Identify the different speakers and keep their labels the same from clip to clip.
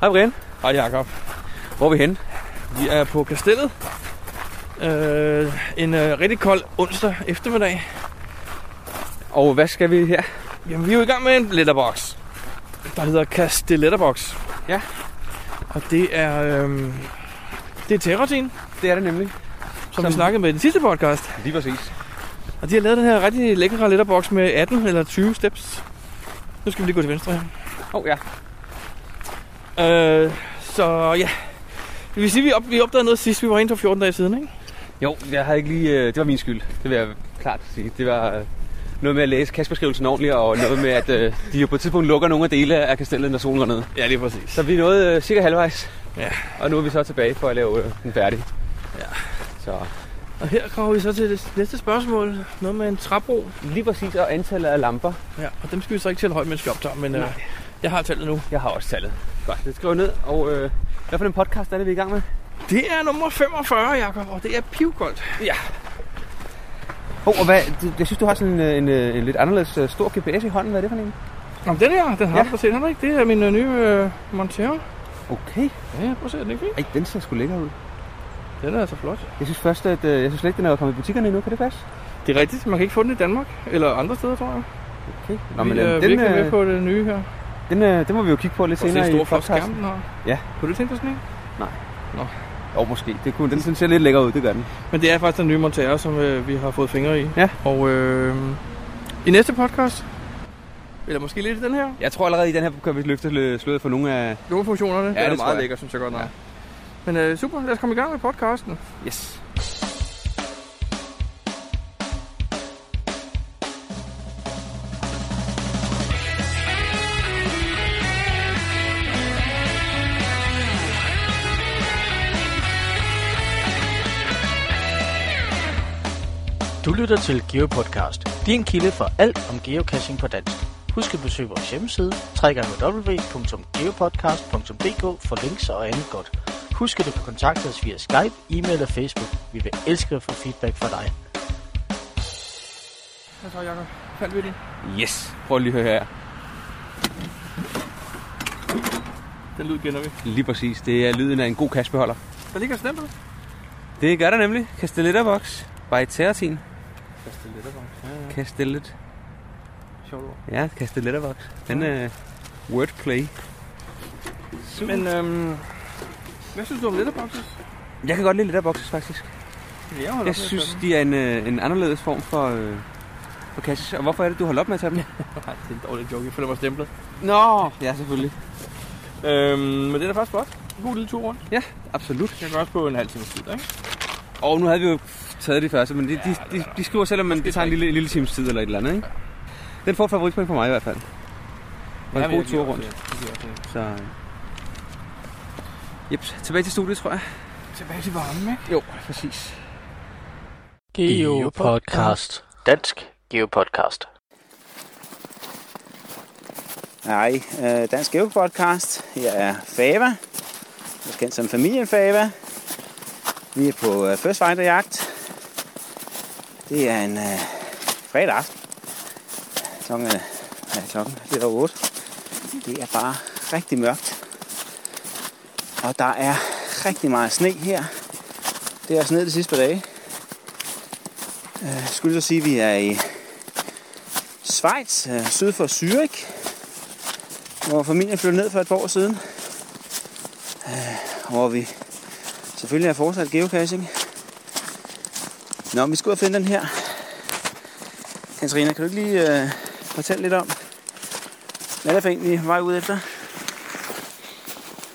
Speaker 1: Hej Brian.
Speaker 2: Hej Jacob.
Speaker 1: Hvor er vi henne?
Speaker 2: Vi er på kastellet. Øh, en øh, rigtig kold onsdag eftermiddag.
Speaker 1: Og hvad skal vi her?
Speaker 2: Jamen, vi er jo i gang med en letterbox, der hedder Kastelletterbox.
Speaker 1: Ja.
Speaker 2: Og det er, øh, det er terrortien,
Speaker 1: Det er det nemlig.
Speaker 2: som, som
Speaker 1: Som-
Speaker 2: vi snakkede med i den sidste podcast.
Speaker 1: Lige præcis.
Speaker 2: Og de har lavet den her rigtig lækre letterbox med 18 eller 20 steps. Nu skal vi lige gå til venstre her.
Speaker 1: Åh oh, ja.
Speaker 2: Øh, så ja. Det vil sige, vi, op, vi opdagede noget sidst. Vi var inde for 14 dage siden, ikke?
Speaker 1: Jo, jeg havde ikke lige... Øh, det var min skyld. Det vil jeg klart sige. Det var øh, noget med at læse kastbeskrivelsen ordentligt, og noget med, at øh, de jo på et tidspunkt lukker nogle af dele af kastellet, når solen går ned.
Speaker 2: Ja, lige præcis.
Speaker 1: Så vi nåede øh, cirka halvvejs.
Speaker 2: Ja.
Speaker 1: Og nu er vi så tilbage for at lave øh, den færdig.
Speaker 2: Ja.
Speaker 1: Så
Speaker 2: Og her kommer vi så til det næste spørgsmål. Noget med en træbro.
Speaker 1: lige præcis og antallet af lamper.
Speaker 2: Ja, og dem skal vi så ikke tælle højt, mens vi optager, men øh,
Speaker 1: Nej.
Speaker 2: jeg har tallet nu.
Speaker 1: Jeg har også tallet. Godt, det skriver jeg ned. Og øh, hvad for en podcast er det, vi er i gang med?
Speaker 2: Det er nummer 45, Jakob, og det er pivkoldt.
Speaker 1: Oh, og hvad, du, jeg synes, du har sådan en, en, øh, en lidt anderledes øh, stor GPS i hånden. Hvad er det for en?
Speaker 2: Nå, men den her, den har
Speaker 1: Ja.
Speaker 2: ja. jeg set, Henrik. Det er min øh, nye øh, Montero.
Speaker 1: Okay.
Speaker 2: Ja, prøv at se, er den ikke fin?
Speaker 1: Ej, den ser sgu lækker ud.
Speaker 2: Den er altså flot.
Speaker 1: Jeg synes først, at øh, jeg synes slet ikke, den er kommet i butikkerne endnu. Kan det passe?
Speaker 2: Det er rigtigt, man kan ikke få den i Danmark, eller andre steder, tror jeg.
Speaker 1: Okay. øh,
Speaker 2: Nå, men, vi er den, øh, virkelig med på det nye her.
Speaker 1: den, øh, den må vi jo kigge på lidt
Speaker 2: Prøv at se,
Speaker 1: senere
Speaker 2: en stor
Speaker 1: i
Speaker 2: flot
Speaker 1: podcasten.
Speaker 2: skærm, den har.
Speaker 1: Ja.
Speaker 2: Kunne du tænke dig sådan en?
Speaker 1: Jo, måske. Det kunne, den synes jeg lidt lækker ud, det gør den.
Speaker 2: Men det er faktisk den nye Montero, som øh, vi har fået fingre i.
Speaker 1: Ja.
Speaker 2: Og øh, i næste podcast, eller måske lidt i den her,
Speaker 1: Jeg tror allerede, i den her kan vi løfte sløret for nogle af...
Speaker 2: Nogle funktionerne. Ja, det,
Speaker 1: det
Speaker 2: er
Speaker 1: tror
Speaker 2: meget
Speaker 1: jeg.
Speaker 2: lækker, synes jeg godt nok.
Speaker 1: Ja.
Speaker 2: Ja. Men øh, super, lad os komme i gang med podcasten.
Speaker 1: Yes.
Speaker 3: Du lytter til GeoPodcast, din kilde for alt om geocaching på dansk. Husk at besøge vores hjemmeside, www.geopodcast.dk for links og andet godt. Husk at du kan kontakte os via Skype, e-mail og Facebook. Vi vil elske at få feedback fra dig.
Speaker 2: Hvad så, Jacob? Fandt vi det?
Speaker 1: Yes. Prøv lige at høre her.
Speaker 2: Den lyd kender vi.
Speaker 1: Lige præcis. Det er lyden af en god kassebeholder.
Speaker 2: Der ligger stempel.
Speaker 1: Det gør der nemlig. Castelletterbox by Terratin.
Speaker 2: Ja, ja.
Speaker 1: Castellet.
Speaker 2: Sjovt ord.
Speaker 1: Ja, Castelletterbox. Den er uh, wordplay. Super.
Speaker 2: Men øhm, hvad synes du om letterboxes?
Speaker 1: Jeg kan godt lide letterboxes, faktisk.
Speaker 2: Jeg, holder op med
Speaker 1: Jeg
Speaker 2: at
Speaker 1: synes,
Speaker 2: tage dem.
Speaker 1: de er en, øh, en anderledes form for, øh, for cash. Og hvorfor er det, du holder op med at tage dem?
Speaker 2: Nej, det er en dårlig joke. Jeg føler mig stemplet.
Speaker 1: Nå! Ja, selvfølgelig.
Speaker 2: Øhm, men det er faktisk flot. En god lille tur rundt.
Speaker 1: Absolut.
Speaker 2: Jeg kan også på en halv times tid, ikke?
Speaker 1: Og nu havde vi jo taget de første, men de, de, de, de skriver selv, at man, det tager en lille, en lille times tid eller et eller andet, ikke? Den får favoritpoint for mig i hvert fald. Og en god tur rundt. Så... øh. Jeps, tilbage til studiet, tror jeg.
Speaker 2: Tilbage til varmen, ikke?
Speaker 1: Jo, præcis.
Speaker 3: GeoPodcast. Dansk GeoPodcast.
Speaker 4: Hej, øh, Dansk Geo Podcast. Jeg er Fava, også kendt som familien Fava. Vi er på øh, First Finder Jagt. Det er en øh, fredag aften. Klokken er, ja, klokken er lidt over 8. Det er bare rigtig mørkt. Og der er rigtig meget sne her. Det er sne de sidste par dage. Øh, skulle så sige, at vi er i Schweiz, øh, syd for Zürich hvor familien flyttede ned for et par år siden. Øh, hvor vi selvfølgelig har fortsat geocaching. Nå, men vi skal ud og finde den her. Katarina, kan du ikke lige øh, fortælle lidt om, hvad er det for en, vi er på vej ud efter?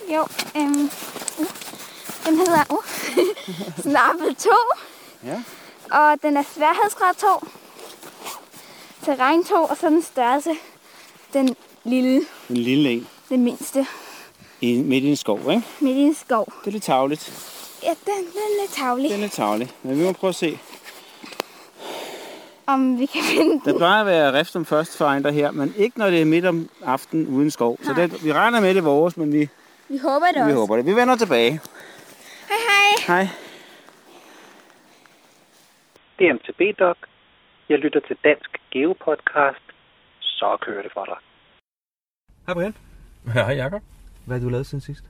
Speaker 5: Jo, øhm, uh, den hedder uh, Snappel 2,
Speaker 4: Ja.
Speaker 5: og den er sværhedsgrad 2, terræn 2, og så den størrelse, den lille,
Speaker 4: En lille en
Speaker 5: den mindste,
Speaker 4: i, midt i en skov, ikke?
Speaker 5: midt i en skov.
Speaker 4: Det er lidt tavligt.
Speaker 5: Ja, den, den er lidt
Speaker 4: Det er
Speaker 5: tavlig,
Speaker 4: lidt tavligt, men vi må prøve at se.
Speaker 5: om vi kan finde den.
Speaker 4: Der plejer at være rift om første finder her, men ikke når det er midt om aftenen uden skov. Så det, vi regner med, det er vores, men vi,
Speaker 5: Vi håber det
Speaker 4: vi
Speaker 5: også.
Speaker 4: håber det. Vi vender tilbage.
Speaker 5: Hej hej!
Speaker 4: Hej.
Speaker 6: Det er MTB Doc. Jeg lytter til Dansk Geopodcast. Så kører det for dig.
Speaker 1: Hej Brian.
Speaker 2: Ja, hej Jacob.
Speaker 1: Hvad har du lavet siden sidst?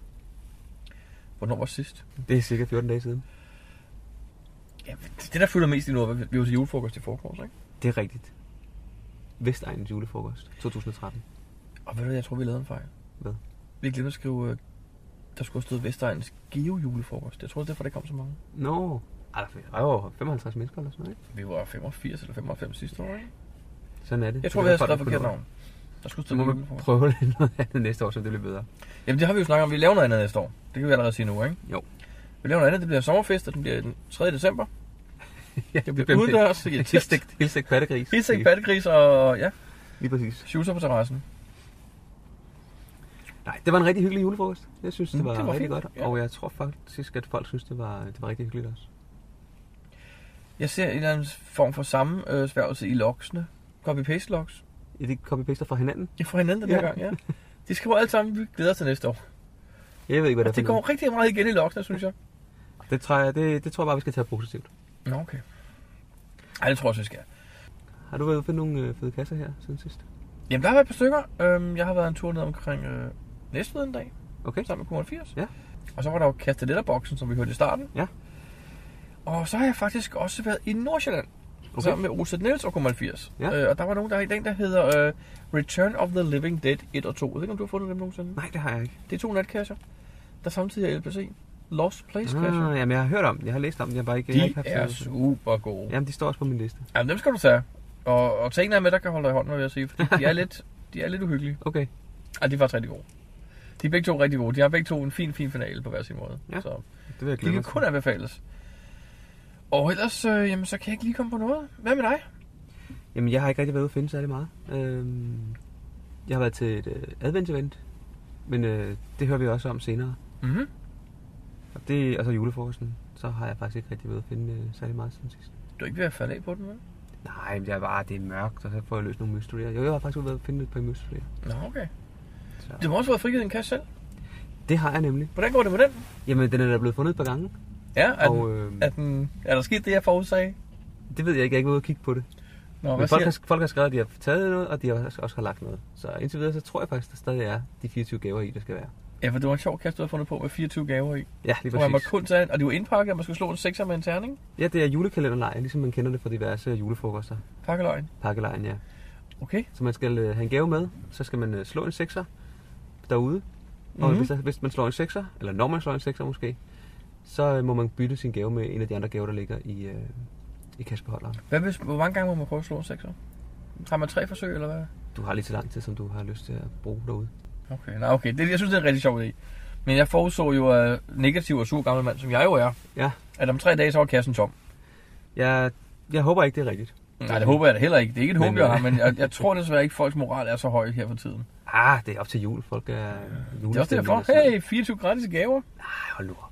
Speaker 2: Hvornår var sidst?
Speaker 1: Det er cirka 14 dage siden.
Speaker 2: Jamen, det der fylder mest i nu, er, at vi var til julefrokost i forgårs, ikke?
Speaker 1: Det er rigtigt. Vestegnens julefrokost 2013.
Speaker 2: Og ved du, hvad, jeg tror, vi lavede en fejl.
Speaker 1: Hvad?
Speaker 2: Vi glemte at skrive, øh, der skulle have stået Vestegnens Geo julefrokost. Jeg tror, det er derfor, der kom så mange.
Speaker 1: Nå. Altså, Ej, der er- ej, der var 55 mennesker eller sådan noget, ikke?
Speaker 2: Vi var 85 eller 95 sidste år, ikke?
Speaker 1: Sådan er det.
Speaker 2: Jeg tror, vi
Speaker 1: Det er
Speaker 2: havde
Speaker 1: derfor,
Speaker 2: skrevet
Speaker 1: der
Speaker 2: forkert
Speaker 1: kun-
Speaker 2: navn. Mm. Der skulle
Speaker 1: Så
Speaker 2: stå
Speaker 1: må man
Speaker 2: julefrokost.
Speaker 1: prøve lidt noget andet næste år, så det bliver bedre.
Speaker 2: Jamen det har vi jo snakket om. Vi laver noget andet næste år. Det kan vi allerede sige nu, ikke?
Speaker 1: Jo.
Speaker 2: Vi laver noget andet. Det bliver sommerfest, og den bliver den 3. december.
Speaker 1: Ja,
Speaker 2: Det bliver udendørs. Det er tæt.
Speaker 1: Helt Helstik pattegris.
Speaker 2: Helt sikkert pattegris og ja,
Speaker 1: Lige præcis.
Speaker 2: schusser på terrassen.
Speaker 1: Nej, det var en rigtig hyggelig julefrokost. Jeg synes, det
Speaker 2: Mm,
Speaker 1: var,
Speaker 2: det var
Speaker 1: rigtig
Speaker 2: fint,
Speaker 1: godt.
Speaker 2: ja.
Speaker 1: Og jeg tror faktisk, at folk synes, det var, det var rigtig hyggeligt også.
Speaker 2: Jeg ser en eller anden form for samme øh, sværgelse i loksene. Copy-paste loks.
Speaker 1: Ja, de copy-paster fra hinanden.
Speaker 2: Jeg får hinanden den her
Speaker 1: Ja.
Speaker 2: gang, ja. De skriver alle sammen, vi glæder os til næste år.
Speaker 1: Jeg ved ikke, hvad det er
Speaker 2: Og det
Speaker 1: for
Speaker 2: går rigtig meget igen i loksene, synes jeg.
Speaker 1: noget. Det tror, jeg, det, det tror jeg bare, vi skal tage positivt.
Speaker 2: Nå, okay. Ej, det tror jeg, også, vi skal.
Speaker 1: Har du været ude for nogle øh, fede kasser her siden sidst?
Speaker 2: Jamen, der har været et par stykker. Øhm, jeg har været en tur ned omkring øh, Næstved en dag.
Speaker 1: Okay.
Speaker 2: sammen med Q80.
Speaker 1: Ja.
Speaker 2: Og så var der jo kasteletterboksen, som vi hørte i starten.
Speaker 1: Ja.
Speaker 2: Og så har jeg faktisk også været i Nordsjælland, okay.
Speaker 1: Okay.
Speaker 2: sammen med OZ Niels og Q80.
Speaker 1: Ja.
Speaker 2: Øh, og der var nogen, der i den, der hedder øh, Return of the Living Dead 1 og 2. Jeg ved ikke, om du har fundet dem nogensinde?
Speaker 1: Nej, det har jeg ikke.
Speaker 2: Det er to natkasser, der samtidig er LPC. Lost Place Casher.
Speaker 1: Ah, jamen, jeg har hørt om dem. Jeg har læst om dem. Jeg har bare ikke, jeg har
Speaker 2: De
Speaker 1: ikke haft
Speaker 2: er
Speaker 1: tid.
Speaker 2: super gode.
Speaker 1: Jamen, de står også på min liste.
Speaker 2: Jamen, dem skal du tage. Og, og tag en af med, der kan holde dig i hånden, vil jeg sige. Fordi de er lidt, de er lidt uhyggelige.
Speaker 1: Okay.
Speaker 2: Ej, de er faktisk rigtig gode. De er begge to rigtig gode. De har begge to en fin, fin finale på hver sin måde.
Speaker 1: Ja.
Speaker 2: Så
Speaker 1: Det vil jeg
Speaker 2: Det
Speaker 1: glæde
Speaker 2: kan
Speaker 1: mig
Speaker 2: kun
Speaker 1: til.
Speaker 2: anbefales. Og ellers, øh, jamen, så kan jeg ikke lige komme på noget. Hvad med dig?
Speaker 1: Jamen, jeg har ikke rigtig været ude at finde særlig meget. Øhm, jeg har været til et øh, advent-event, men øh, det hører vi også om senere.
Speaker 2: Mm-hmm.
Speaker 1: Og, det, og så julefrokosten, så har jeg faktisk ikke rigtig været at finde øh, særlig meget siden sidst.
Speaker 2: Du er ikke ved at falde af på den, vel?
Speaker 1: Nej, men jeg bare, det er mørkt, og så får jeg løst nogle mysterier. Jo, jeg har faktisk været at finde et par mysterier.
Speaker 2: Nå, okay.
Speaker 1: Så.
Speaker 2: Du har også fået frigivet en kasse selv.
Speaker 1: Det har jeg nemlig.
Speaker 2: Hvordan går det med den?
Speaker 1: Jamen, den er da blevet fundet et par gange.
Speaker 2: Ja, er,
Speaker 1: Og,
Speaker 2: den,
Speaker 1: øhm,
Speaker 2: er, den, er der sket det, jeg forudsagde?
Speaker 1: Det ved jeg ikke, jeg er ikke ude at kigge på det.
Speaker 2: Nå, hvad
Speaker 1: Men folk
Speaker 2: siger
Speaker 1: har, folk har skrevet, at de har taget noget, og de har også- også har lagt noget. Så indtil videre, så tror jeg faktisk, der stadig er de 24 gaver i, der skal være.
Speaker 2: Ja, for det var en sjov kasse, du havde fundet på med 24 gaver i.
Speaker 1: Ja, lige
Speaker 2: Og man må
Speaker 1: præcis.
Speaker 2: kun tage en, og det var indpakket, og man skulle slå en sekser med en terning.
Speaker 1: Ja, det er julekalenderlejen, ligesom man kender det fra diverse julefrokoster.
Speaker 2: Pakkeløgn.
Speaker 1: Pakkelejen, ja.
Speaker 2: Okay.
Speaker 1: Så man skal øh, have en gave med, så skal man øh, slå en sekser derude. Og
Speaker 2: Mhm.
Speaker 1: mm-hmm. hvis, der, hvis man slår en sekser, eller når man slår en sekser måske, så øh, må man bytte sin gave med en af de andre gaver, der ligger i, øh, i kassebeholderen.
Speaker 2: Hvad hvis, hvor mange gange må man prøve at slå en sekser? Har man tre forsøg, eller hvad?
Speaker 1: Du har lige så lang tid, som du har lyst til at bruge derude.
Speaker 2: Okay, nej, okay. Det, jeg synes, det er en rigtig sjov idé. Men jeg forudså jo, at negativ og sur gammel mand, som jeg jo er,
Speaker 1: Ja.
Speaker 2: at om tre dage, så var kassen tom.
Speaker 1: Jeg, jeg håber ikke, det er rigtigt.
Speaker 2: Nej, det håber jeg da heller ikke. Det er ikke et
Speaker 1: Mm. Men,
Speaker 2: håb, jeg har,
Speaker 1: øh,
Speaker 2: men jeg, jeg tror desværre ikke, folks moral er så høj her for tiden.
Speaker 1: Ah, det er op til jul. Folk er
Speaker 2: Det er også
Speaker 1: julestemning og
Speaker 2: derfor,
Speaker 1: sådan noget.
Speaker 2: hey, 24 gratis gaver.
Speaker 1: Ej, hold nu op.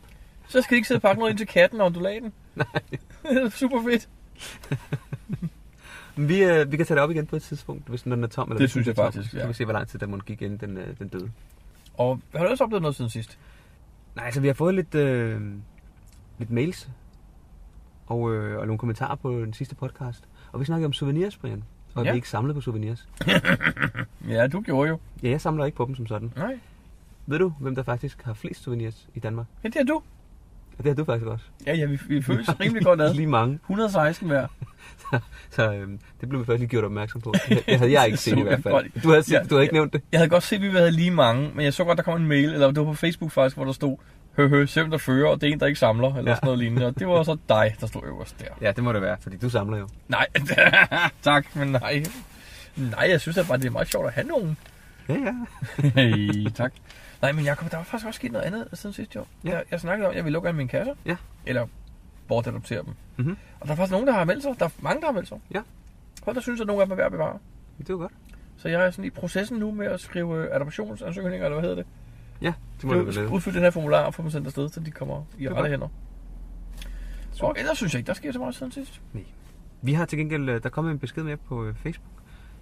Speaker 2: Så skal de ikke sidde og pakke noget ind til katten og undulaten. Nej. det er super fedt.
Speaker 1: Men vi, øh, vi kan tage det op igen på et tidspunkt, hvis den er tom. Eller
Speaker 2: Det
Speaker 1: hvis
Speaker 2: synes
Speaker 1: den
Speaker 2: jeg
Speaker 1: er tom.
Speaker 2: faktisk,
Speaker 1: Så
Speaker 2: ja.
Speaker 1: kan vi se, hvor lang tid der må gik inden den, øh, den døde.
Speaker 2: Og har du også oplevet noget siden sidst?
Speaker 1: Nej, altså vi har fået lidt, øh, lidt mails og, øh, og nogle kommentarer på den sidste podcast. Og vi snakkede om souvenirs, Brian. Og
Speaker 2: Ja.
Speaker 1: ja. vi ikke samlede på souvenirs.
Speaker 2: Ja, du gjorde jo.
Speaker 1: Ja, jeg samler ikke på dem som sådan.
Speaker 2: Nej.
Speaker 1: Ved du, hvem der faktisk har flest souvenirs i Danmark?
Speaker 2: Ja, det er du.
Speaker 1: Og det har du faktisk også.
Speaker 2: Ja, ja, vi, vi føles rimelig godt ad.
Speaker 1: Lige mange.
Speaker 2: 116 hver.
Speaker 1: Så øh, det blev vi faktisk lige gjort opmærksom på. Det, det havde jeg ikke
Speaker 2: Så
Speaker 1: set i hvert
Speaker 2: jeg
Speaker 1: fald.
Speaker 2: godt.
Speaker 1: Du havde, set,
Speaker 2: Ja,
Speaker 1: du havde ikke
Speaker 2: ja.
Speaker 1: nævnt det.
Speaker 2: Jeg havde godt set, at vi havde lige mange, men jeg så godt, der kom en mail, eller det var på Facebook faktisk, hvor der stod, hø hø, søm der fører, og det er en, der ikke samler, eller
Speaker 1: Ja.
Speaker 2: sådan noget lignende. Og det var så dig, der stod øverst der.
Speaker 1: Ja, det må det være, fordi du samler jo.
Speaker 2: Nej, tak, men nej. Nej, jeg synes at bare, det er meget sjovt at have nogen.
Speaker 1: Ja, ja.
Speaker 2: Hey, tak. Nej, men Jacob, der var faktisk også sket noget andet siden sidste år. Ja.
Speaker 1: Ja.
Speaker 2: Jeg, jeg snakkede om, at jeg ville lukke alle mine kasser.
Speaker 1: Ja.
Speaker 2: Eller bortadoptere dem.
Speaker 1: Mhm.
Speaker 2: Og der er faktisk nogen, der har meldt sig. Der er mange, der har meldt sig.
Speaker 1: Ja.
Speaker 2: Folk, der synes, at nogle af dem er værd at bevare.
Speaker 1: Det var godt.
Speaker 2: Så jeg er sådan i processen nu med at skrive øh, adoptionsansøgninger, eller hvad hedder det?
Speaker 1: Ja, det må det være
Speaker 2: Skrive,
Speaker 1: lavet.
Speaker 2: udfylde den her formular og få dem sendt afsted, så de kommer i
Speaker 1: er
Speaker 2: rette
Speaker 1: godt.
Speaker 2: hænder.
Speaker 1: Super.
Speaker 2: Og ellers synes jeg ikke, der sker så meget siden sidst.
Speaker 1: Vi har til gengæld, øh, der kom en besked med på øh, Facebook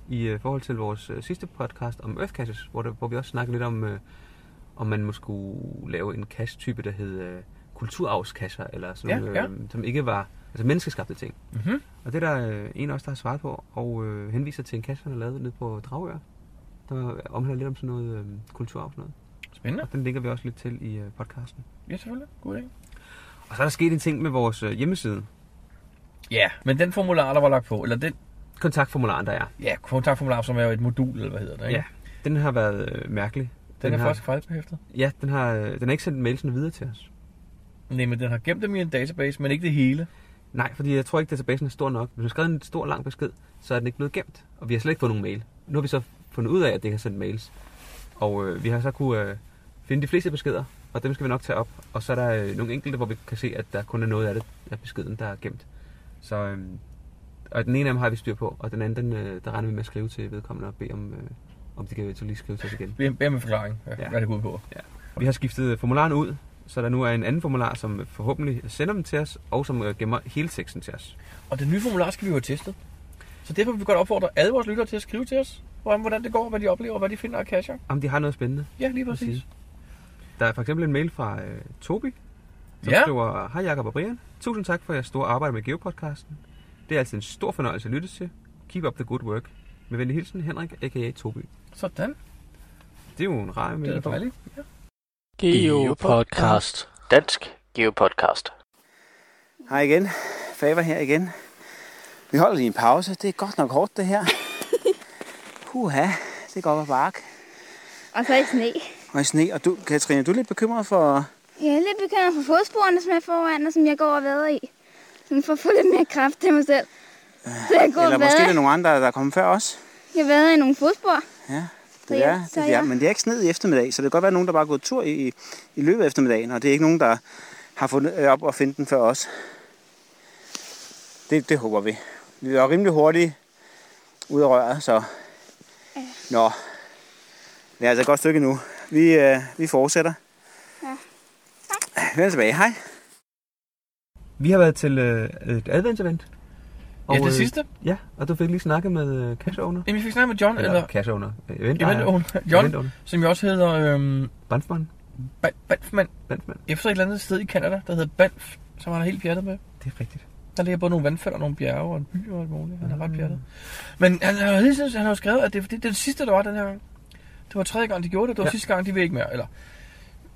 Speaker 1: i øh, forhold til vores øh, sidste podcast om Earth Caches, hvor, der, hvor vi også snakkede lidt om, øh, om man måske skulle lave en cache-type, der hed øh, kulturarvskasser, eller sådan
Speaker 2: Ja,
Speaker 1: nogle, øh, som ikke var altså menneskeskabte ting.
Speaker 2: Mhm.
Speaker 1: Og det er der øh, en af os, der har svaret på, og øh, henviser til en kasse, han har lavet nede på Dragør, der omhandler lidt om sådan noget øh, øhm, kulturarv og sådan noget.
Speaker 2: Spændende.
Speaker 1: Den linker vi også lidt til i øh, podcasten.
Speaker 2: Ja, selvfølgelig. God idé.
Speaker 1: Og så er der sket en ting med vores øh, hjemmeside.
Speaker 2: Ja, men den formular, der var lagt på, eller den
Speaker 1: Kontaktformularen, der er.
Speaker 2: ja, kontaktformular, som er jo et modul, eller hvad hedder det, ikke?
Speaker 1: Ja. Den har været øh, mærkelig.
Speaker 2: Den, den er
Speaker 1: har,
Speaker 2: faktisk fejlbehæftet.
Speaker 1: Ja, den har, øh, den har ikke sendt mailsene videre til os.
Speaker 2: Nej, men den har gemt dem i en database, men ikke det hele.
Speaker 1: Nej, fordi jeg tror ikke, databasen er stor nok. Hvis du har skrevet en stor, lang besked, så er den ikke blevet gemt. Og vi har slet ikke fået nogen mail. Nu har vi så fundet ud af, at det har sendt mails. Og øh, vi har så kunne øh, finde de fleste beskeder, og dem skal vi nok tage op. Og så er der øh, nogle enkelte, hvor vi kan se, at der kun er noget af det af beskeden, der er gemt. Så øh, og den ene af dem har vi styr på, og den anden, den, øh, der regner vi med at skrive til vedkommende og bede om, øh, om de kan så lige skrive til os igen.
Speaker 2: Bær bær med forklaring, ja.
Speaker 1: Ja.
Speaker 2: hvad det går ud på.
Speaker 1: Vi har skiftet formularen ud, så der nu er en anden formular, som forhåbentlig sender dem til os, og som øh, gemmer hele teksten til os.
Speaker 2: Og den nye formular skal vi jo have testet. Så derfor vil vi godt opfordre alle vores lyttere til at skrive til os, om hvordan det går, hvad de oplever, hvad de finder af cacher.
Speaker 1: Om de har noget spændende.
Speaker 2: Ja, lige præcis.
Speaker 1: Præcis. Der er for eksempel en mail fra øh, Tobi, som
Speaker 2: Ja.
Speaker 1: ja. skriver, Hej Jakob og Brian, tusind tak for jeres store arbejde med Geopodcasten. Det er altid en stor fornøjelse at lytte til. Keep up the good work. Med venlig hilsen, Henrik, a.k.a. Tobi.
Speaker 2: Sådan.
Speaker 1: Det er jo en rar mail.
Speaker 2: Det er da dejligt. Ja.
Speaker 3: Geopodcast. Dansk Geopodcast.
Speaker 7: Hej igen. Faber her igen. Vi holder lige en pause. Det er godt nok hårdt, det her. Huha, det går op ad bark.
Speaker 5: Og så i sne.
Speaker 7: Og i sne. Og du, Katrine, du er lidt bekymret for...
Speaker 5: Jeg er lidt bekymret for fodsporene, som er foran, og som jeg går og vader i. Sådan for at få lidt mere kraft til mig selv. Så jeg går
Speaker 7: Eller
Speaker 5: og
Speaker 7: måske er
Speaker 5: vader.
Speaker 7: der nogle andre, der er kommet før os.
Speaker 5: Jeg vader i nogle fodspor.
Speaker 7: Ja,
Speaker 5: Så
Speaker 7: det
Speaker 5: ja,
Speaker 7: er,
Speaker 5: så
Speaker 7: det er.
Speaker 5: ja.
Speaker 7: Men det er ikke sned i eftermiddag, så det kan godt være nogen, der bare er gået tur i, i løbet af eftermiddagen. Og det er ikke nogen, der har fundet øh, op og finde den før os. Det, det håber vi. Vi er rimelig hurtigt ude af røret, så... Nå, det er altså et godt stykke nu. Vi, øh, vi fortsætter.
Speaker 5: Ja.
Speaker 7: Vel tilbage. Hej.
Speaker 1: Vi har været til øh, et adventsevent.
Speaker 2: Og ja,
Speaker 1: øh,
Speaker 2: det sidste.
Speaker 1: Ja, og du fik lige snakket med øh, cash owner.
Speaker 2: Jamen, vi fik snakket med John, eller,
Speaker 1: Eller cash owner. Øh, Event
Speaker 2: eller
Speaker 1: owner.
Speaker 2: John,
Speaker 1: Event owner.
Speaker 2: som jo også hedder øhm,
Speaker 1: Banfman.
Speaker 2: Ban- Banfman,
Speaker 1: Banfman.
Speaker 2: efter et eller andet sted i Canada, der hedder Banff, som han er helt pjattet med.
Speaker 1: Det er rigtigt.
Speaker 2: Der ligger både nogle vandfald og nogle bjerge og en by og alt muligt. Han er ret pjattet. Men han har jo hele tiden han har jo skrevet, at det, det, det, er det sidste, der var den her gang. Det var tredje gang, de gjorde det. Det var ja.
Speaker 1: Ja.
Speaker 2: sidste gang, de ville ikke mere. Eller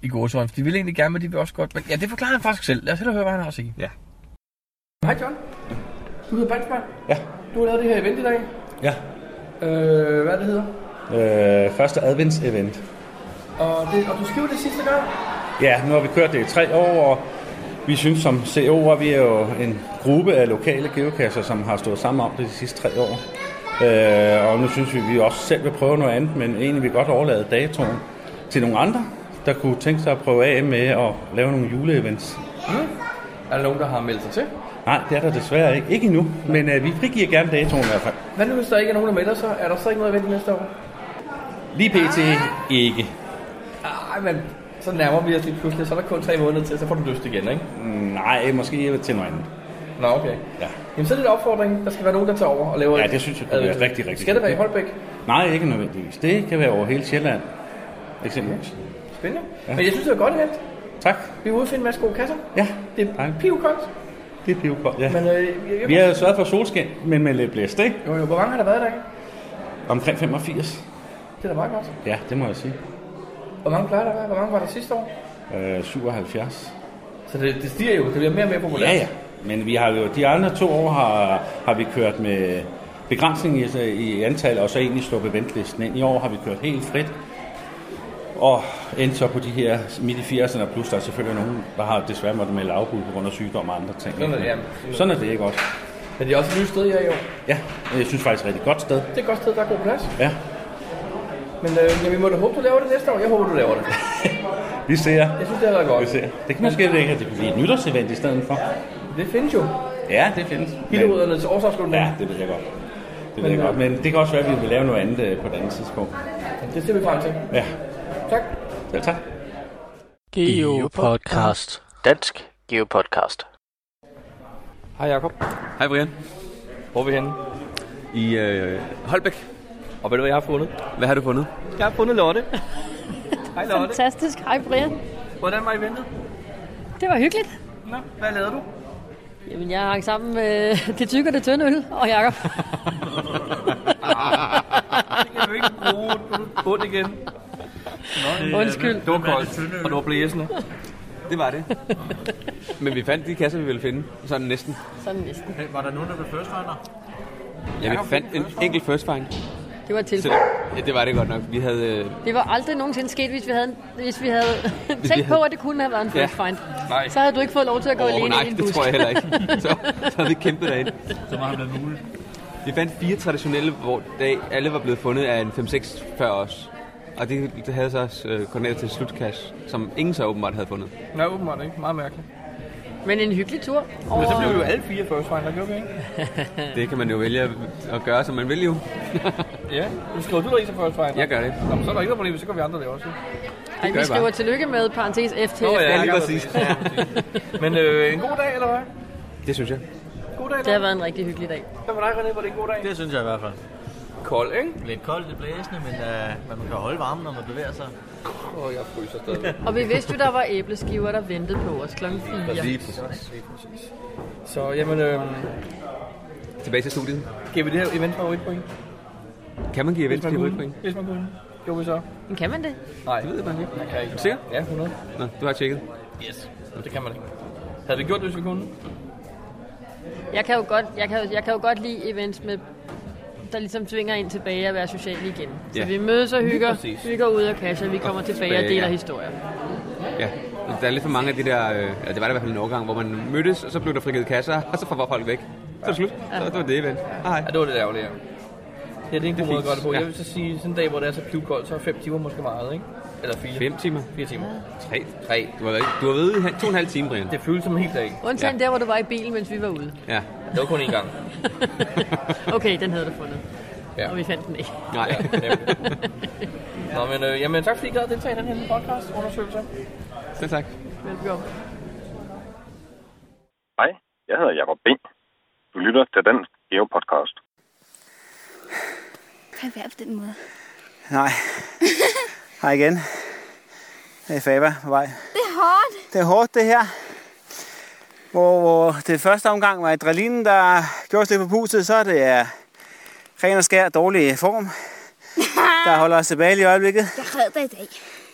Speaker 2: i går så De ville egentlig gerne, men de vil også godt. Men ja, det forklarer han faktisk selv. Lad os hellere høre, hvad han har at sige.
Speaker 1: Ja.
Speaker 2: Hej John. Du hedder Bandsman.
Speaker 4: Ja.
Speaker 2: Du har lavet det her event i dag.
Speaker 4: Ja.
Speaker 2: Øh, hvad det hedder.
Speaker 4: Øh, første adventsevent.
Speaker 2: Og, det, og du skrev det sidste gang.
Speaker 4: Ja, nu har vi kørt det i tre år, og vi synes som CO'er, vi er jo en gruppe af lokale geokasser, som har stået sammen om det de sidste tre år. Øh, og nu synes vi, at vi også selv vil prøve noget andet, men egentlig vil vi godt overlade datoen til nogle andre, der kunne tænke sig at prøve af med at lave nogle juleevents.
Speaker 2: Mm. Er der nogen, der har meldt sig til?
Speaker 4: Nej, det er der desværre ikke. Ikke endnu, men øh, vi frigiver gerne datoen i hvert fald.
Speaker 2: Hvad nu, hvis der ikke er nogen, der melder sig? Er der så ikke noget event næste år?
Speaker 4: Lige pt. ikke.
Speaker 2: Nej, men så nærmer vi os lige pludselig. Så er der kun tre måneder til, så får du lyst igen, ikke?
Speaker 4: Nej, måske til noget andet.
Speaker 2: Nå, okay.
Speaker 4: Ja.
Speaker 2: Jamen, så er det en opfordring. Der skal være nogen, der tager over og laver
Speaker 4: Ja,
Speaker 2: et
Speaker 4: det synes jeg kunne være
Speaker 2: adventsevent.
Speaker 4: rigtig, rigtig
Speaker 2: Skal det
Speaker 4: godt.
Speaker 2: være i Holbæk?
Speaker 4: Nej, ikke nødvendigvis. Det kan være over hele Sjælland, eksempelvis.
Speaker 2: Spændende. Ja. Men jeg synes, det er godt event.
Speaker 4: Tak.
Speaker 2: Vi er ude og finde en masse gode kasser.
Speaker 4: Ja,
Speaker 2: Det er
Speaker 4: Dejligt.
Speaker 2: pivkoldt.
Speaker 4: det er pivkoldt, ja.
Speaker 2: Men øh, jeg, jeg,
Speaker 4: Vi har sørget for solskin, men med lidt blæst, ikke?
Speaker 2: jo, jo, hvor mange har der været i dag?
Speaker 4: Omkring 85.
Speaker 2: Det er da meget godt.
Speaker 4: Ja, det må jeg sige.
Speaker 2: Hvor mange plejer der at være? Hvor mange var der sidste år?
Speaker 4: Øh, 77.
Speaker 2: Så det, det stiger jo. Det bliver mere og mere populært.
Speaker 4: Ja, ja. Men vi har jo, de andre to år har, har vi kørt med begrænsning i, altså, i antal, og så egentlig sluppet ventelisten ind. I år har vi kørt helt frit, og endte så på de her midt i 80'erne, plus der er selvfølgelig nogen, der har desværre måtte melde afbud på grund af sygdom og andre ting.
Speaker 2: Sådan er det, ja.
Speaker 4: Sådan er det ikke også.
Speaker 2: Men det er også et nyt sted, jeg er jo.
Speaker 4: Ja, jeg synes faktisk, det er et rigtig godt sted.
Speaker 2: Det er et godt sted, der er god plads.
Speaker 4: Ja,
Speaker 2: Men øh, jamen, vi må da håbe, du laver det næste år. Jeg håber, du laver det.
Speaker 4: vi ser.
Speaker 2: Jeg synes, det har været godt.
Speaker 4: Vi ser. Det kan måske være, at det kan blive et nytårsevent i stedet for.
Speaker 2: Det findes jo.
Speaker 4: Ja, det findes. Men,
Speaker 2: Hilderuderne til årsafslutning.
Speaker 4: ja, det ved jeg godt. Det ved
Speaker 2: Men,
Speaker 4: jeg godt.
Speaker 2: øh,
Speaker 4: Men det kan også være, at vi vil lave noget andet øh, på et andet tidspunkt.
Speaker 2: Det ser vi frem til.
Speaker 4: Ja,
Speaker 2: Tak.
Speaker 4: ja tak.
Speaker 3: Geopodcast. Dansk Geopodcast.
Speaker 2: Hej Jacob.
Speaker 8: Hej Brian.
Speaker 2: Hvor er vi henne?
Speaker 8: I øh, Holbæk.
Speaker 2: Og ved du, hvad jeg har fundet?
Speaker 8: Hvad har du fundet?
Speaker 2: Jeg har fundet Lotte. Hej Lotte.
Speaker 9: Fantastisk. Hej Brian.
Speaker 2: Hvordan var eventet?
Speaker 9: Det var hyggeligt.
Speaker 2: Nå, hvad lavede du?
Speaker 9: Jamen, jeg hang sammen med det tykke og det tynde øl og Jacob.
Speaker 2: Det kan du ikke bruge. Nu er du ond igen.
Speaker 10: Undskyld.
Speaker 1: Det var kost, og det var blæsende. Det var det. Men vi fandt de kasser, vi ville finde. Sådan næsten.
Speaker 10: Sådan næsten.
Speaker 11: Var der nogen, der blev first finder?
Speaker 1: Ja, vi fandt en enkelt first find.
Speaker 10: Det var
Speaker 1: Så
Speaker 10: et tilfælde.
Speaker 1: det, ja, det var det godt nok. Vi havde... Øh,
Speaker 10: Det var aldrig nogensinde sket, hvis vi havde, hvis vi havde
Speaker 1: vi
Speaker 10: tænkt på,
Speaker 1: havde-
Speaker 10: at det kunne have været en first
Speaker 1: Ja.
Speaker 10: find.
Speaker 1: Nej.
Speaker 10: Så havde du ikke fået lov til at gå
Speaker 1: Åh,
Speaker 10: alene
Speaker 1: nej,
Speaker 10: ind i en bus.
Speaker 1: det tror jeg heller ikke. Så, så havde vi kæmpet derinde.
Speaker 11: Så var han blevet muligt.
Speaker 1: Vi fandt fire traditionelle, hvor dag, alle var blevet fundet af en 5-6 før os. Og det, det havde så også øh, koordinater til slutkash, som ingen så åbenbart havde fundet.
Speaker 2: Nej, åbenbart ikke. Meget mærkeligt.
Speaker 10: Men en hyggelig tur.
Speaker 2: Men så
Speaker 10: Over...
Speaker 2: blev vi jo alle fire first finder, gjorde vi ikke?
Speaker 1: Det kan man jo vælge at gøre, som man vil jo.
Speaker 2: Ja. Nu skriver du dig i som first finder.
Speaker 1: Jeg gør det.
Speaker 2: Jamen, så er der ikke noget problem, så gør vi andre det også.
Speaker 10: Ej,
Speaker 1: gør
Speaker 10: vi
Speaker 1: jeg
Speaker 10: skriver
Speaker 1: bare.
Speaker 10: tillykke med parentes FT.
Speaker 1: Ja, lige præcis.
Speaker 2: Men øh, en god dag, eller hvad?
Speaker 1: Det synes jeg.
Speaker 2: God dag,
Speaker 10: Det har været en rigtig hyggelig dag.
Speaker 2: Hvad med dig, René? Var det en god dag?
Speaker 11: Det synes jeg i hvert fald.
Speaker 1: Kold, ikke?
Speaker 11: Lidt koldt, lidt blæsende, men,
Speaker 3: øh,
Speaker 11: uh, men man kan holde varmen, når man bevæger sig.
Speaker 1: Åh, oh, jeg fryser stadig.
Speaker 10: Og vi vidste jo, der var æbleskiver, der ventede på os klokken 4.
Speaker 1: Lige præcis.
Speaker 2: Så jamen, øh,
Speaker 1: Tilbage til studiet.
Speaker 2: giver vi det her event favoritpoint?
Speaker 1: Kan man give event
Speaker 2: Hvis man
Speaker 1: til
Speaker 2: kunne.
Speaker 1: rygpring?
Speaker 2: Hvis man kunne. Gjorde vi så?
Speaker 10: Men kan man det?
Speaker 2: Nej.
Speaker 1: Det ved jeg bare ikke.
Speaker 2: Man kan ikke.
Speaker 1: Sikker?
Speaker 2: Ja, 100.
Speaker 1: Nå, du har tjekket.
Speaker 2: Yes. Det kan man ikke. Havde vi gjort det, hvis vi kunne?
Speaker 10: Jeg kan jo godt, jeg kan, jo- jeg kan jo godt lide events med der ligesom tvinger ind tilbage at være social igen. Så
Speaker 1: Ja.
Speaker 10: vi mødes og
Speaker 2: præcis.
Speaker 10: hygger, vi går ud og casher, vi kommer tilbage og
Speaker 1: tilbage,
Speaker 10: deler
Speaker 1: ja.
Speaker 10: historier.
Speaker 1: Ja. Der er lidt for mange af de der, øh, eller det var der i hvert fald en årgang, hvor man mødtes, og så blev der frigivet kasser, og så var folk væk. Så er det slut. Så det var det event. Hej.
Speaker 2: Ja, det var det ærgerlige, ja. Ja, det er en god måde at gøre det på.
Speaker 1: Ja.
Speaker 2: Jeg vil så sige, sådan en dag, hvor det er så pivkoldt, så er 5 timer måske meget, ikke? Eller 4.
Speaker 1: 5 timer.
Speaker 2: 4 timer.
Speaker 1: Tre.
Speaker 2: 3.
Speaker 1: Du har været, du har været i ha- to og en halv time, Brian.
Speaker 2: Det føles som en hel dag.
Speaker 10: Undtagen
Speaker 1: Ja.
Speaker 10: der, hvor du var i bilen, mens vi var ude.
Speaker 1: Ja.
Speaker 2: Det var kun én gang.
Speaker 10: Okay, den havde du fundet.
Speaker 2: Ja.
Speaker 10: Og vi fandt den ikke.
Speaker 1: Nej.
Speaker 2: Nå, men øh, jamen, tak fordi I gad at deltage i den her podcast undersøgelse.
Speaker 1: Selv tak.
Speaker 10: Velbekomme.
Speaker 12: Hej, jeg hedder Jacob B. Du lytter til Dansk Geo Podcast.
Speaker 5: Kan være på den måde.
Speaker 4: Nej. Hej igen. Det er Faber på vej.
Speaker 5: Det er hårdt.
Speaker 4: Det er hårdt, det her. Hvor, hvor det første omgang var adrenalinen, der gjorde os lidt på puset, så er det øh, ren og skær dårlig form, der holder os tilbage lige i øjeblikket.
Speaker 5: Jeg red dig i dag.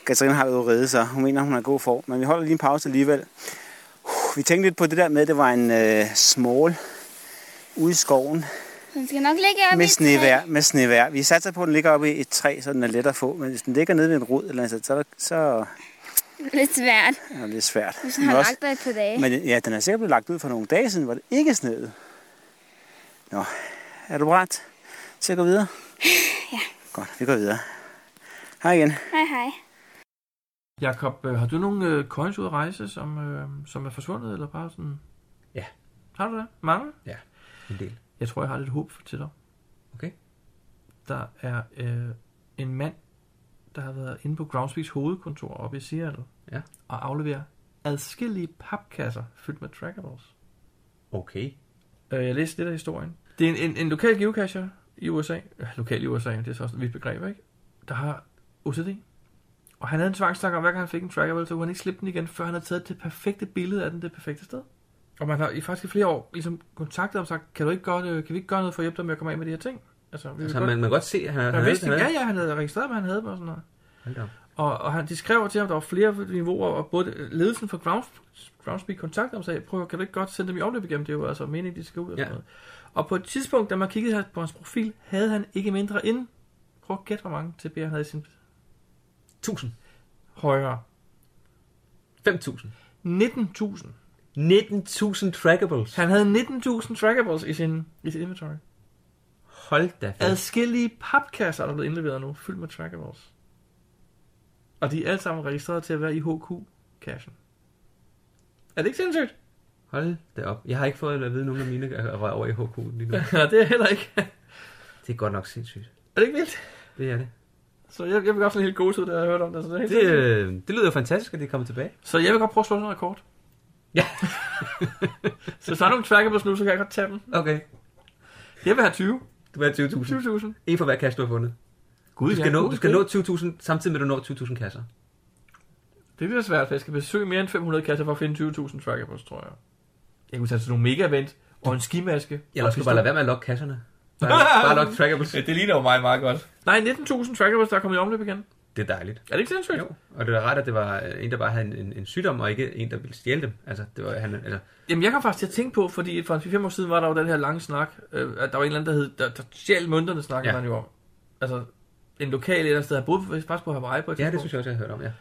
Speaker 4: Katrine har været ude at ride, så hun mener, hun er i god form. Men vi holder lige en pause alligevel. Uh, Vi tænkte lidt på det der med, at det var en øh, small ude i skoven
Speaker 5: Den skal nok ligge oppe i
Speaker 4: med
Speaker 5: et
Speaker 4: snevær, med snevær. Vi satser på, at den ligger oppe i et træ, så den er let at få. Men hvis den ligger nede ved en rod, eller noget, så, er der- så
Speaker 5: træ. Lidt svært.
Speaker 4: er det lidt svært.
Speaker 5: Hvis den
Speaker 4: Men
Speaker 5: har
Speaker 4: også-
Speaker 5: lagt dig et par dage. Men...
Speaker 4: men ja, den er sikkert blevet lagt ud for nogle dage siden, hvor det ikke snede. Nå, er du parat til at gå videre? Ja. Godt, vi går videre. Hej igen.
Speaker 5: Hej, hej.
Speaker 2: Jakob, øh, har du nogle øh, coins ud at rejse, som, øh, som er forsvundet, eller bare sådan?
Speaker 1: Ja.
Speaker 2: Har du det? Mange?
Speaker 1: En del.
Speaker 2: Jeg tror, jeg har lidt håb for til dig.
Speaker 1: Okay.
Speaker 2: Der er øh, en mand, der har været inde på Groundspeaks hovedkontor oppe i Seattle.
Speaker 1: Ja.
Speaker 2: Og afleverer adskillige papkasser fyldt med trackables.
Speaker 1: Okay.
Speaker 2: Øh, jeg læste lidt af historien. Det er en, en, en lokal geocacher i USA. Øh, lokal i USA, det er så også et vidt begreb, ikke? Der har OCD. Og han havde en tvangstanke om, hver gang han fik en trackable, så kunne han ikke slippe den igen, før han havde taget det perfekte billede af den det perfekte sted. Og man har i faktisk i flere år ligesom kontaktet ham og sagt, kan, du ikke godt, øh, kan vi ikke gøre noget for at hjælpe dig med at komme af med de her ting? Altså, vi
Speaker 1: Altså,
Speaker 2: vil
Speaker 1: man, man kan godt se, at han,
Speaker 2: han
Speaker 1: han
Speaker 2: vidste, ja, ja, han havde registreret, hvad han havde på og sådan noget.
Speaker 1: Hold da op.
Speaker 2: Og, og han, de skrev til ham, der var flere niveauer, og både ledelsen fra Grounds, Groundspeak kontaktede ham og sagde, prøv, at- kan du ikke godt sende dem i omløb igennem? Det er jo altså meningen, de skal ud og sådan
Speaker 1: Ja.
Speaker 2: noget. Og på et tidspunkt, da man kiggede her på hans profil, havde han ikke mindre end, prøv at gætte, hvor mange TB'er han havde i sin
Speaker 1: 1000.
Speaker 2: højere.
Speaker 1: 5000.
Speaker 2: 19.000.
Speaker 1: 19.000 trackables.
Speaker 2: Han havde 19.000 trackables i sin, i sin inventory.
Speaker 1: Hold da fast.
Speaker 2: Adskillige papkasser, der er blevet indleveret nu, fyldt med trackables. Og de er alle sammen registreret til at være i HQ-cashen. Er det ikke sindssygt?
Speaker 1: Hold da op. Jeg har ikke fået at vide, at nogen af mine er røget over i HK lige nu.
Speaker 2: Ja, det er heller ikke.
Speaker 1: Det er godt nok sindssygt.
Speaker 2: Er det ikke vildt?
Speaker 1: Det er det.
Speaker 2: Så jeg, jeg vil godt sådan helt gås ud, da jeg hørte om det. Så, det er helt
Speaker 1: Det, øh, det lyder jo fantastisk, at de kommer tilbage.
Speaker 2: så jeg vil godt prøve at slå sådan en rekord.
Speaker 1: Ja.
Speaker 2: så hvis der er nogle trackables nu, så kan jeg godt tage dem.
Speaker 1: Okay.
Speaker 2: Jeg vil have 20.
Speaker 1: Du vil have 20.000.
Speaker 2: 20.000.
Speaker 1: En for hver kasse, du har fundet.
Speaker 2: Gud,
Speaker 1: Du skal nå, du skal nå 20.000, samtidig med, at du når 20.000 kasser.
Speaker 2: Det bliver svært, for jeg skal besøge mere end 500 kasser for at finde 20.000 trackables, tror jeg. Jeg kunne tage til nogle mega-event og en skimaske.
Speaker 1: Eller skal du bare lade være med at lokke kasserne? Bare, bare lokke trackables.
Speaker 2: det ligner jo mig meget godt. Nej, 19.000 trackables, der er kommet i omløb igen.
Speaker 1: Det det er dejligt.
Speaker 2: Er det ikke sindssygt? Jo.
Speaker 1: Og det er da rart, at det var øh, en, der bare havde en, en, en sygdom, og ikke en, der ville stjæle dem. Altså, det var, han, altså,
Speaker 2: Jamen, jeg kom faktisk til at tænke på, fordi for en 4-5 år siden var der jo den her lange snak, øh, at der var en eller anden, der hed, der, der sjæl mønterne snakkede
Speaker 1: Ja.
Speaker 2: ja. man jo om. Altså, en lokal et eller andet sted, han boede faktisk på Hawaii på et
Speaker 1: Ja, det
Speaker 2: tidspunkt.
Speaker 1: synes jeg også, jeg har hørt om, ja.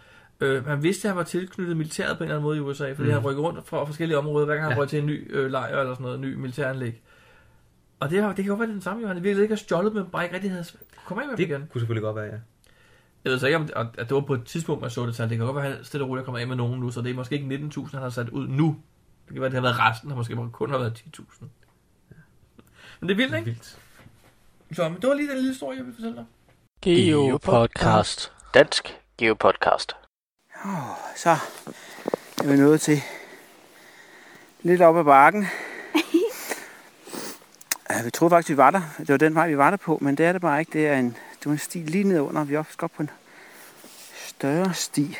Speaker 2: Øh, han vidste, at han var tilknyttet militæret på en eller anden måde i USA, fordi
Speaker 1: Mhm.
Speaker 2: mm. han rykkede rundt fra forskellige områder, hver gang han
Speaker 1: Ja.
Speaker 2: ja. røg til en ny øh, lejr eller sådan noget, en ny militæranlæg. Og det, har- det kan jo være det er den samme, jo. Han virkelig ikke har stjålet dem, men bare ikke rigtig havde... Kom af med dem
Speaker 1: Det
Speaker 2: igen.
Speaker 1: kunne selvfølgelig godt være, ja.
Speaker 2: Jeg ved så ikke, om det, at det var på et tidspunkt, man så det tal. Det kan godt være, at han stille og roligt er kommet af med nogen nu, så det er måske ikke 19.000, han har sat ud nu. Det kan være, at det har været resten, og måske kun har været 10.000. Men det er vildt, ikke?
Speaker 1: Vildt.
Speaker 2: Så men det var lige den lille historie, jeg ville fortælle dig.
Speaker 3: Geopodcast. Dansk Geopodcast.
Speaker 4: Så er vi nået til lidt op ad bakken. Ja, vi troede faktisk, vi var der. Det var den vej, vi var der på, men det er det bare ikke. Det er en, det er en sti lige ned under. Vi er faktisk op på en større sti.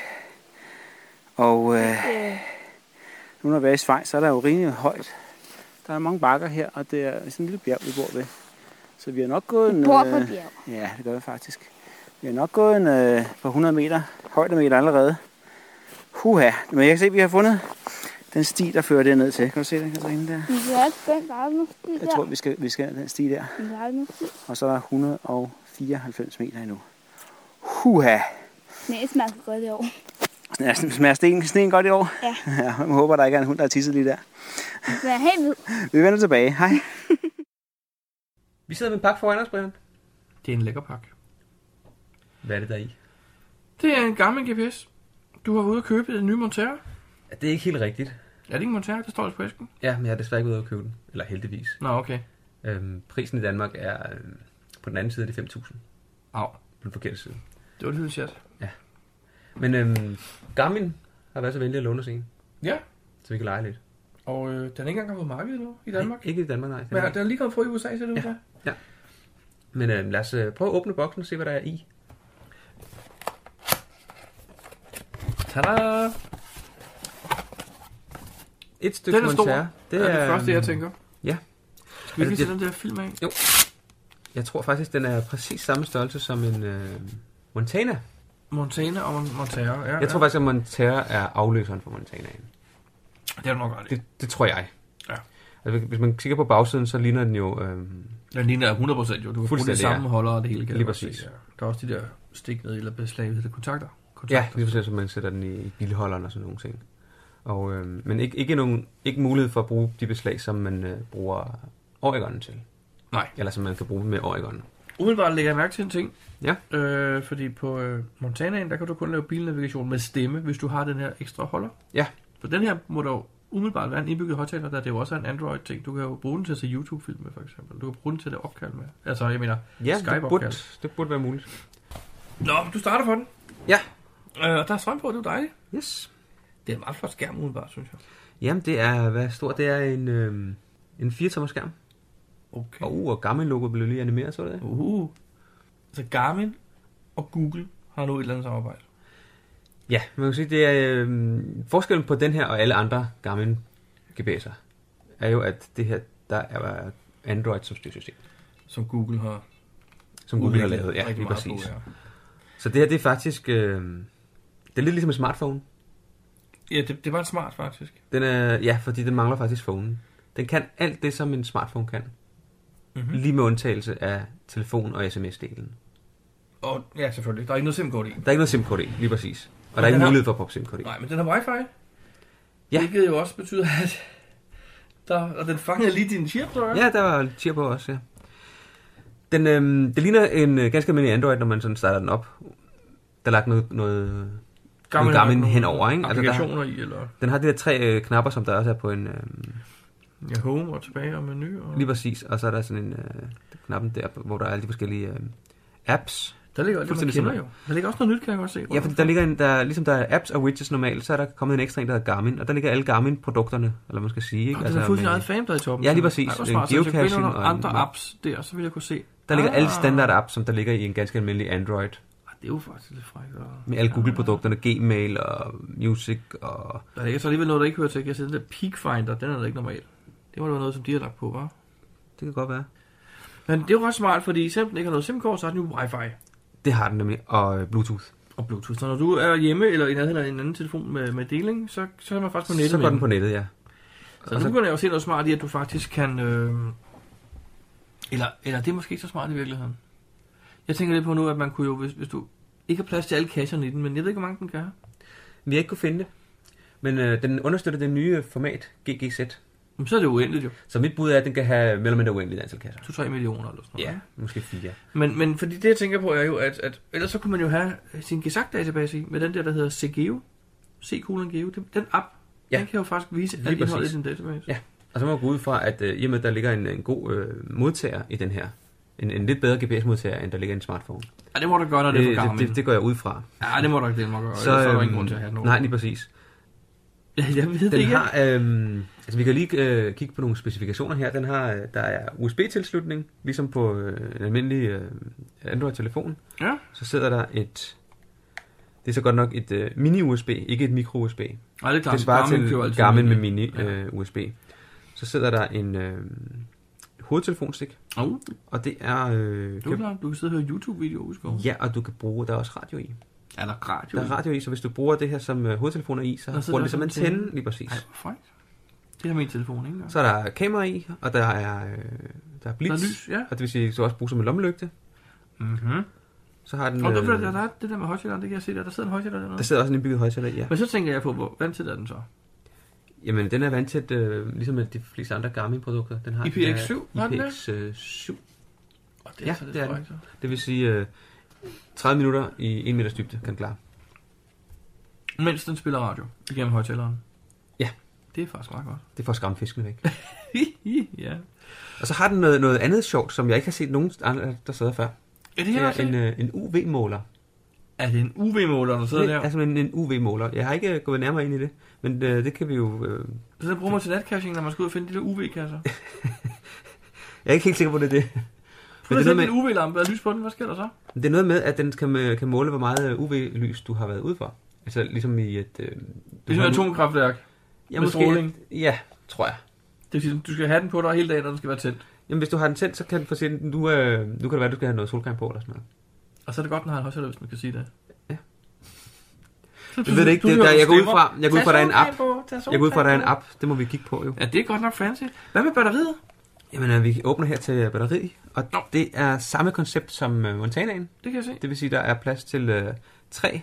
Speaker 4: Og øh, nu når vi er i Schweiz, så er der jo rimelig højt. Der er mange bakker her, og det er sådan en lille bjerg, vi bor ved. Så vi har nok gået en...
Speaker 5: Vi bor på et
Speaker 4: øh,
Speaker 5: bjerg.
Speaker 4: Ja, det gør vi faktisk. Vi har nok gået en øh, par 100 meter, højdemeter allerede. Huha, men jeg kan se, at vi har fundet den sti, der fører det ned til. Kan du se den, Katrine, der?
Speaker 5: Vi er den bare nu.
Speaker 4: Jeg tror, vi skal, vi skal ned den sti der.
Speaker 5: Vi er nu.
Speaker 4: Og så er der 194 meter endnu. Huha!
Speaker 5: Nej, det smager godt altså i år.
Speaker 4: Smager- Smager sten, sten godt i år?
Speaker 5: Ja.
Speaker 4: ja jeg håber, der ikke er en hund, der har tisset lige der.
Speaker 5: Det smager helt hvid.
Speaker 4: Vi vender tilbage. Hej.
Speaker 1: Vi sidder med en pakke foran os, Brian.
Speaker 2: Det er en lækker pakke.
Speaker 1: Hvad er det der er i?
Speaker 2: Det er en gammel GPS. Du har ude at købe en ny Montero.
Speaker 1: Ja, det er ikke helt rigtigt.
Speaker 2: Er det ikke en Montero, der står altså på æsken?
Speaker 1: Ja, men jeg er desværre ikke ude at købe den. Eller heldigvis.
Speaker 2: Nå, okay.
Speaker 1: Øhm, prisen i Danmark er øhm, på den anden side af de 5.000.
Speaker 2: Au.
Speaker 1: På den forkerte side.
Speaker 2: Det var lidt sjovt.
Speaker 1: Ja. Men øhm, Garmin har været så venlig at låne os en.
Speaker 2: Ja.
Speaker 1: Så vi kan lege lidt.
Speaker 2: Og øh, den er ikke engang kommet på markedet nu i Danmark.
Speaker 1: Nej, ikke i Danmark, nej.
Speaker 2: Men den er lige kommet på i USA, ser det ud ja.
Speaker 1: Men øhm, lad os øh, prøve at åbne boksen og se, hvad der er i.
Speaker 2: Tada!
Speaker 1: Et stykke
Speaker 2: Den er stor.
Speaker 1: Montero.
Speaker 2: Det er det første, jeg
Speaker 1: øhm,
Speaker 2: tænker.
Speaker 1: Ja.
Speaker 2: Skal vi ikke lige
Speaker 1: Altså,
Speaker 2: tage den der film af?
Speaker 1: Jo. Jeg tror faktisk, den er præcis samme størrelse som en øh, Montana.
Speaker 2: Montana og Mon- Montero. Ja,
Speaker 1: Jeg tror
Speaker 2: ja.
Speaker 1: faktisk, at Montana er afløseren for Montanaen.
Speaker 2: Det er du nok ret
Speaker 1: Det, det tror jeg.
Speaker 2: Ja.
Speaker 1: Altså, hvis man kigger på bagsiden, så ligner den jo... Øhm,
Speaker 2: Den ligner 100% jo. Du kan bruge de
Speaker 1: Fuldstændig,
Speaker 2: samme
Speaker 1: ja.
Speaker 2: holder og det hele. Kan
Speaker 1: Lige
Speaker 2: jeg godt se,
Speaker 1: præcis.
Speaker 2: ja. Der er også de der stik ned eller beslag, der kontakter.
Speaker 1: ja, lige præcis, som man sætter den i, i bilholderen og sådan nogle ting. Og, øhm, men ikke, ikke, nogen, ikke mulighed for at bruge de beslag, som man øh, bruger Oregon til.
Speaker 2: Nej.
Speaker 1: Eller som man kan bruge med Oregon.
Speaker 2: Umiddelbart lægger jeg mærke til en ting.
Speaker 1: Ja.
Speaker 2: Øh, fordi på øh, Montanaen, der kan du kun lave bilnavigation med stemme, hvis du har den her ekstra holder.
Speaker 1: Ja.
Speaker 2: For den her må der jo umiddelbart være en indbygget højtaler, da det jo også er en Android-ting. Du kan jo bruge den til at se YouTube-film med, for eksempel. Du kan bruge den til at opkalde med. Altså, jeg mener,
Speaker 1: Ja, det burde,
Speaker 2: Skype-opkald.
Speaker 1: det burde være muligt.
Speaker 2: Nå, men du starter for den.
Speaker 1: Ja.
Speaker 2: Øh, og der er strøm på, det er jo dejligt.
Speaker 1: Yes.
Speaker 2: Det er en meget flot skærm, umiddelbart, synes jeg.
Speaker 1: Jamen, det er, hvad er stor? Det er en, øhm, en 4-tommer skærm.
Speaker 2: Okay.
Speaker 1: Og, uh, og Garmin-logo blev lige animeret, så du det?
Speaker 2: Uh. Så Garmin og Google har nu et eller andet samarbejde.
Speaker 1: Ja, man kan sige, det er øh, forskellen på den her og alle andre Garmin GPS'er, er jo, at det her, der er Android som styresystem.
Speaker 2: Som Google har
Speaker 1: Som Google har
Speaker 2: udviklet
Speaker 1: lavet, ja,
Speaker 2: rigtig
Speaker 1: lige
Speaker 2: meget på,
Speaker 1: præcis.
Speaker 2: ja.
Speaker 1: Så det her, det er faktisk, øh, det er lidt ligesom en smartphone.
Speaker 2: Ja, det, det var smart, faktisk.
Speaker 1: Den er, ja, fordi den mangler faktisk phonen. Den kan alt det, som en smartphone kan.
Speaker 2: Mhm.
Speaker 1: Mm-hmm. Lige med undtagelse af telefon- og sms-delen.
Speaker 2: Og ja, selvfølgelig. Der er ikke noget SIM-kort i.
Speaker 1: Der er ikke noget SIM-kort i, lige præcis. Og der er
Speaker 2: den
Speaker 1: ikke
Speaker 2: har-
Speaker 1: mulighed for at proppe SIM-kort i.
Speaker 2: Nej, men den har wifi.
Speaker 1: Ja.
Speaker 2: Hvilket jo også betyder, at der, og den fanger lige din chip, tror jeg.
Speaker 1: Ja, der var cheer på også, ja. Den, øhm, det ligner en øh, ganske almindelig Android, når man sådan starter den op. Der er lagt noget, noget
Speaker 2: Garmin
Speaker 1: Garmin,
Speaker 2: har
Speaker 1: Garmin
Speaker 2: nogle
Speaker 1: henover, ikke? Altså,
Speaker 2: applikationer
Speaker 1: der,
Speaker 2: i, eller?
Speaker 1: Den har de der tre øh, knapper, som der også er på en... Øhm,
Speaker 2: Ja, home og tilbage og menu. Og...
Speaker 1: lige præcis, og så er der sådan en øh, knappen der, hvor der er alle de forskellige øh, apps.
Speaker 2: Der ligger alt det, man
Speaker 1: Fuldstændig som
Speaker 2: kender jo. Der ligger også noget nyt, kan jeg godt se.
Speaker 1: Ja, fordi der ligger en, der, ligesom der er apps og widgets normalt, så er der kommet en ekstra en, der hedder Garmin, og der ligger alle Garmin-produkterne, eller man skal sige. Ikke?
Speaker 2: Nå, den har fået sin
Speaker 1: med-
Speaker 2: egen fanblad i toppen.
Speaker 1: altså, Ja, lige præcis.
Speaker 2: Ej, hvor smart,
Speaker 1: Øh,
Speaker 2: så hvis jeg går ind
Speaker 1: geocaching
Speaker 2: under
Speaker 1: og-
Speaker 2: andre apps der, så vil jeg kunne se.
Speaker 1: Der ligger alle
Speaker 2: Ah.
Speaker 1: standard apps, som der ligger i en ganske almindelig Android.
Speaker 2: Det er jo faktisk lidt frækt. og-
Speaker 1: Med alle Google-produkterne, Gmail og Music og...
Speaker 2: Der ligger så alligevel noget, der ikke hører til. Jeg ser den der Peak Finder, den er da ikke normal. Det må da være noget, som de har lagt på, var.
Speaker 1: Det kan godt være.
Speaker 2: Men det er jo også smart, fordi selvom den ikke har noget SIM-kort, så har den jo wifi.
Speaker 1: Det har den nemlig, og øh, Bluetooth.
Speaker 13: Og Bluetooth. Så når du er hjemme eller i nærheden af en anden telefon med, med deling, så, så er man faktisk på nettet.
Speaker 1: Så går
Speaker 13: med
Speaker 1: den på nettet, ja.
Speaker 13: Så
Speaker 1: Og
Speaker 13: nu
Speaker 1: så-
Speaker 13: begynder jeg jo at se noget smart i, at du faktisk kan... Øh, eller, eller det er måske ikke så smart i virkeligheden. Jeg tænker lidt på nu, at man kunne jo, hvis, hvis du ikke har plads til alle kasserne i den, men jeg ved ikke, hvor mange den gør.
Speaker 1: Vi har ikke kunne finde det. Men øh, den understøtter det nye format, GGZ.
Speaker 13: Men så er det uendeligt jo.
Speaker 1: Så mit bud er, at den kan have mere eller mindre uendeligt antal kasser.
Speaker 13: 2-3 millioner eller sådan noget.
Speaker 1: Ja, måske fire.
Speaker 13: Men, men fordi det, jeg tænker på, er jo, at, at ellers så kunne man jo have sin Gesak-database i, med den der, der hedder CGEO. c Geo. Den- Den app, ja. den kan jo faktisk vise
Speaker 1: Lige
Speaker 13: alt indholdet i
Speaker 1: præcis.
Speaker 13: din database.
Speaker 1: Ja. Og så må man gå ud fra, at øh, i og med, at der ligger en, en god øh, modtager i den her, en, en lidt bedre GPS-modtager, end der ligger i en smartphone.
Speaker 13: Ja, det må du gøre, når det er
Speaker 1: Øh,
Speaker 13: for Garmin.
Speaker 1: Det, det, det går jeg ud fra.
Speaker 13: Ja, det må du ikke, det må du gøre. Ellers er der ingen grund til at have den
Speaker 1: den
Speaker 13: over.
Speaker 1: Nej, lige præcis.
Speaker 13: Ja, jeg ved
Speaker 1: den
Speaker 13: det ikke.
Speaker 1: Har, øh, altså, vi kan lige øh, kigge på nogle specifikationer her. Den har, øh, der er USB-tilslutning, ligesom på øh, en almindelig øh, Android-telefon.
Speaker 13: Ja.
Speaker 1: Så sidder der et... Det er så godt nok et øh, mini-USB, ikke et micro-USB.
Speaker 13: Nej, det er klart.
Speaker 1: Det svarer Garmin
Speaker 13: Garmin kører
Speaker 1: til
Speaker 13: altid
Speaker 1: Garmin med
Speaker 13: mini.
Speaker 1: mini-USB. Øh, USB. så sidder der en øh, hovedtelefonstik.
Speaker 13: Oh.
Speaker 1: Og det er... Øh,
Speaker 13: Du, er klar, du kan sidde og høre YouTube-videoer, husk om.
Speaker 1: Ja, og du kan bruge, der er også radio i.
Speaker 13: Er der radio
Speaker 1: Der er radio i, så hvis du bruger det her som øh, hovedtelefoner i, så
Speaker 13: Nå,
Speaker 1: bruger det som
Speaker 13: er
Speaker 1: antenne, lige præcis.
Speaker 13: Ej, hvor frækt. Det har min telefon ikke engang.
Speaker 1: Så er der kamera i, og der er, øh, der er blitz,
Speaker 13: Der er lys, ja.
Speaker 1: og det vil sige, at du også bruger som en lommelygte.
Speaker 13: Mhm.
Speaker 1: Så har den,
Speaker 13: Og der,
Speaker 1: Mm-hmm. øh,
Speaker 13: der, der, er det der med højtaleren, det kan jeg se der. Der sidder en højtaler dernede.
Speaker 1: der sidder også en indbygget højtaler i, ja.
Speaker 13: Men så tænker jeg på, hvor vandtæt er den så?
Speaker 1: Jamen, den er vandtæt, øh, ligesom med de fleste andre Garmin-produkter. Den har
Speaker 13: IPX7,
Speaker 1: den
Speaker 13: har den
Speaker 1: er,
Speaker 13: det?
Speaker 1: IPX7.
Speaker 13: Og
Speaker 1: ja,
Speaker 13: så lidt
Speaker 1: det er den.
Speaker 13: frækt, så.
Speaker 1: Det vil sige, øh, 30 minutter i 1 meters dybde kan den klare.
Speaker 13: Mens den spiller radio igennem højtaleren.
Speaker 1: Ja.
Speaker 13: Det er faktisk meget godt.
Speaker 1: Det får skamfiskene væk.
Speaker 13: ja.
Speaker 1: Og så har den noget, noget andet sjovt, som jeg ikke har set nogen andre, der sidder før.
Speaker 13: Ja, det har jeg
Speaker 1: er
Speaker 13: også
Speaker 1: en, øh, en UV-måler.
Speaker 13: Er det en UV-måler, der sidder
Speaker 1: Det
Speaker 13: der?
Speaker 1: er simpelthen en UV-måler. Jeg har ikke øh, gået nærmere ind i det, men øh, det kan vi jo... Øh,
Speaker 13: Så den bruger man til natcaching, når man skal ud og finde de der UV-kasser.
Speaker 1: jeg er ikke helt sikker på, det er det.
Speaker 13: Prøv
Speaker 1: Men det,
Speaker 13: at
Speaker 1: er
Speaker 13: sætte
Speaker 1: noget
Speaker 13: en UV-lampe og lys på den, hvad sker der så?
Speaker 1: med, det er noget med, at den kan, øh, kan måle, hvor meget øh, UV-lys du har været ude for. Altså ligesom i et... Øh, du
Speaker 13: Ligesom
Speaker 1: har
Speaker 13: et
Speaker 1: en-
Speaker 13: atomkraftværk.
Speaker 1: Ja,
Speaker 13: med
Speaker 1: måske,
Speaker 13: stråling.
Speaker 1: Ja, tror jeg.
Speaker 13: Det vil sige, du skal have den på dig hele dagen, og den skal være tændt.
Speaker 1: Jamen, hvis du har den tændt, så kan den få sendt, nu, øh, nu kan det være, at du skal have noget solcreme på eller sådan noget.
Speaker 13: Og så er det godt, den har en højtaler, hvis man kan sige det. Ja.
Speaker 1: Jeg ved det ikke, det, der, jeg går ud fra, jeg går ud fra, der er en app. Jeg går ud fra, der er en app, det må vi kigge på jo.
Speaker 13: Ja, det er godt nok fancy. Hvad med batteriet?
Speaker 1: Jamen, øh, vi åbner her til batteri, og det er samme koncept som øh, Montanaen.
Speaker 13: Det kan jeg se.
Speaker 1: Det vil sige, der er plads til øh, tre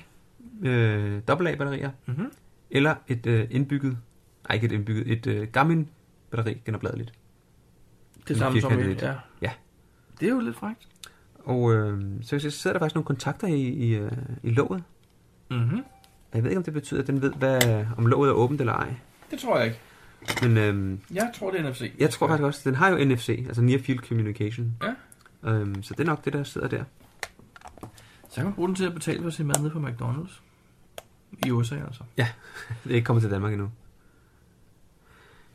Speaker 1: øh, AA-batterier,
Speaker 13: Mhm.
Speaker 1: eller et øh, indbygget, nej ikke et indbygget, et øh, Garmin-batteri genopladeligt.
Speaker 13: Det samme som
Speaker 1: Firkantet
Speaker 13: i-
Speaker 1: et.
Speaker 13: ja.
Speaker 1: ja.
Speaker 13: Det er jo lidt frækt.
Speaker 1: Og øh, så, så sidder der faktisk nogle kontakter i, i, øh, i låget.
Speaker 13: Mhm.
Speaker 1: Jeg ved ikke, om det betyder, at den ved, hvad, om låget er åbent eller ej.
Speaker 13: Det tror jeg ikke.
Speaker 1: Men øh,
Speaker 13: Jeg tror, det er NFC.
Speaker 1: jeg tror faktisk også, at den har jo NFC, altså Near Field Communication.
Speaker 13: Ja.
Speaker 1: Øhm, så det er nok det, der sidder der.
Speaker 13: Så kan man bruge den til at betale for sin mad nede på McDonald's. I USA altså.
Speaker 1: Ja, det er ikke kommet til Danmark endnu.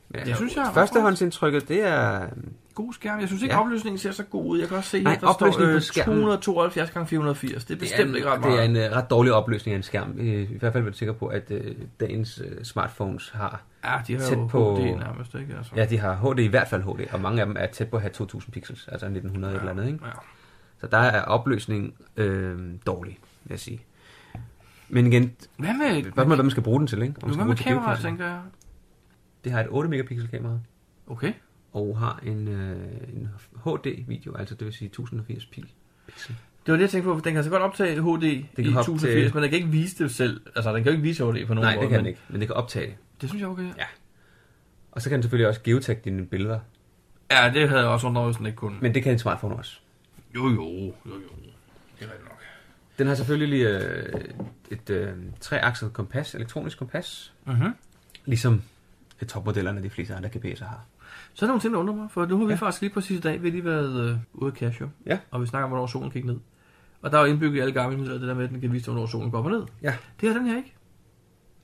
Speaker 1: Men
Speaker 13: Jeg synes, jeg er ret
Speaker 1: Førstehåndsindtrykket, det er...
Speaker 13: God skærm. Jeg synes ikke,
Speaker 1: Ja.
Speaker 13: ja. opløsningen ser så god ud. Jeg kan også se,
Speaker 1: Nej,
Speaker 13: at der står
Speaker 1: opløsningen
Speaker 13: øh,
Speaker 1: på skærmen.
Speaker 13: 272 x 480. Det er bestemt
Speaker 1: en-
Speaker 13: ikke ret meget.
Speaker 1: det er en øh, ret dårlig opløsning af en skærm. Øh, I hvert fald er du sikker på, at øh, dagens øh, smartphones har
Speaker 13: Ja, de har
Speaker 1: tæt
Speaker 13: jo
Speaker 1: på...
Speaker 13: HD nærmest, ikke? Altså.
Speaker 1: Ja, de har HD, i hvert fald HD, og mange af dem er tæt på at have 2000 pixels, altså 1900 ja, eller andet, ikke?
Speaker 13: Ja.
Speaker 1: Så der er opløsningen øh, dårlig, vil jeg sige. Men igen,
Speaker 13: Hvad med-
Speaker 1: spørgsmålet er, hvad man skal bruge den til, ikke?
Speaker 13: Nu
Speaker 1: man skal
Speaker 13: hvad
Speaker 1: bruge
Speaker 13: med
Speaker 1: til
Speaker 13: kameraet,
Speaker 1: geocaching.
Speaker 13: tænker jeg?
Speaker 1: Det har et 8 megapixel kamera.
Speaker 13: Okay.
Speaker 1: Og har en, øh, en HD-video, altså det vil sige 1080 pil. pixel.
Speaker 13: Det var det, jeg tænkte på. for Den kan så godt optage HD i
Speaker 1: Den kan optage-
Speaker 13: 1080, men den kan ikke vise det selv. Altså, den kan jo ikke vise HD på nogen måde.
Speaker 1: Nej, det kan den
Speaker 13: men
Speaker 1: ikke, men det kan optage det.
Speaker 13: Det synes jeg er okay. Ja.
Speaker 1: Og så kan den selvfølgelig også geotagge dine billeder.
Speaker 13: ja, det havde jeg også undret, hvis den ikke kunne.
Speaker 1: Men det kan en smartphone også.
Speaker 13: Jo, jo, jo, jo. Det er rigtigt nok.
Speaker 1: Den har selvfølgelig øh, et øh, treakset kompas, elektronisk kompas.
Speaker 13: Mhm.
Speaker 1: Ligesom øh, topmodellerne de fleste andre GPS'er har.
Speaker 13: Så er der nogle ting, der undrer mig, for nu har vi ja. faktisk lige præcis i dag, vi har lige været øh, ude af cash, jo.
Speaker 1: Ja.
Speaker 13: Og vi snakker om, hvornår solen gik ned. Og der er jo indbygget i alle gamle midler, det der med, at den kan vise dig, hvornår solen går op og ned.
Speaker 1: Ja.
Speaker 13: Det har den her ikke.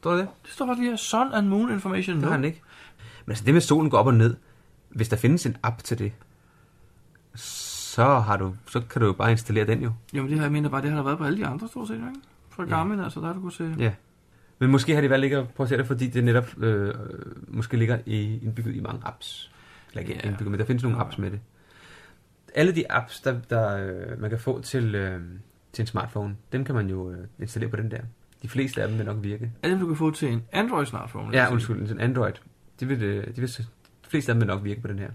Speaker 1: Står det?
Speaker 13: Det står faktisk lige her, Sun and Moon Information
Speaker 1: Det
Speaker 13: no.
Speaker 1: har den ikke. Men altså det med, at solen går op og ned, hvis der findes en app til det, så, har du, så kan du jo bare installere den jo.
Speaker 13: Jamen det her, jeg mener bare, det har der været på alle de andre stort set, ikke? Fra Garmin, altså, der har du kunne se.
Speaker 1: Ja. Men måske har de valgt ikke at placere det, fordi det netop øh, måske ligger i, indbygget i mange apps. Eller ikke
Speaker 13: Ja.
Speaker 1: indbygget, men der findes nogle apps med det. Alle de apps, der, der øh, man kan få til, øh, til en smartphone. Dem kan man jo øh, installere på den der. De fleste af dem vil nok virke.
Speaker 13: Er det, du kan få til en Android-smartphone?
Speaker 1: Ja, undskyld, en Android. De, vil, øh, de, vil, de fleste af dem vil nok virke på den her.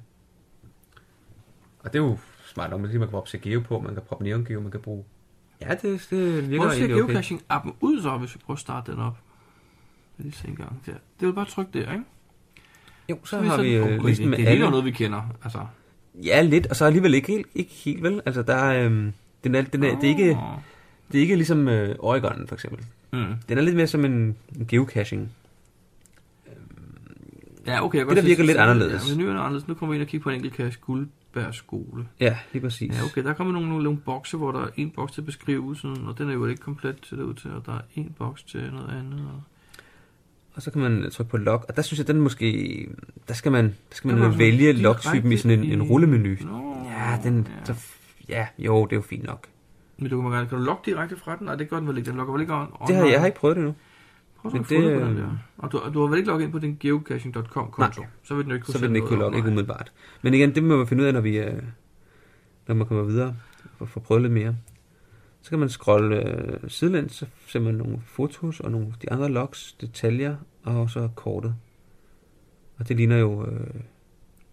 Speaker 1: Og det er jo smart nok, fordi man kan proppe Geo på, man kan proppe Neon Geo, man kan bruge... Ja, det, det virker
Speaker 13: Hvor ser
Speaker 1: egentlig okay.
Speaker 13: geocaching-appen ud så, hvis vi prøver at starte den op? Jeg lige se en gang der. Det vil bare trykke der, ikke?
Speaker 1: Jo, så,
Speaker 13: er det
Speaker 1: har vi
Speaker 13: sådan,
Speaker 1: øh,
Speaker 13: okay,
Speaker 1: listen med
Speaker 13: Det ligner
Speaker 1: alle-
Speaker 13: noget, vi kender. Altså,
Speaker 1: Ja, lidt, og så alligevel ikke helt, ikke helt vel. Altså, der er, øhm, den er, den er, det, er ikke, det er ikke ligesom øh, Oregon, for eksempel.
Speaker 13: Ah. Mm.
Speaker 1: Den er lidt mere som en, en geocaching.
Speaker 13: ja, okay. Jeg kan
Speaker 1: det,
Speaker 13: godt
Speaker 1: der
Speaker 13: se-
Speaker 1: virker lidt
Speaker 13: ja,
Speaker 1: anderledes.
Speaker 13: Ja, men nu er det anderledes. Nu kommer vi ind og kigger på en enkelt cache, Guldberg skole.
Speaker 1: Ja, lige præcis.
Speaker 13: Ja, okay. Der kommer nogle, nogle, nogle bokse, hvor der er en boks til beskrivelsen, og den er jo ikke komplet til det ud til, og der er en boks til noget andet. Og...
Speaker 1: Og så kan man trykke på log, og der synes jeg, den måske... Der skal man, der skal man
Speaker 13: Der var
Speaker 1: jo
Speaker 13: sådan
Speaker 1: vælge
Speaker 13: direkte
Speaker 1: log-typen i sådan en, en
Speaker 13: i-
Speaker 1: rullemenu.
Speaker 13: Nå,
Speaker 1: ja, den... Så, ja, jo, det er jo fint nok.
Speaker 13: Men du kan, man, kan du logge direkte fra den? Nej, det gør den vel ikke. Den logger vel ikke on.
Speaker 1: Det har jeg har ikke prøvet det nu.
Speaker 13: Prøv at det, på den der. Og du, du har vel ikke logget ind på din geocaching.com-konto? Så vil den jo ikke kunne
Speaker 1: så vil den
Speaker 13: sende
Speaker 1: ikke kunne
Speaker 13: noget
Speaker 1: logge,
Speaker 13: over.
Speaker 1: ikke umiddelbart. Men igen, det må man finde ud af, når vi øh, når man kommer videre og får prøvet lidt mere. Så kan man scrolle øh, sidelæns, så ser man nogle fotos og nogle af de andre logs, detaljer og så kortet. Og det ligner jo øh,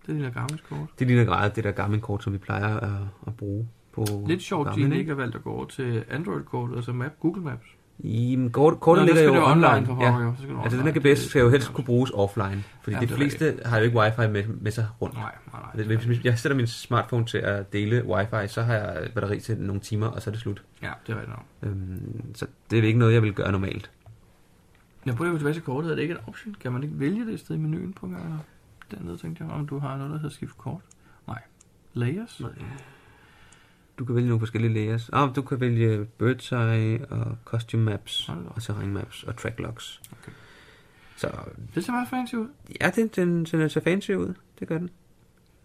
Speaker 13: Det er din Garmin-kort.
Speaker 1: det ligner meget det der gamle kort, som vi plejer at, at bruge på
Speaker 13: Lidt sjovt, at
Speaker 1: Garmin,
Speaker 13: de Uh, ikke har valgt at gå over til Android-kortet, altså map, Google Maps.
Speaker 1: Jamen, kort, kortet
Speaker 13: Nå,
Speaker 1: ligger
Speaker 13: så
Speaker 1: jo
Speaker 13: skal det
Speaker 1: online.
Speaker 13: online for pokker, jo. Så skal det
Speaker 1: altså, den her
Speaker 13: online.
Speaker 1: GPS skal jo helst kunne bruges offline, fordi
Speaker 13: Ja,
Speaker 1: de
Speaker 13: det er
Speaker 1: fleste har jo ikke wifi med, med sig rundt.
Speaker 13: Nej, nej, nej.
Speaker 1: Hvis- Hvis jeg sætter min smartphone til at dele wifi, så har jeg batteri til nogle timer, og så er det slut.
Speaker 13: Ja, det er rigtigt nok.
Speaker 1: Øhm, så det er ikke noget, jeg vil gøre normalt.
Speaker 13: Men prøv lige at gå tilbage til kortet. Er det ikke en option? Kan man ikke vælge det i stedet i menuen på en gang? Eller? Dernede tænkte jeg, om du har noget, der hedder skift kort. Nej. Layers? Nej.
Speaker 1: Du kan vælge nogle forskellige layers. Ah, du kan vælge bird's eye og costume maps og terrain maps og track logs. Okay. Så
Speaker 13: Det ser meget fancy ud.
Speaker 1: ja, den, den, den ser fancy ud. Det gør den.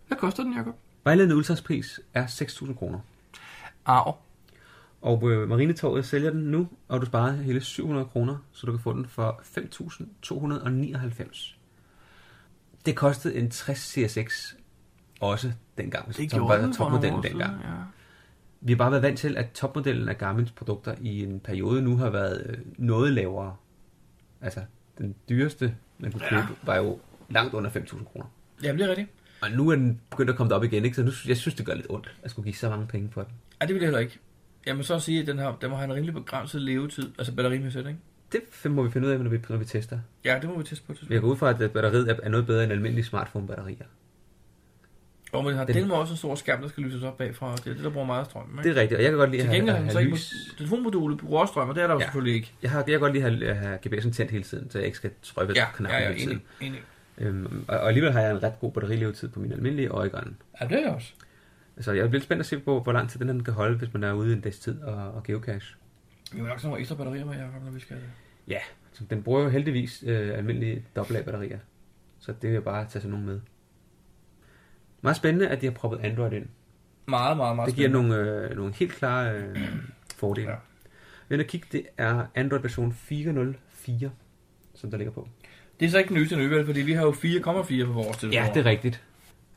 Speaker 13: Hvad koster den, Jacob?
Speaker 1: Vejledende udsalgspris er 6.000 kroner.
Speaker 13: Arv.
Speaker 1: Og øh, Marinetorvet sælger den nu, og du sparer hele 700 kroner, så du kan få den for 5.299. Det kostede en 60 CSX også dengang, hvis
Speaker 13: Det
Speaker 1: som
Speaker 13: gjorde
Speaker 1: var
Speaker 13: den for nogle år
Speaker 1: topmodellen
Speaker 13: siden,
Speaker 1: dengang.
Speaker 13: ja.
Speaker 1: Vi har bare været vant til, at topmodellen af Garmin's produkter i en periode nu har været øh, noget lavere. Altså, den dyreste, man kunne købe,
Speaker 13: Ja.
Speaker 1: ja. var jo langt under 5.000 kroner.
Speaker 13: Jamen, det er rigtigt.
Speaker 1: Og nu er den begyndt at komme op igen, ikke? så nu, jeg synes, det gør lidt ondt, at skulle give så mange penge for den.
Speaker 13: Ja, det vil jeg heller ikke. Jeg må så sige, at den, har, den må have en rimelig begrænset levetid. Altså batterimæssigt, ikke?
Speaker 1: Det må vi finde ud af, når vi, når vi tester.
Speaker 13: Ja, det må vi teste på et tidspunkt.
Speaker 1: Jeg går ud fra, at batteriet er- er noget bedre end almindelige smartphone-batterier.
Speaker 13: Og man har
Speaker 1: Den-
Speaker 13: den må også en stor skærm, der skal lyses op bagfra. og Det er det, der bruger meget strøm. Ikke?
Speaker 1: Det er rigtigt, og jeg kan godt lide
Speaker 13: Til
Speaker 1: at have-
Speaker 13: gengæld,
Speaker 1: at
Speaker 13: har den
Speaker 1: have
Speaker 13: så ikke
Speaker 1: lys.
Speaker 13: må- Telefonmodulet bruger også strøm, og det er der jo
Speaker 1: Ja.
Speaker 13: selvfølgelig ikke.
Speaker 1: Jeg, har, jeg kan godt lide at have, at have GPS'en tændt hele tiden, så jeg ikke skal trykke
Speaker 13: Ja,
Speaker 1: ja, knappen
Speaker 13: ja, ja,
Speaker 1: hele tiden.
Speaker 13: enig, enig.
Speaker 1: Øhm, og, og alligevel har jeg en ret god batterilevetid på min almindelige Oregon.
Speaker 13: Ja, det er jeg også.
Speaker 1: Så jeg er lidt spændt at se på, hvor lang tid den her den kan holde, hvis man er ude i en dags tid og, og geocache.
Speaker 13: Vi må nok sådan nogle ekstra batterier med, Jacob, når vi skal...
Speaker 1: Ja, så den bruger jo heldigvis øh, almindelige dobbelt-A-batterier. Så det vil jeg bare tage sådan nogle med. Meget spændende, at de har proppet Android ind.
Speaker 13: Meget, meget, meget
Speaker 1: Det giver
Speaker 13: spændende.
Speaker 1: nogle, øh, nogle helt klare øh, fordele. Ja. Men at kigge, det er Android version 4.0.4, som der ligger på.
Speaker 13: Det er så ikke den nyeste nyvalg, fordi vi har jo 4,4 på vores telefon.
Speaker 1: Ja, det er rigtigt.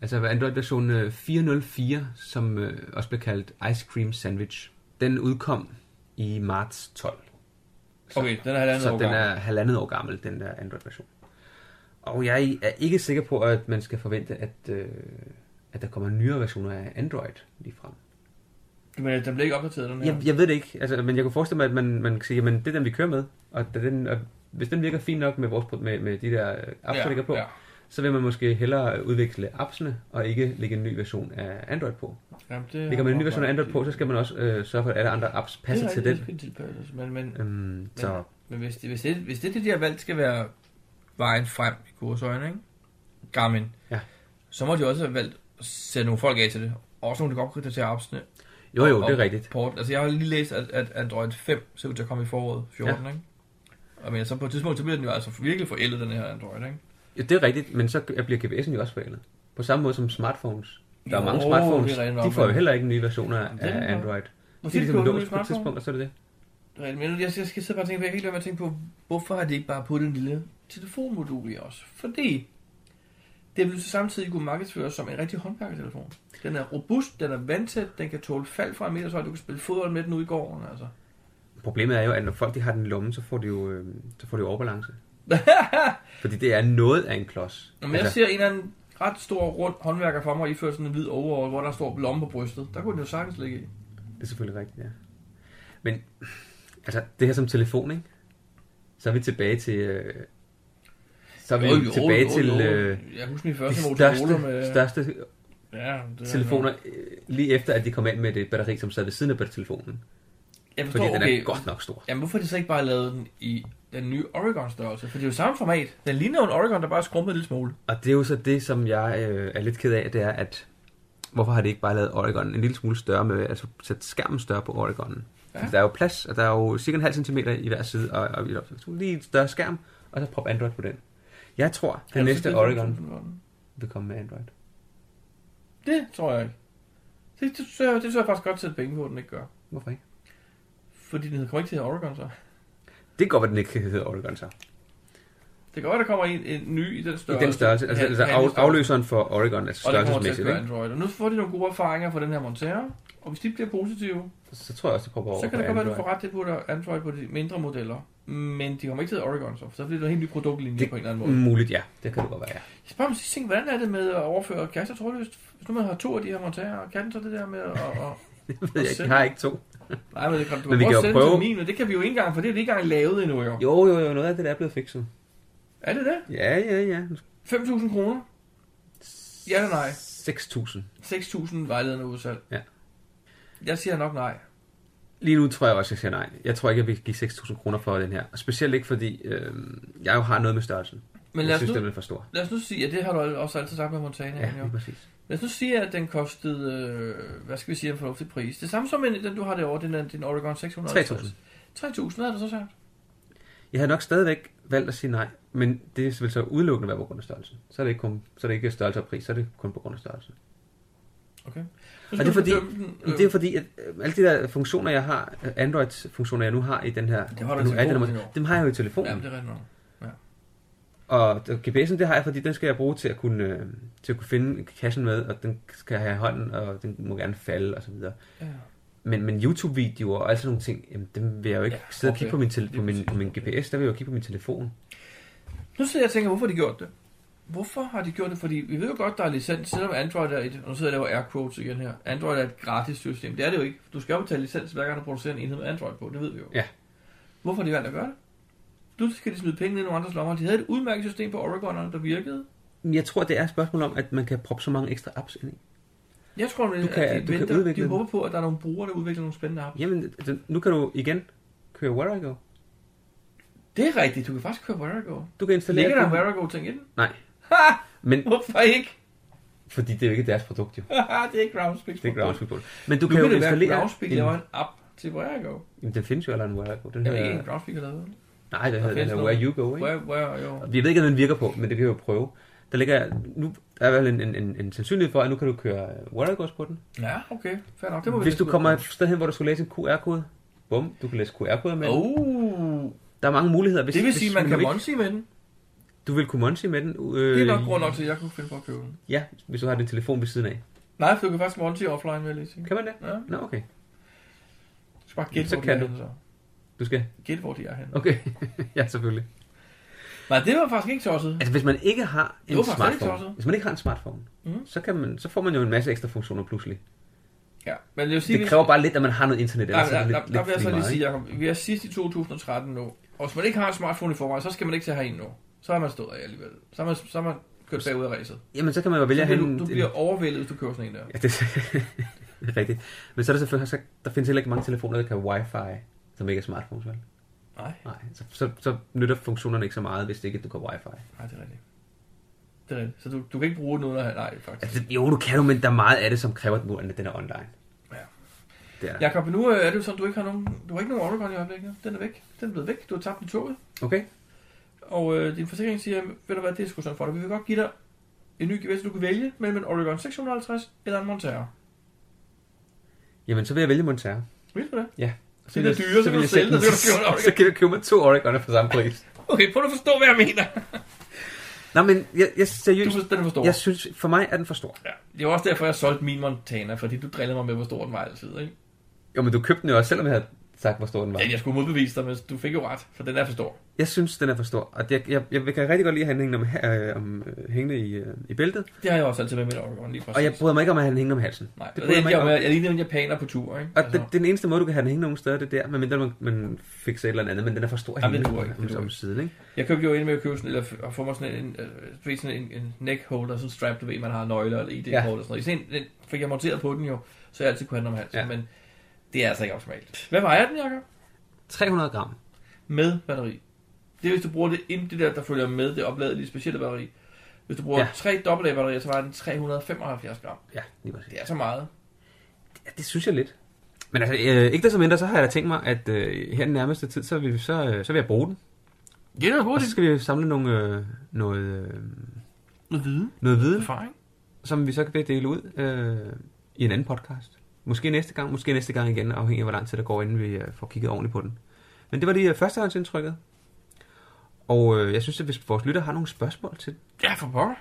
Speaker 1: Altså Android version øh, 4.0.4, som øh, også bliver kaldt Ice Cream Sandwich, den udkom i marts 12.
Speaker 13: Okay, den er halvandet
Speaker 1: så
Speaker 13: år
Speaker 1: den er
Speaker 13: gammel.
Speaker 1: halvandet år gammel, den der Android version. Og jeg er ikke sikker på, at man skal forvente, at, øh, at der kommer nyere versioner af Android lige frem.
Speaker 13: Men den bliver ikke opdateret, den her.
Speaker 1: Jeg, jeg ved det ikke, altså, men jeg kunne forestille mig, at man, man kan sige, jamen det er den, vi kører med, og, da den, og hvis den virker fint nok med, vores, pro- med, med de der øh, apps,
Speaker 13: Ja,
Speaker 1: ja, der ligger på,
Speaker 13: ja.
Speaker 1: ja. så vil man måske hellere udvikle appsene, og ikke lægge en ny version af Android på.
Speaker 13: Jamen, det
Speaker 1: Lægger
Speaker 13: har
Speaker 1: man en ny
Speaker 13: nok
Speaker 1: version af
Speaker 13: været
Speaker 1: Android på, så skal man også øh, sørge for, at alle andre apps passer
Speaker 13: det
Speaker 1: til
Speaker 13: er rigtigt,
Speaker 1: den.
Speaker 13: Det skal tilpasses, men, men,
Speaker 1: Øhm,
Speaker 13: men,
Speaker 1: så-
Speaker 13: men hvis, det, hvis, det, hvis det, det, de har valgt, skal være vejen frem i kursøjne, ikke? Garmin,
Speaker 1: Ja.
Speaker 13: så må de også have valgt at sætte nogle folk af til det. Også nogle, der kan opgraderer appsene.
Speaker 1: Jo, jo,
Speaker 13: Og-
Speaker 1: det er
Speaker 13: og
Speaker 1: rigtigt.
Speaker 13: Port. Altså, jeg har lige læst, at, at Android 5 ser ud til at komme i foråret 14, ja. ikke? Og men, så på et tidspunkt, så bliver den jo altså virkelig forældet, den her Android, ikke?
Speaker 1: Ja, det er rigtigt, men så bliver GPS'en jo også forældet. På samme måde som smartphones. Der er
Speaker 13: Jo,
Speaker 1: mange
Speaker 13: det er
Speaker 1: smartphones,
Speaker 13: rigtigt nok,
Speaker 1: de får jo
Speaker 13: men-
Speaker 1: heller ikke nye versioner
Speaker 13: Jamen, det er
Speaker 1: af
Speaker 13: det nok.
Speaker 1: Android.
Speaker 13: Hvor
Speaker 1: Det er
Speaker 13: tit
Speaker 1: ligesom
Speaker 13: køber du en
Speaker 1: låst på et
Speaker 13: smartphone?
Speaker 1: tidspunkt, og så er det det.
Speaker 13: Det er rigtigt, Men jeg skal, jeg skal sidde bare og tænke på, jeg kan ikke lade være med at tænke på, hvorfor har de ikke bare puttet en lille telefonmodul i os? Fordi Det vil så samtidig kunne markedsføres som en rigtig håndværkertelefon. Den er robust, den er vandtæt, den kan tåle fald fra en meters højde, du kan spille fodbold med den ude i gården. Altså.
Speaker 1: Problemet er jo, at når folk de har den i lommen, så får de jo, øh, så får de jo overbalance. Fordi det er noget af en klods. Altså,
Speaker 13: Når jeg ser en eller anden ret stor rund håndværker for mig iført sådan en hvid overall, hvor der står lomme på brystet, der kunne den jo sagtens ligge i.
Speaker 1: Det er selvfølgelig rigtigt, ja. Men altså, det her som telefon, ikke? Så er vi tilbage til... Øh, så er vi
Speaker 13: Jo, jo,
Speaker 1: tilbage
Speaker 13: jo,
Speaker 1: til
Speaker 13: jo.
Speaker 1: øh,
Speaker 13: Jeg husker min
Speaker 1: de
Speaker 13: første
Speaker 1: største,
Speaker 13: Motorola med-
Speaker 1: største
Speaker 13: Ja, det er
Speaker 1: telefoner,
Speaker 13: nok.
Speaker 1: øh, lige efter at de kom ind med det batteri, som sad ved siden af batteritelefonen.
Speaker 13: Jeg forstår,
Speaker 1: Fordi den er
Speaker 13: okay,
Speaker 1: godt nok stor.
Speaker 13: Jamen, hvorfor har de så ikke bare lavet den i den nye Oregon-størrelse? For det er jo samme format. Den ligner jo en Oregon, der bare er skrumpet en lille smule.
Speaker 1: Og det er jo så det, som jeg øh, er lidt ked af, det er, at hvorfor har de ikke bare lavet Oregon en lille smule større med, altså sat skærmen større på Oregon?
Speaker 13: Ja.
Speaker 1: Ja. Der er jo plads, og der er jo cirka en halv centimeter i hver side, og, og, og lige en større skærm, og så prop Android på den. Jeg tror,
Speaker 13: Er
Speaker 1: den
Speaker 13: du så
Speaker 1: næste
Speaker 13: glad for
Speaker 1: Oregon
Speaker 13: telefonen?
Speaker 1: vil komme med Android.
Speaker 13: Det tror jeg ikke. Det, det, det, det tror jeg faktisk godt sætte penge på, at den ikke gør.
Speaker 1: Hvorfor ikke?
Speaker 13: Fordi den kommer ikke til at hedde Oregon, så.
Speaker 1: Det går, at den ikke kan hedde Oregon så.
Speaker 13: Det kan godt, der kommer en, en ny i den størrelse.
Speaker 1: I den størrelse, altså,
Speaker 13: Ja,
Speaker 1: altså af,
Speaker 13: handelsstørrelse.
Speaker 1: afløseren for Oregon, altså
Speaker 13: Og det kommer til at
Speaker 1: størrelsesmæssigt,
Speaker 13: køre
Speaker 1: ikke?
Speaker 13: Android. Og nu får de nogle gode erfaringer fra den her Montero. Og hvis de bliver positive,
Speaker 1: så tror jeg også, det popper over
Speaker 13: Så
Speaker 1: på
Speaker 13: kan det godt være, at du
Speaker 1: Android.
Speaker 13: får ret til at putte Android på de mindre modeller. Men de kommer ikke til at hedde Oregon, så. For så bliver det en helt ny produktlinje på en eller anden måde.
Speaker 1: Muligt, ja. Det kan det godt være, ja.
Speaker 13: Jeg spørger mig sidste ting, hvordan er det med at overføre kasser trådløst? Hvis nu man har to af de her montager, kan den så det der med at... at, at
Speaker 1: ved jeg ikke. Jeg har ikke to.
Speaker 13: Nej, men det kan, du
Speaker 1: Men
Speaker 13: men
Speaker 1: vi
Speaker 13: kan
Speaker 1: kan jo
Speaker 13: også sende prøve.
Speaker 1: prøve.
Speaker 13: til min, men det kan vi jo ikke engang, for det er vi ikke engang lavet endnu, jo.
Speaker 1: Jo, jo, jo. Noget af det der er blevet fikset.
Speaker 13: Er det det?
Speaker 1: Ja, ja, ja.
Speaker 13: 5.000 kroner? Ja eller nej?
Speaker 1: 6.000.
Speaker 13: 6.000 vejledende udsalg.
Speaker 1: Ja.
Speaker 13: Jeg siger nok nej.
Speaker 1: Lige nu tror jeg også, jeg siger nej. Jeg tror ikke, jeg vil give 6.000 kroner for den her. Og specielt ikke, fordi øh, jeg jo har noget med størrelsen.
Speaker 13: Men lad
Speaker 1: jeg
Speaker 13: os
Speaker 1: synes,
Speaker 13: nu,
Speaker 1: den er for stor.
Speaker 13: Lad os nu sige, at det har du også altid sagt med Montana.
Speaker 1: Ja,
Speaker 13: jo.
Speaker 1: lige præcis.
Speaker 13: Lad os nu sige, at den kostede, øh, hvad skal vi sige, en fornuftig pris. Det samme som en, den, du har derovre, den, er- din Oregon 600.
Speaker 1: 3.000.
Speaker 13: 3.000, havde du så sagt?
Speaker 1: Jeg havde nok stadigvæk valgt at sige nej, men det vil så udelukkende være på grund af størrelsen. Så er det ikke, kun, så er det ikke størrelse og pris, så er det kun på grund af størrelsen.
Speaker 13: Okay.
Speaker 1: Og det er fordi, den, det er fordi at øh, alle de der funktioner, jeg har, øh, Android-funktioner, jeg nu har i den her...
Speaker 13: Det har du i
Speaker 1: nu,
Speaker 13: telefonen,
Speaker 1: nummer-
Speaker 13: jo.
Speaker 1: dem har jeg jo i telefonen.
Speaker 13: Jamen, det er rigtigt nok. Ja.
Speaker 1: Og GPS'en, det har jeg, fordi den skal jeg bruge til at kunne, øh, til at kunne finde kassen med, og den skal jeg have i hånden, og den må gerne falde, og så videre.
Speaker 13: Ja.
Speaker 1: Men, men YouTube-videoer og alle sådan nogle ting, jamen, dem vil jeg jo ikke ja, sidde og
Speaker 13: okay.
Speaker 1: kigge på min, tele- på, min, på min GPS, der vil jeg jo kigge på min telefon.
Speaker 13: Nu sidder jeg og tænker, hvorfor har de gjort det? Hvorfor har de gjort det? Fordi vi ved jo godt, der er licens, selvom Android er et, og nu sidder jeg og laver air quotes igen her, Android er et gratis system. Det er det jo ikke. Du skal jo betale licens, hver gang du producerer en enhed med Android på, det ved vi jo.
Speaker 1: Ja.
Speaker 13: Hvorfor har de valgt at gøre det? Nu skal de smide penge ned i nogle andres lommer. De havde et udmærket system på Oregon, der virkede.
Speaker 1: Men jeg tror, det er et spørgsmål om, at man kan proppe så mange ekstra apps ind i.
Speaker 13: Jeg tror,
Speaker 1: Du
Speaker 13: at
Speaker 1: kan-
Speaker 13: de,
Speaker 1: du kan
Speaker 13: venter,
Speaker 1: udvikle den.
Speaker 13: de håber på, at der er nogle brugere, der udvikler nogle spændende apps.
Speaker 1: Jamen, altså, nu kan du igen køre Where I Go.
Speaker 13: Det er rigtigt, du kan faktisk køre Warago.
Speaker 1: Du kan installere...
Speaker 13: Ligger der en
Speaker 1: den.
Speaker 13: Warago-ting i den?
Speaker 1: Nej,
Speaker 13: Ha!
Speaker 1: men...
Speaker 13: Hvorfor ikke?
Speaker 1: fordi det er jo ikke deres produkt, jo.
Speaker 13: Haha, det er ikke Groundspeak.
Speaker 1: Det er ikke Groundspeak. Men du kan jo
Speaker 13: installere...
Speaker 1: installere...
Speaker 13: Groundspeak laver en app til Warago.
Speaker 1: Jamen, den findes jo allerede en Where I Go. Den
Speaker 13: Jeg ved
Speaker 1: hedder-
Speaker 13: ikke, en Groundspeak har lavet den.
Speaker 1: Nej,
Speaker 13: Der
Speaker 1: det hedder
Speaker 13: findes
Speaker 1: den er
Speaker 13: noget.
Speaker 1: Where You Go, ikke?
Speaker 13: Where, where, jo.
Speaker 1: Vi ved ikke, hvad den virker på, men det kan vi jo prøve. Der ligger, nu der er vel en, en, en, en sandsynlighed for, at nu kan du køre Waragos på den.
Speaker 13: Ja, okay. Fair nok. Det må vi
Speaker 1: Hvis
Speaker 13: næsten
Speaker 1: du kommer et sted hen, hvor du skulle læse en QR-kode, bum, du kan læse QR-koder med
Speaker 13: oh.
Speaker 1: Der er mange muligheder. Hvis,
Speaker 13: Det vil
Speaker 1: hvis
Speaker 13: sige, at man
Speaker 1: du
Speaker 13: kan
Speaker 1: ikke-
Speaker 13: monsi med den.
Speaker 1: Du vil kunne monsi med den. Øh,
Speaker 13: Det er nok grund nok til, at jeg kunne finde på at købe den.
Speaker 1: Ja, hvis du har din telefon ved siden af.
Speaker 13: Nej, for du kan faktisk monsi offline, vil jeg lige sige.
Speaker 1: Kan man det?
Speaker 13: Ja.
Speaker 1: Nå, okay.
Speaker 13: Du skal bare gætte,
Speaker 1: så
Speaker 13: hvor de
Speaker 1: kan
Speaker 13: er
Speaker 1: du.
Speaker 13: henne, så.
Speaker 1: Du skal?
Speaker 13: Gæt, hvor de er henne.
Speaker 1: Okay, ja, selvfølgelig.
Speaker 13: Nej, det var faktisk ikke tosset.
Speaker 1: Altså, hvis man ikke har
Speaker 13: Det
Speaker 1: en
Speaker 13: var faktisk ikke
Speaker 1: smartphone,
Speaker 13: tosset.
Speaker 1: hvis man ikke har en smartphone,
Speaker 13: Mhm.
Speaker 1: så, kan man, så får man jo en masse ekstra funktioner pludselig.
Speaker 13: Ja, men jeg vil sige,
Speaker 1: Det
Speaker 13: hvis-
Speaker 1: kræver bare lidt, at man har noget internet.
Speaker 13: Nej,
Speaker 1: ellers
Speaker 13: der,
Speaker 1: er det
Speaker 13: der,
Speaker 1: lidt-
Speaker 13: der
Speaker 1: lidt
Speaker 13: vil jeg
Speaker 1: lige
Speaker 13: så lige
Speaker 1: meget, ikke?
Speaker 13: sige, Jacob, vi er sidst i 2013 nu, og hvis man ikke har en smartphone i forvejen, så skal man ikke til at have en nu. Så har man stået af alligevel. Så har man, så har man kørt bagud af ræset.
Speaker 1: Jamen, så kan man jo vælge at
Speaker 13: bliver
Speaker 1: have en-
Speaker 13: du, du
Speaker 1: en-
Speaker 13: bliver overvældet, hvis du kører sådan en der.
Speaker 1: Ja, det det er rigtigt. Men så er der selvfølgelig, så, der findes heller ikke mange telefoner, der kan have wifi, som ikke er smartphones, vel?
Speaker 13: Nej.
Speaker 1: Nej, så, så, så nytter funktionerne ikke så meget, hvis det ikke du kan wifi.
Speaker 13: Nej, det er rigtigt. Det er rigtigt. Så du, du kan ikke bruge noget, der har nej, faktisk.
Speaker 1: Altså, jo, du kan jo, men der er meget af det, som kræver, at den- den er online.
Speaker 13: Ja.
Speaker 1: Det er der.
Speaker 13: Jakob, nu øh, er det jo sådan, du ikke har nogen, du har ikke nogen Oregon i øjeblikket. Den er væk. Den er blevet væk. Du har tabt den toget.
Speaker 1: Okay.
Speaker 13: Og øh, din forsikring siger, ved du hvad, det er sgu sådan for dig. Vi vil godt give dig en ny gevinst, du kan vælge mellem en Oregon 650 eller en Montero.
Speaker 1: Jamen, så vil jeg vælge Montero.
Speaker 13: Vil du det?
Speaker 1: Ja.
Speaker 13: Det er dyre, så kan du sælge den, og så kan
Speaker 1: så kan
Speaker 13: du købe en Oregon.
Speaker 1: jeg købe mig to Oregoner for samme pris.
Speaker 13: Okay, prøv at forstå, hvad jeg mener.
Speaker 1: Nå, men jeg, jeg seriøst...
Speaker 13: Du synes, den er for stor.
Speaker 1: Jeg synes, for mig er den for stor.
Speaker 13: Ja. Det var også derfor, jeg solgte min Montana, fordi du drillede mig med, hvor stor den var altid, ikke?
Speaker 1: Jo, men du købte den jo også, selvom jeg havde sagt, hvor stor den var.
Speaker 13: Ja, jeg skulle modbevise dig, men du fik jo ret, for den er for stor.
Speaker 1: Jeg synes, den er for stor. Og jeg, jeg, jeg kan rigtig godt lide at have den hængende, om, øh, om, øh, hængende i, øh, i bæltet.
Speaker 13: Det har jeg også altid med mit overgården, lige præcis.
Speaker 1: Og jeg bryder mig ikke om at have den hængende om halsen.
Speaker 13: Nej,
Speaker 1: det
Speaker 13: det,
Speaker 1: bryder
Speaker 13: det
Speaker 1: jeg mig
Speaker 13: jeg,
Speaker 1: ikke om.
Speaker 13: jeg, jeg ligner en japaner på tur, ikke?
Speaker 1: Og
Speaker 13: Altså.
Speaker 1: det, det er den eneste måde, du kan have den hængende nogen steder, det er der, medmindre man, man fikser et eller andet, men den er for stor
Speaker 13: Jamen, det duer
Speaker 1: om,
Speaker 13: ikke, det
Speaker 1: om,
Speaker 13: duer
Speaker 1: om
Speaker 13: ikke.
Speaker 1: siden, ikke?
Speaker 13: Jeg købte jo ind med at købe sådan, eller f- at få mig sådan en, øh, du ved, sådan en, en neck holder, sådan en strap, du ved, man har nøgler eller ID-kort
Speaker 1: Ja.
Speaker 13: ja. og sådan noget. Sådan en, den fik jeg monteret på den jo, så jeg altid kunne have den om halsen, ja. men det er altså ikke optimalt. Hvad vejer den, Jacob?
Speaker 1: 300 gram.
Speaker 13: Med batteri. Det er, hvis du bruger det, ind- det der, der følger med det opladelige specielle batteri. Hvis du bruger
Speaker 1: Ja.
Speaker 13: ja. tre dobbelt batterier, så vejer den 375 gram.
Speaker 1: Ja, lige præcis.
Speaker 13: Det er så meget.
Speaker 1: Ja, det synes jeg lidt. Men altså, øh, ikke desto mindre, så har jeg da tænkt mig, at øh, her den nærmeste tid, så vil, vi- så, øh, så vil jeg bruge den.
Speaker 13: Ja, det er
Speaker 1: Og så skal vi jo samle nogle, øh, noget, øh,
Speaker 13: Noget viden.
Speaker 1: noget viden,
Speaker 13: Erfaring.
Speaker 1: som vi så kan dele ud øh, i en anden podcast. Måske næste gang, måske næste gang igen, afhængig af, hvor lang tid der går, inden vi øh, får kigget ordentligt på den. Men det var lige øh, førstehåndsindtrykket. Og øh, jeg synes, at hvis vores lytter har nogle spørgsmål til den,
Speaker 13: Ja, for pokker.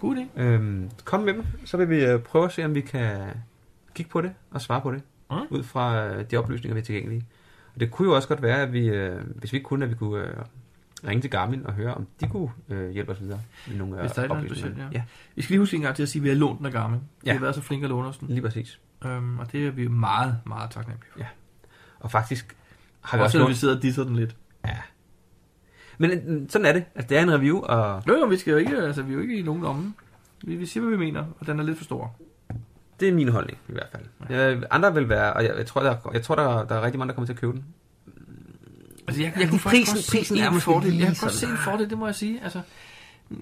Speaker 13: God idé.
Speaker 1: Øhm, kom med dem, så vil vi øh, prøve at se, om vi kan kigge på det og svare på det,
Speaker 13: Mm.
Speaker 1: ud fra øh, de oplysninger, vi er tilgængelige. Og det kunne jo også godt være, at vi, øh, hvis vi ikke kunne, at vi kunne øh, ringe til Garmin og høre, om de kunne øh, hjælpe os videre med nogle
Speaker 13: Hvis der er
Speaker 1: øh,
Speaker 13: et eller andet
Speaker 1: oplysninger.
Speaker 13: specielt, ja.
Speaker 1: ja.
Speaker 13: Vi skal lige huske en gang til at sige, at vi har lånt den af Garmin. Ja.
Speaker 1: Ja.
Speaker 13: Vi har været så flinke at låne os den.
Speaker 1: Lige præcis.
Speaker 13: Øhm, og det er vi meget, meget taknemmelige for.
Speaker 1: Ja. Og faktisk har
Speaker 13: Har
Speaker 1: vi
Speaker 13: vi også, også vi
Speaker 1: lånt-
Speaker 13: sidder og disser den lidt.
Speaker 1: Ja. Men øh, sådan er det. Altså, det er en review, og
Speaker 13: Jo, jo, vi, skal jo ikke, altså, vi er jo ikke i nogen lomme. Vi, vi siger, hvad vi mener, og den er lidt for stor.
Speaker 1: det er min holdning i hvert fald. Ja. Andre vil være, og jeg, jeg tror, der, jeg tror der, der er rigtig mange, der kommer til at købe den.
Speaker 13: Altså, jeg,
Speaker 1: Men
Speaker 13: jeg kunne faktisk
Speaker 1: prisen-
Speaker 13: godt se
Speaker 1: prisen
Speaker 13: en
Speaker 1: er måske
Speaker 13: fordel.
Speaker 1: lige
Speaker 13: Jeg kan godt se
Speaker 1: sådan.
Speaker 13: en fordel, det må jeg sige. Altså,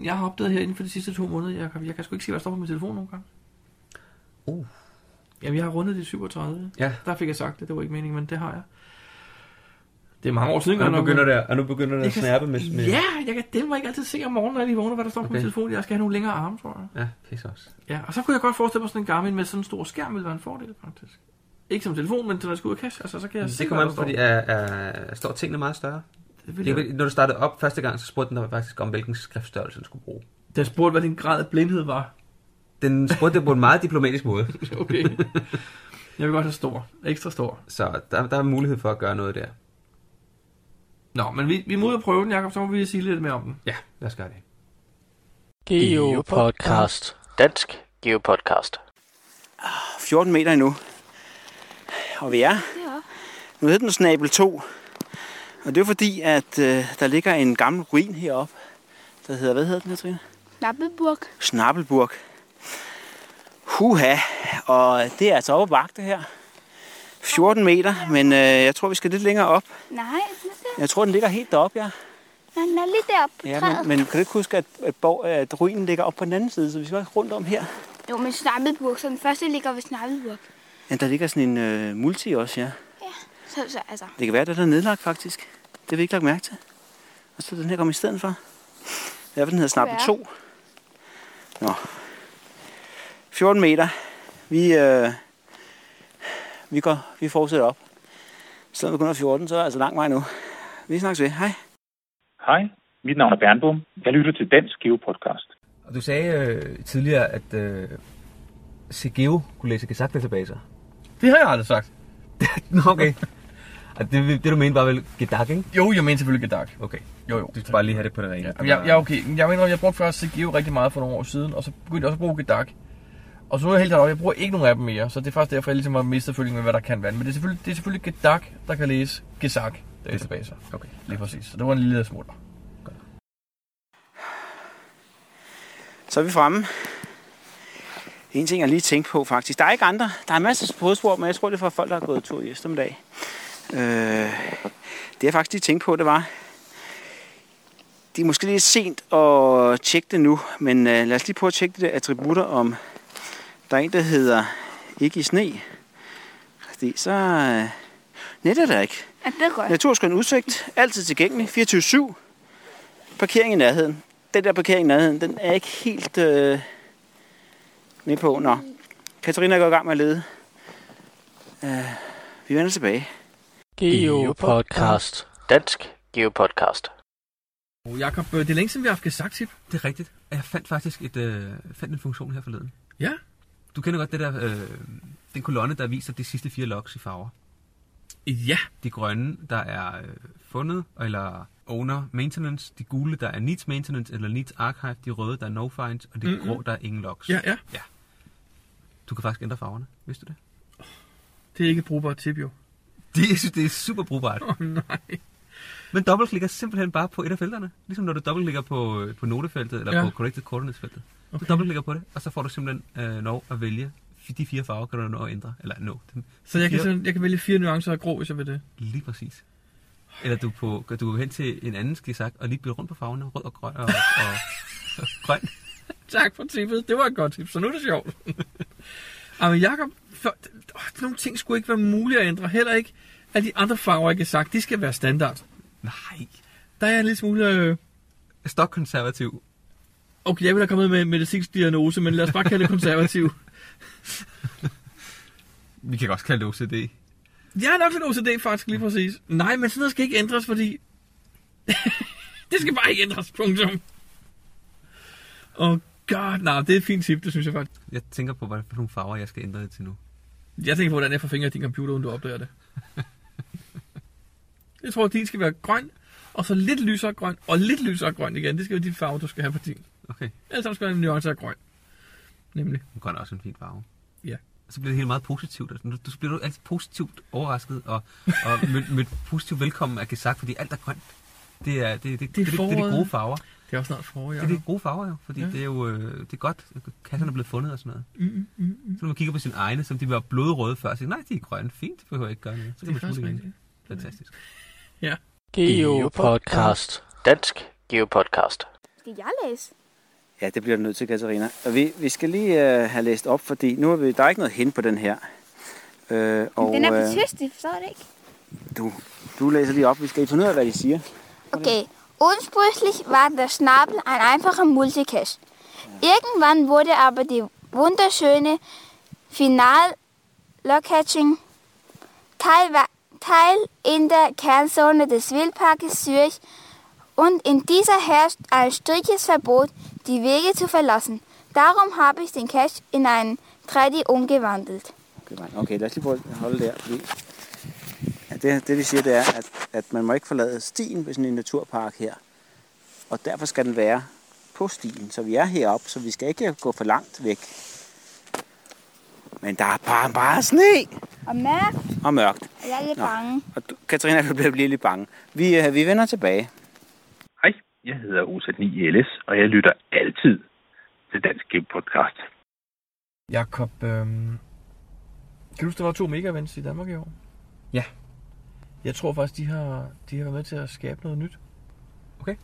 Speaker 13: jeg har opdaget her inden for de sidste to måneder, jeg, jeg kan sgu ikke se, hvad der står på min telefon nogle gange.
Speaker 1: Uh.
Speaker 13: Jamen, jeg har rundet de 37.
Speaker 1: Ja.
Speaker 13: Der fik jeg sagt det, det var ikke meningen, men det har jeg. Det er mange år siden,
Speaker 1: og
Speaker 13: godt
Speaker 1: nu
Speaker 13: nok.
Speaker 1: begynder det, og nu begynder det
Speaker 13: Jeg
Speaker 1: at
Speaker 13: kan-
Speaker 1: snærpe med, med...
Speaker 13: Ja, jeg kan dem ikke altid se om morgenen, når jeg lige vågner, hvad der står okay. på min
Speaker 1: Okay.
Speaker 13: telefon. Jeg skal have nogle længere arme, tror jeg.
Speaker 1: Ja, pisse også.
Speaker 13: Ja, og så kunne jeg godt forestille mig sådan en Garmin med sådan en stor skærm ville være en fordel, faktisk. Ikke som telefon, men når jeg skal ud og kasse, altså så kan jeg se,
Speaker 1: Det kommer
Speaker 13: hvad
Speaker 1: an
Speaker 13: der
Speaker 1: på, fordi
Speaker 13: står.
Speaker 1: er, er, står tingene meget større.
Speaker 13: Det vil
Speaker 1: Det,
Speaker 13: jeg-
Speaker 1: det, når du startede op første gang, så spurgte den dig faktisk om, hvilken skriftstørrelse den skulle bruge.
Speaker 13: Den spurgte, hvad din grad af blindhed var.
Speaker 1: Den spurgte det på en meget diplomatisk måde.
Speaker 13: Okay. Jeg vil godt have stor. Ekstra stor.
Speaker 1: Så der, der er mulighed for at gøre noget der.
Speaker 13: Nå, men vi, vi må ud og prøve den, Jacob, så må vi sige lidt mere om den.
Speaker 1: Ja, lad os gøre det.
Speaker 3: Geopodcast. Dansk Geopodcast.
Speaker 4: 14 meter endnu. Og vi er. Nu hedder den Snabel 2. Og det er fordi, at øh, der ligger en gammel ruin heroppe, der hedder, hvad hedder den her, Trine?
Speaker 5: Knappeburg.
Speaker 4: Schnappelburg. Huha, og det er altså oppe at bakke det her. 14 meter, men øh, jeg tror, vi skal lidt længere op.
Speaker 5: Nej, den er der.
Speaker 4: Jeg tror, den ligger helt deroppe, ja.
Speaker 5: Nej, den er lige deroppe på
Speaker 4: ja
Speaker 5: træet.
Speaker 4: men, men, kan du ikke huske, at, at, borg, at ruinen ligger op på den anden side, så vi skal også rundt om her?
Speaker 5: Jo, men Snappeburg, så den første ligger ved Snappeburg.
Speaker 4: Ja, der ligger sådan en øh, multi også, ja.
Speaker 5: Så, så altså,
Speaker 4: Det kan være, at den er nedlagt faktisk. Det har vi ikke lagt mærke til. Og så er den her kommet i stedet for. Derfor den hedder Snappe
Speaker 5: Kunne
Speaker 4: 2. Nå. 14 meter. Vi, øh, vi, går, vi fortsætter op. Selvom vi kun er 14, så er der altså lang vej nu. Vi snakkes ved. Hej.
Speaker 14: Hej, mit navn er Bernbom. Jeg lytter til Dansk Geopodcast.
Speaker 1: Og du sagde øh, tidligere, at øh, CGEO kunne læse Gazak-databaser.
Speaker 13: Det har jeg aldrig sagt.
Speaker 1: Nå, okay. Og det, det du mente var vel Gedak, ikke?
Speaker 13: Jo, jeg mener selvfølgelig Gedak.
Speaker 1: Okay.
Speaker 13: Jo, jo.
Speaker 1: Du skal bare lige have det på det rene.
Speaker 13: Jamen, jeg, jeg, er okay. Jeg mener, jeg brugte først CGO rigtig meget for nogle år siden, og så begyndte jeg også at bruge Gedak. Og så nu er jeg helt op, jeg bruger ikke nogen af dem mere, så det er faktisk derfor, jeg ligesom har mistet følgingen med, hvad der kan være. Men det er selvfølgelig, det er selvfølgelig Gedak, der kan læse Gesak databaser.
Speaker 1: Okay.
Speaker 13: Lige præcis. Så det var en lille smutter.
Speaker 4: Så er vi fremme. En ting, jeg lige tænkte på faktisk. Der er ikke andre. Der er masser af fodspor, men jeg tror, det er fra folk, der har gået tur i eftermiddag. Øh, det jeg faktisk lige tænkte på, det var... Det er måske lidt sent at tjekke det nu, men øh, lad os lige prøve at tjekke de der attributter om... Der er en, der hedder ikke i sne. Fordi så... Øh, net er der ikke.
Speaker 5: ja, det går jeg.
Speaker 4: Naturskøn udsigt, altid tilgængelig, 24-7. Parkering i nærheden. Den der parkering i nærheden, den er ikke helt øh, med på. Nå, Katarina går i gang med at lede. Øh, vi vender tilbage.
Speaker 3: Geopodcast. Dansk Geopodcast.
Speaker 2: Og Jakob, øh, det er længe siden, vi har haft gesagt
Speaker 1: Det er rigtigt. Og Jeg fandt faktisk et, øh, fandt en funktion her forleden.
Speaker 2: Ja.
Speaker 1: Du kender godt det der, øh, den kolonne, der viser de sidste fire logs i farver.
Speaker 2: Ja.
Speaker 1: De grønne, der er øh, fundet, eller owner maintenance. De gule, der er needs maintenance, eller needs archive. De røde, der er no finds. Og de
Speaker 2: Mhm.
Speaker 1: mm-hmm. grå, der er ingen logs.
Speaker 2: Ja, ja.
Speaker 1: ja. Du kan faktisk ændre farverne, vidste du det?
Speaker 2: Det er ikke et brugbart tip, jo.
Speaker 1: Det, jeg synes, det er super brugbart.
Speaker 2: Åh, oh, nej.
Speaker 1: Men dobbeltklikker simpelthen bare på et af felterne. Ligesom når du dobbeltklikker på, øh, på notefeltet, eller
Speaker 2: Ja.
Speaker 1: ja. på corrected coordinates feltet. Okay.
Speaker 2: Okay.
Speaker 1: Du dobbeltklikker på det, og så får du simpelthen øh, lov at vælge f- de fire farver, kan du nå at ændre. Eller nå. Dem.
Speaker 2: Så jeg kan,
Speaker 1: Fire-
Speaker 2: simpelthen- jeg kan vælge fire nuancer af grå, hvis jeg vil det.
Speaker 1: Lige præcis. Eller du, på, du går hen til en anden skizak og lige bytter rundt på farverne, rød og grøn og, og, og grøn.
Speaker 2: Tak for tippet. Det var et godt tip, så nu er det sjovt. Ej, men Jacob, for, åh, nogle ting skulle ikke være muligt at ændre. Heller ikke at de andre farver, jeg kan sagt, de skal være standard.
Speaker 1: Nej.
Speaker 2: Der er jeg en lille smule... Øh...
Speaker 1: Stokkonservativ.
Speaker 2: Okay, jeg ville have kommet med en medicinsk diagnose, men lad os bare kalde det konservativ.
Speaker 1: Vi kan også kalde det OCD.
Speaker 2: Jeg er nok lidt OCD faktisk lige præcis. Nej, men sådan noget skal ikke ændres, fordi... det skal bare ikke ændres, punktum. Åh, oh god, nej, det er et fint tip, det synes jeg faktisk.
Speaker 1: Jeg tænker på, hvad for nogle farver, jeg skal ændre det til nu.
Speaker 2: Jeg tænker på, hvordan jeg får fingre i din computer, uden du opdager det. Jeg tror, at din skal være grøn, og så lidt lysere grøn, og lidt lysere grøn igen. Det skal være de farver, du skal have på din.
Speaker 1: Okay.
Speaker 2: Ellers så skal der en nuance af grøn. Nemlig.
Speaker 1: Grøn er også en fin farve.
Speaker 2: Ja.
Speaker 1: Så bliver det helt meget positivt. Altså, du, du bliver du altid positivt overrasket og, og mødt mød positivt velkommen af gesagt, fordi alt er grønt. Det er, det, det, det, det, det, det er de
Speaker 2: foråret.
Speaker 1: gode farver.
Speaker 2: Det er også snart forår,
Speaker 1: Det er de gode farver jo, fordi
Speaker 2: Ja.
Speaker 1: ja. det er jo øh, det er godt. Kasserne er blevet fundet og sådan noget.
Speaker 2: Mm, mm, mm.
Speaker 1: Så når man kigger på sine egne, som de var blodrøde før, så siger, nej, de er grønne. Fint, det behøver jeg ikke gøre noget. Så
Speaker 2: Det er
Speaker 1: kan man
Speaker 2: faktisk
Speaker 1: smutte igen.
Speaker 2: rigtigt.
Speaker 1: Fantastisk.
Speaker 2: Ja.
Speaker 3: Geopodcast. Dansk Geopodcast.
Speaker 5: Skal jeg læse?
Speaker 4: Ja, det bliver du nødt til, Katarina. Og vi, vi skal lige øh, have læst op, fordi nu er vi, der er ikke noget hen på den her. Øh, og,
Speaker 5: Den er på
Speaker 4: øh,
Speaker 5: tysk, det forstår det ikke.
Speaker 4: du, du læser lige op. Vi skal finde ud af, hvad de siger.
Speaker 5: Okay, ursprünglich war der Schnabel ein einfacher Multicash. Irgendwann wurde aber die wunderschöne final catching Teil, wa- Teil in der Kernzone des Wildparkes Zürich und in dieser herrscht ein striktes Verbot, die Wege zu verlassen. Darum habe ich den Cash in einen 3D umgewandelt.
Speaker 4: Okay, nej. okay lad os lige prøve at holde der. Fordi ja, det, det, de siger, det er, at, at man må ikke forlade stien ved sådan en naturpark her. Og derfor skal den være på stien, så vi er heroppe, så vi skal ikke gå for langt væk. Men der er bare, bare sne
Speaker 5: Og mærk,
Speaker 4: og mørkt.
Speaker 5: jeg er lidt
Speaker 4: Nå.
Speaker 5: bange.
Speaker 4: Og du, Katarina, du bliver lige lidt bange. Vi, øh, vi vender tilbage.
Speaker 15: Hej, jeg hedder OZ9 LS, og jeg lytter altid til Dansk Game Podcast.
Speaker 2: Jakob, øhm, kan du huske, der var to mega events i Danmark i år?
Speaker 1: Ja.
Speaker 2: Jeg tror faktisk, de har, de har været med til at skabe noget nyt.
Speaker 1: Okay.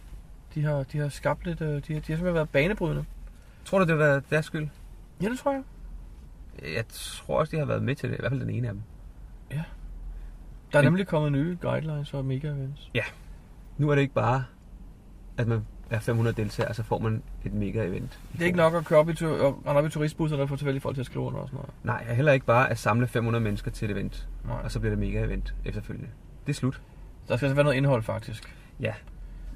Speaker 2: De har, de har skabt lidt, øh, de, har, de har simpelthen været banebrydende.
Speaker 1: Tror du, det har været deres skyld?
Speaker 2: Ja, det tror jeg.
Speaker 1: Jeg tror også, de har været med til det. I hvert fald den ene af dem.
Speaker 2: Der er
Speaker 1: Men-
Speaker 2: nemlig kommet nye guidelines for mega events.
Speaker 1: Ja. Nu er det ikke bare, at man er 500 deltagere, og så får man et mega-event.
Speaker 2: Det er ikke nok at køre op i, tu- og rende op i turistbusserne og få tilfældige folk til at skrive under og sådan noget.
Speaker 1: Nej, og heller ikke bare at samle 500 mennesker til et event,
Speaker 2: Nej.
Speaker 1: og så bliver det mega-event efterfølgende. Det er slut.
Speaker 2: Der skal altså være noget indhold, faktisk.
Speaker 1: Ja.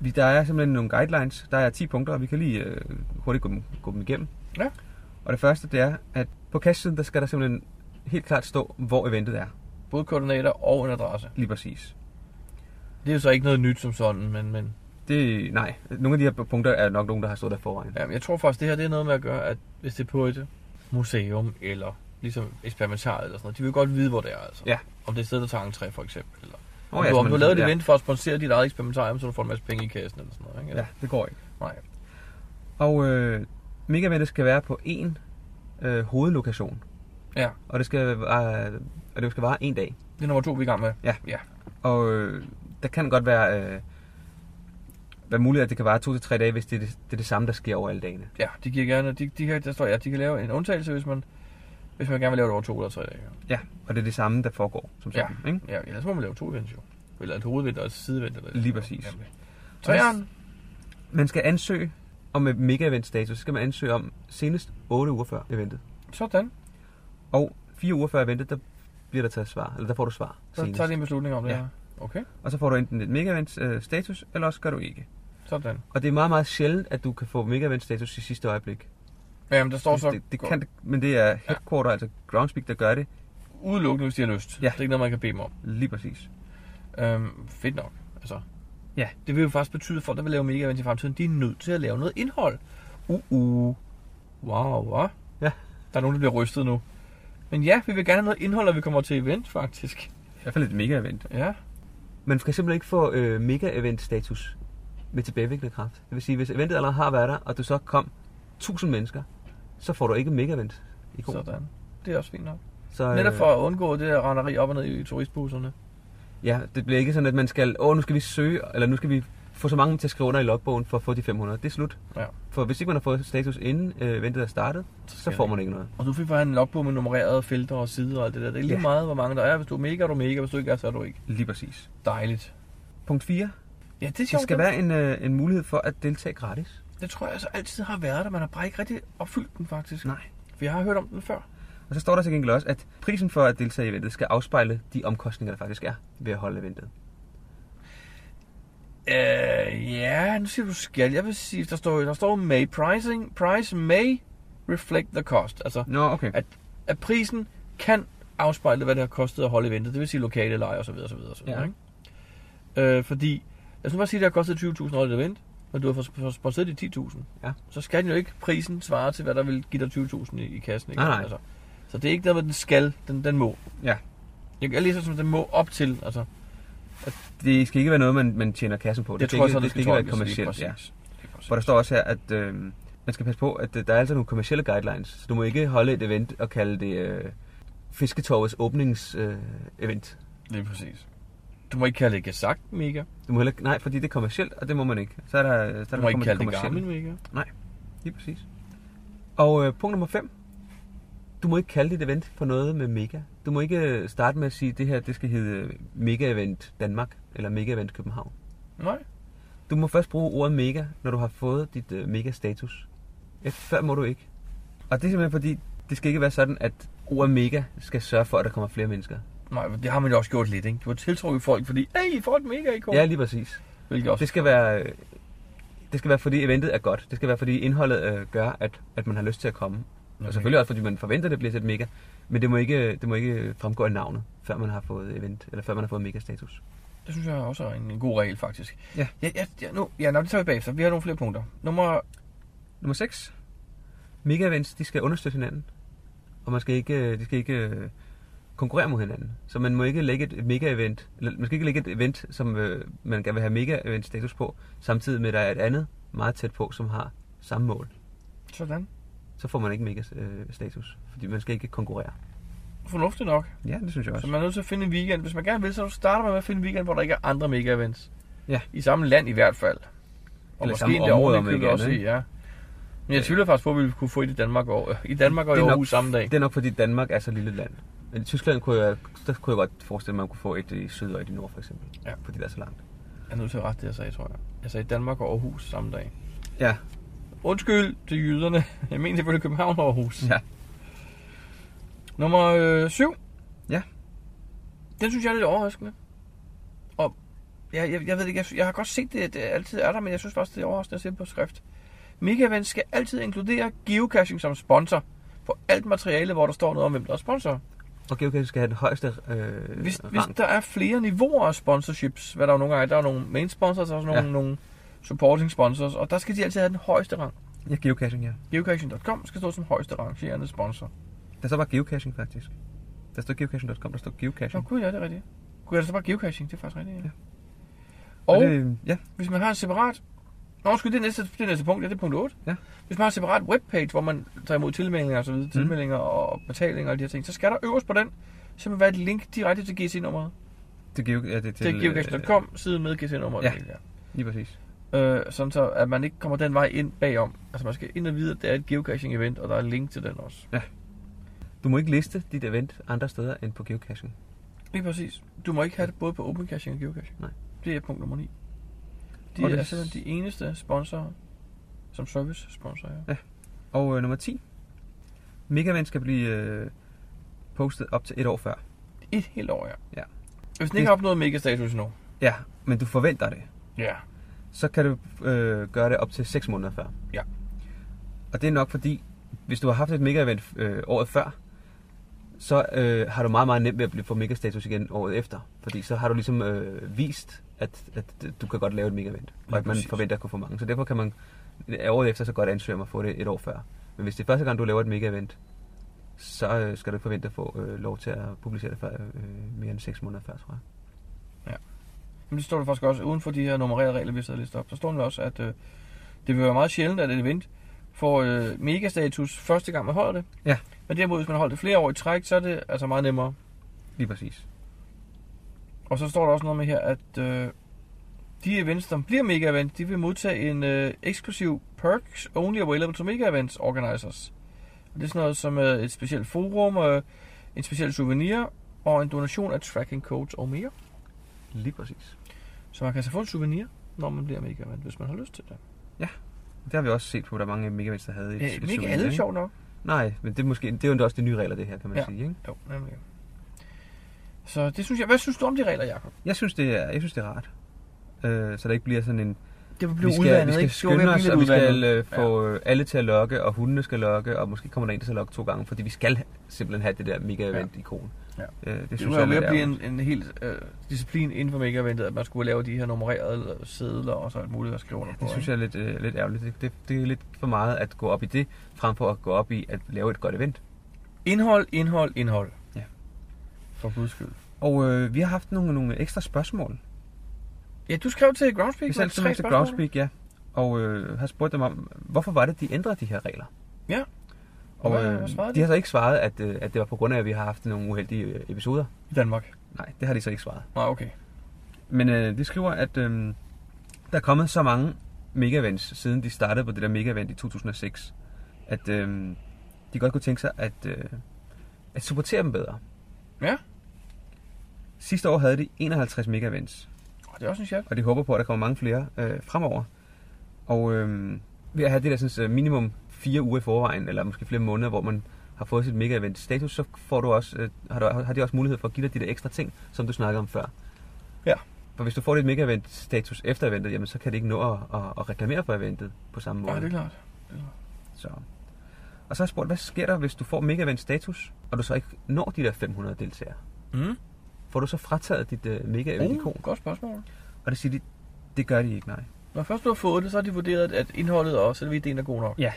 Speaker 1: Vi, der er simpelthen nogle guidelines. Der er 10 punkter, og vi kan lige øh, hurtigt gå dem, gå dem igennem.
Speaker 2: Ja.
Speaker 1: Og det første, det er, at på cash-siden, der skal der simpelthen helt klart stå, hvor eventet er.
Speaker 2: Både koordinater og en adresse.
Speaker 1: Lige præcis.
Speaker 2: Det er jo så ikke noget nyt som sådan, men, men
Speaker 1: Det, nej, nogle af de her punkter er nok nogen, der har stået der forvejen.
Speaker 2: ja, men jeg tror faktisk, det her det er noget med at gøre, at hvis det er på et museum eller ligesom eksperimentariet eller sådan noget, de vil godt vide, hvor det er altså.
Speaker 1: Ja.
Speaker 2: Om det er et sted, der tager entré for eksempel. Eller,
Speaker 1: Åh,
Speaker 2: om
Speaker 1: ja,
Speaker 2: du,
Speaker 1: så
Speaker 2: om
Speaker 1: man
Speaker 2: du lavede et
Speaker 1: sådan- ja.
Speaker 2: event for at sponsere dit eget eksperimentarium, så du får en masse penge i kassen eller sådan noget. Ikke?
Speaker 1: Ja, det går ikke.
Speaker 2: Nej.
Speaker 1: Og øh, megaventet skal være på én øh, hovedlokation.
Speaker 2: Ja.
Speaker 1: Og det skal, vare, og det skal vare en dag.
Speaker 2: Det er nummer to, vi er i gang med.
Speaker 1: Ja.
Speaker 2: ja.
Speaker 1: Og øh, der kan godt være, øh, være muligt, at det kan vare to til tre dage, hvis det er det, det, er det samme, der sker over alle dagene.
Speaker 2: Ja, de giver gerne, de, de her, der står, ja, de kan lave en undtagelse, hvis man, hvis man gerne vil lave det over to eller tre dage.
Speaker 1: Ja, og det er det samme, der foregår, som
Speaker 2: Ja,
Speaker 1: sådan. Ikke?
Speaker 2: ja ellers må man lave to events jo. Eller et hovedvent og et sidevent. Eller
Speaker 1: Lige præcis.
Speaker 2: Jamen, Træeren.
Speaker 1: Man skal ansøge om et mega-event status, så skal man ansøge om senest 8 uger før eventet.
Speaker 2: Sådan.
Speaker 1: Og fire uger før eventet, der bliver der taget svar, eller der får du svar
Speaker 2: Så tager de en beslutning om det
Speaker 1: Ja.
Speaker 2: her. Okay.
Speaker 1: Og så får du enten et mega-event øh, status, eller også gør du ikke.
Speaker 2: Sådan.
Speaker 1: Og det er meget, meget sjældent, at du kan få mega event status i sidste øjeblik.
Speaker 2: Jamen, der står så...
Speaker 1: Det, det kan, det- men det er headquarter, ja. altså groundspeak, der gør det.
Speaker 2: Udelukkende, hvis de har lyst. Ja. Det er ikke noget, man kan bede dem om.
Speaker 1: Lige præcis.
Speaker 2: Øhm, fedt nok. Altså, ja, det vil jo faktisk betyde, at folk, der vil lave mega events i fremtiden, de er nødt til at lave noget indhold. Uh, uh. Wow, wow. Der
Speaker 1: Ja.
Speaker 2: er nogen, der bliver rystet nu. Men ja, vi vil gerne have noget indhold, når vi kommer til event, faktisk.
Speaker 1: I hvert fald et mega event.
Speaker 2: Ja.
Speaker 1: Man kan simpelthen ikke få øh, mega event status med tilbagevirkende kraft. Det vil sige, hvis eventet allerede har været der, og du så kom 1000 mennesker, så får du ikke mega event.
Speaker 2: Sådan. Det er også fint nok.
Speaker 1: Så,
Speaker 2: Så,
Speaker 1: øh,
Speaker 2: Netop for at undgå det der renderi op og ned i turistbusserne.
Speaker 1: Ja, det bliver ikke sådan, at man skal, åh, nu skal vi søge, eller nu skal vi få så mange til at skrive under i logbogen for at få de 500. Det er slut.
Speaker 2: Ja.
Speaker 1: For hvis ikke man har fået status inden øh, eventet er startet, så, så
Speaker 2: skal
Speaker 1: får
Speaker 2: det
Speaker 1: man
Speaker 2: ikke.
Speaker 1: ikke noget.
Speaker 2: Og du fik bare en logbog med nummererede felter og sider og alt det der. Det er lige
Speaker 1: Ja.
Speaker 2: ja. meget, hvor mange der er. Hvis du er mega, er du mega. Hvis du ikke er, så er du ikke.
Speaker 1: Lige præcis.
Speaker 2: Dejligt.
Speaker 1: Punkt 4.
Speaker 2: Ja, det er
Speaker 1: Der
Speaker 2: sjovt.
Speaker 1: skal
Speaker 2: det.
Speaker 1: være en, øh, en mulighed for at deltage gratis.
Speaker 2: Det tror jeg altså altid har været der. Man har bare ikke rigtig opfyldt den, faktisk.
Speaker 1: Nej.
Speaker 2: For jeg har hørt om den før.
Speaker 1: Og så står der til gengæld også, at prisen for at deltage i eventet skal afspejle de omkostninger, der faktisk er ved at holde eventet.
Speaker 2: Øh, ja, nu siger du skal. Jeg vil sige, der står, der står may pricing. Price may reflect the cost. Altså,
Speaker 1: Nå, okay.
Speaker 2: at, at prisen kan afspejle, hvad det har kostet at holde eventet. Det vil sige lokale leje osv. osv., osv.
Speaker 1: Ja.
Speaker 2: Ja. Ikke? Øh, fordi, lad os nu bare sige, at det har kostet 20.000 at holde et event, og du har fået- fået sponsoreret de 10.000.
Speaker 1: Ja.
Speaker 2: Så skal den jo ikke prisen svare til, hvad der vil give dig 20.000 i, i kassen. Ikke?
Speaker 1: Nej, nej.
Speaker 2: Altså, så det er ikke noget med, den skal, den, den må.
Speaker 1: Ja.
Speaker 2: Jeg, jeg læser som, den må op til. Altså,
Speaker 1: Det skal ikke være noget, man, man tjener kassen på.
Speaker 2: Det
Speaker 1: skal
Speaker 2: tror jeg
Speaker 1: ikke,
Speaker 2: så, det
Speaker 1: skal
Speaker 2: skal
Speaker 1: ikke være
Speaker 2: tolkes lige
Speaker 1: kommercielt. Ja.
Speaker 2: præcis.
Speaker 1: For der står også her, at øh, man skal passe på, at øh, der er altså nogle kommercielle guidelines. Så du må ikke holde et event og kalde det øh, Fisketorvets åbningsevent. Øh, event.
Speaker 2: Lige præcis. Du må ikke kalde det sagt mega.
Speaker 1: Du må heller, ikke- nej, fordi det er kommercielt, og det må man ikke. Så er der,
Speaker 2: Du må
Speaker 1: så er der kommer
Speaker 2: ikke
Speaker 1: de
Speaker 2: kalde det
Speaker 1: kommercielle.
Speaker 2: Garmin mega.
Speaker 1: Nej, lige præcis. Og øh, punkt nummer 5. Du må ikke kalde dit event for noget med mega. Du må ikke øh, starte med at sige, at det her det skal hedde Mega Event Danmark eller Mega Event København.
Speaker 2: Nej.
Speaker 1: Du må først bruge ordet mega, når du har fået dit øh, mega status. Efter før må du ikke. Og det er simpelthen fordi, det skal ikke være sådan, at ordet mega skal sørge for, at der kommer flere mennesker.
Speaker 2: Nej, men det har man jo også gjort lidt, ikke? Du har tiltrukket folk, fordi, hey, I får et mega ikon.
Speaker 1: Ja, lige præcis.
Speaker 2: Hvilket også
Speaker 1: Det skal være, øh, det skal være fordi eventet er godt. Det skal være fordi indholdet øh, gør, at, at man har lyst til at komme. Okay.
Speaker 2: Okay.
Speaker 1: Og selvfølgelig også fordi man forventer, at det bliver til et mega. Men det må ikke, det må ikke fremgå af navnet, før man har fået event, eller før man har fået mega status.
Speaker 2: Det synes jeg også er en, en god regel, faktisk.
Speaker 1: Ja.
Speaker 2: Ja, ja, ja, nu, ja nå, det tager vi bagefter. Vi har nogle flere punkter. Nummer...
Speaker 1: Nummer 6. Mega events, de skal understøtte hinanden. Og man skal ikke, de skal ikke øh, konkurrere mod hinanden. Så man må ikke lægge et mega event, eller man skal ikke lægge et event, som øh, man gerne vil have mega event status på, samtidig med at der er et andet meget tæt på, som har samme mål.
Speaker 2: Sådan.
Speaker 1: så får man ikke mega øh, status, fordi man skal ikke konkurrere.
Speaker 2: Fornuftigt nok.
Speaker 1: Ja, det synes jeg også.
Speaker 2: Så man er nødt til at finde en weekend. Hvis man gerne vil, så starter man med at finde en weekend, hvor der ikke er andre mega events.
Speaker 1: Ja.
Speaker 2: I samme land i hvert fald. Og
Speaker 1: Eller
Speaker 2: måske
Speaker 1: samme
Speaker 2: endda
Speaker 1: område, om
Speaker 2: ovenikøbet
Speaker 1: ikke
Speaker 2: også
Speaker 1: andet,
Speaker 2: i,
Speaker 1: ikke?
Speaker 2: ja. Men jeg tvivler faktisk på, at vi kunne få et i Danmark og, i Danmark og i
Speaker 1: Det er nok-
Speaker 2: Aarhus samme dag.
Speaker 1: Det er nok fordi Danmark er så lille et land. Men I Tyskland kunne jeg, der kunne jeg godt forestille mig, at man kunne få et i syd og et i nord for eksempel.
Speaker 2: Ja.
Speaker 1: Fordi det er så langt.
Speaker 2: Jeg er nødt til at rette det, jeg sagde, tror jeg. Jeg sagde Danmark og Aarhus samme dag.
Speaker 1: Ja.
Speaker 2: Undskyld til jyderne. Jeg mener selvfølgelig København og Aarhus.
Speaker 1: Ja.
Speaker 2: Nummer 7. Øh, syv.
Speaker 1: Ja.
Speaker 2: Den synes jeg er lidt overraskende. Og jeg, jeg, jeg ved ikke, jeg, sy- jeg har godt set det, at det altid er der, men jeg synes faktisk, det er overraskende at se det på skrift. Megaven skal altid inkludere geocaching som sponsor på alt materiale, hvor der står noget om, hvem der er sponsor.
Speaker 1: Og geocaching skal have den højeste øh,
Speaker 2: Hvis,
Speaker 1: rang.
Speaker 2: hvis der er flere niveauer af sponsorships, hvad der jo nogle gange er, der er nogle main sponsors, og også nogle, ja. nogle supporting sponsors, og der skal de altid have den højeste rang.
Speaker 1: Ja, geocaching, ja.
Speaker 2: Geocaching.com skal stå som højeste rangerende sponsor.
Speaker 1: Der så var geocaching faktisk. Der står geocaching.com, der står geocaching.
Speaker 2: Nå gud, ja, det er rigtigt. Gud, er det så bare geocaching? Det er faktisk rigtigt, ja. ja.
Speaker 1: Og
Speaker 2: Og,
Speaker 1: det- Øh, ja.
Speaker 2: hvis man har en separat... Nå, undskyld, det er næste, det er næste punkt, ja, det er punkt 8.
Speaker 1: Ja.
Speaker 2: Hvis man har en separat webpage, hvor man tager imod tilmeldinger og så videre, tilmeldinger og betalinger og de her ting, så skal der øverst på den simpelthen være et link direkte til GC-nummeret.
Speaker 1: Til, geo, ja, det, er til,
Speaker 2: Til, til
Speaker 1: øh,
Speaker 2: geocaching.com, siden med GC-nummeret.
Speaker 1: Ja,
Speaker 2: ja.
Speaker 1: lige præcis.
Speaker 2: Øh, sådan så, at man ikke kommer den vej ind bagom. Altså, man skal ind og vide, at det er et geocaching-event, og der er et link til den også.
Speaker 1: Ja. Du må ikke liste dit event andre steder end på geocaching.
Speaker 2: Lige præcis. Du må ikke have det både på open caching og geocaching.
Speaker 1: Nej.
Speaker 2: Det er punkt nummer 9. De
Speaker 1: Og
Speaker 2: er
Speaker 1: det-
Speaker 2: simpelthen de eneste sponsorer, som service sponsorer. Ja.
Speaker 1: Ja. Og øh, nummer 10. Megaman skal blive øh, postet op til et år før.
Speaker 2: Et helt år, ja.
Speaker 1: Ja.
Speaker 2: Hvis den ikke har opnået mega status endnu.
Speaker 1: Ja, men du forventer det.
Speaker 2: Ja.
Speaker 1: så kan du øh, gøre det op til 6 måneder før.
Speaker 13: Ja.
Speaker 1: Og det er nok fordi, hvis du har haft et mega-event øh, året før, så øh, har du meget, meget nemt ved at blive få mega-status igen året efter. Fordi så har du ligesom øh, vist, at, at du kan godt lave et mega-event, og
Speaker 13: Ja,
Speaker 1: at man
Speaker 13: præcis.
Speaker 1: forventer at kunne få mange. Så derfor kan man øh, året efter så godt ansøge om at få det et år før. Men hvis det er første gang, du laver et mega-event, så øh, skal du ikke forvente at få øh, lov til at publicere det før, øh, mere end 6 måneder før, tror jeg.
Speaker 2: Men det står der faktisk også, uden for de her nummererede regler, vi har listet op, så står der også, at øh, det vil være meget sjældent, at et event får øh, megastatus første gang, man holder det.
Speaker 1: Ja.
Speaker 2: Men derimod, hvis man holder det flere år i træk, så er det altså meget nemmere.
Speaker 1: Lige præcis.
Speaker 2: Og så står der også noget med her, at øh, de events, som bliver mega event, de vil modtage en øh, eksklusiv perks only available to mega events organizers. Og det er sådan noget som øh, et specielt forum, øh, en speciel souvenir og en donation af tracking codes og mere.
Speaker 1: Lige præcis.
Speaker 2: Så man kan altså få en souvenir, når man bliver mega event, hvis man har lyst til det.
Speaker 1: Ja, det har vi også set på, at der er mange megamens, der havde et,
Speaker 2: Ja,
Speaker 1: et
Speaker 2: ikke
Speaker 1: souvenir,
Speaker 2: alle,
Speaker 1: ikke?
Speaker 2: sjovt nok.
Speaker 1: Nej, men det er, måske, det er jo også de nye regler, det her, kan man
Speaker 2: Ja.
Speaker 1: sige. Ikke?
Speaker 2: Jo, nemlig. Så det synes jeg. Hvad synes du om de regler, Jacob?
Speaker 1: Jeg synes, det er, jeg synes, det er rart. Øh, så der ikke bliver sådan en...
Speaker 2: Det blev
Speaker 1: vi skal,
Speaker 2: udvandet,
Speaker 1: vi skal
Speaker 2: ikke? Det var ved at
Speaker 1: skynde
Speaker 2: blive
Speaker 1: os,
Speaker 2: lidt
Speaker 1: og vi skal
Speaker 2: udvandet.
Speaker 1: øh, få ja. alle til at lokke, og hundene skal lokke, og måske kommer der en til at lokke to gange, fordi vi skal ha- simpelthen have det der mega-event-ikon.
Speaker 2: Ja.
Speaker 1: Øh, det
Speaker 2: Det
Speaker 1: synes
Speaker 2: skulle jo
Speaker 1: jeg,
Speaker 2: ved
Speaker 1: lidt
Speaker 2: at blive
Speaker 1: er
Speaker 2: en, en hel øh, disciplin inden for mega-eventet, at man skulle lave de her nummererede sædler og så alt muligt at skrive under på.
Speaker 1: Det synes
Speaker 2: ikke?
Speaker 1: jeg er lidt, øh, lidt ærgerligt. Det, det, det er lidt for meget at gå op i det, frem for at gå op i at lave et godt event.
Speaker 2: Indhold, indhold, indhold.
Speaker 1: Ja.
Speaker 2: For guds skyld.
Speaker 1: Og øh, vi har haft nogle, nogle ekstra spørgsmål.
Speaker 2: Ja, du skrev til Groundspeak.
Speaker 1: Vi
Speaker 2: var
Speaker 1: selv
Speaker 2: det tre
Speaker 1: til
Speaker 2: spørgsmål?
Speaker 1: Groundspeak, ja. Og øh, har spurgt dem om, hvorfor var det, de ændrede de her regler?
Speaker 2: Ja. Og
Speaker 1: Og
Speaker 2: hvad-
Speaker 1: øh,
Speaker 2: hvad svarede
Speaker 1: de
Speaker 2: de?
Speaker 1: har så ikke svaret, at, øh, at det var på grund af, at vi har haft nogle uheldige øh, episoder.
Speaker 2: I Danmark?
Speaker 1: Nej, det har de så ikke svaret.
Speaker 2: Nej, okay.
Speaker 1: Men øh, de skriver, at øh, der er kommet så mange mega-events, siden de startede på det der mega-event i 2006, at øh, de godt kunne tænke sig at, øh, at supportere dem bedre.
Speaker 2: Ja.
Speaker 1: Sidste år havde de 51 mega-events.
Speaker 2: Og det er også en chat.
Speaker 1: Og de håber på, at der kommer mange flere øh, fremover. Og øh, ved at have det der sådan, øh, minimum fire uger i forvejen, eller måske flere måneder, hvor man har fået sit mega event status, så får du også, øh, har, du, har de også mulighed for at give dig de der ekstra ting, som du snakkede om før.
Speaker 2: Ja.
Speaker 1: For hvis du får dit mega event status efter eventet, jamen, så kan det ikke nå at, at, at reklamere for eventet på samme måde.
Speaker 2: Nej, det er klart. Det er klart.
Speaker 1: Så. Og så har jeg spurgt, hvad sker der, hvis du får mega event status, og du så ikke når de der 500 deltagere?
Speaker 2: Mm. Oh.
Speaker 1: Får du så frataget dit uh, mega event ikon?
Speaker 2: godt spørgsmål.
Speaker 1: Og det siger de, det gør de ikke, nej.
Speaker 2: Når først du har fået det, så har de vurderet, at indholdet og selve ideen er god nok.
Speaker 1: Ja.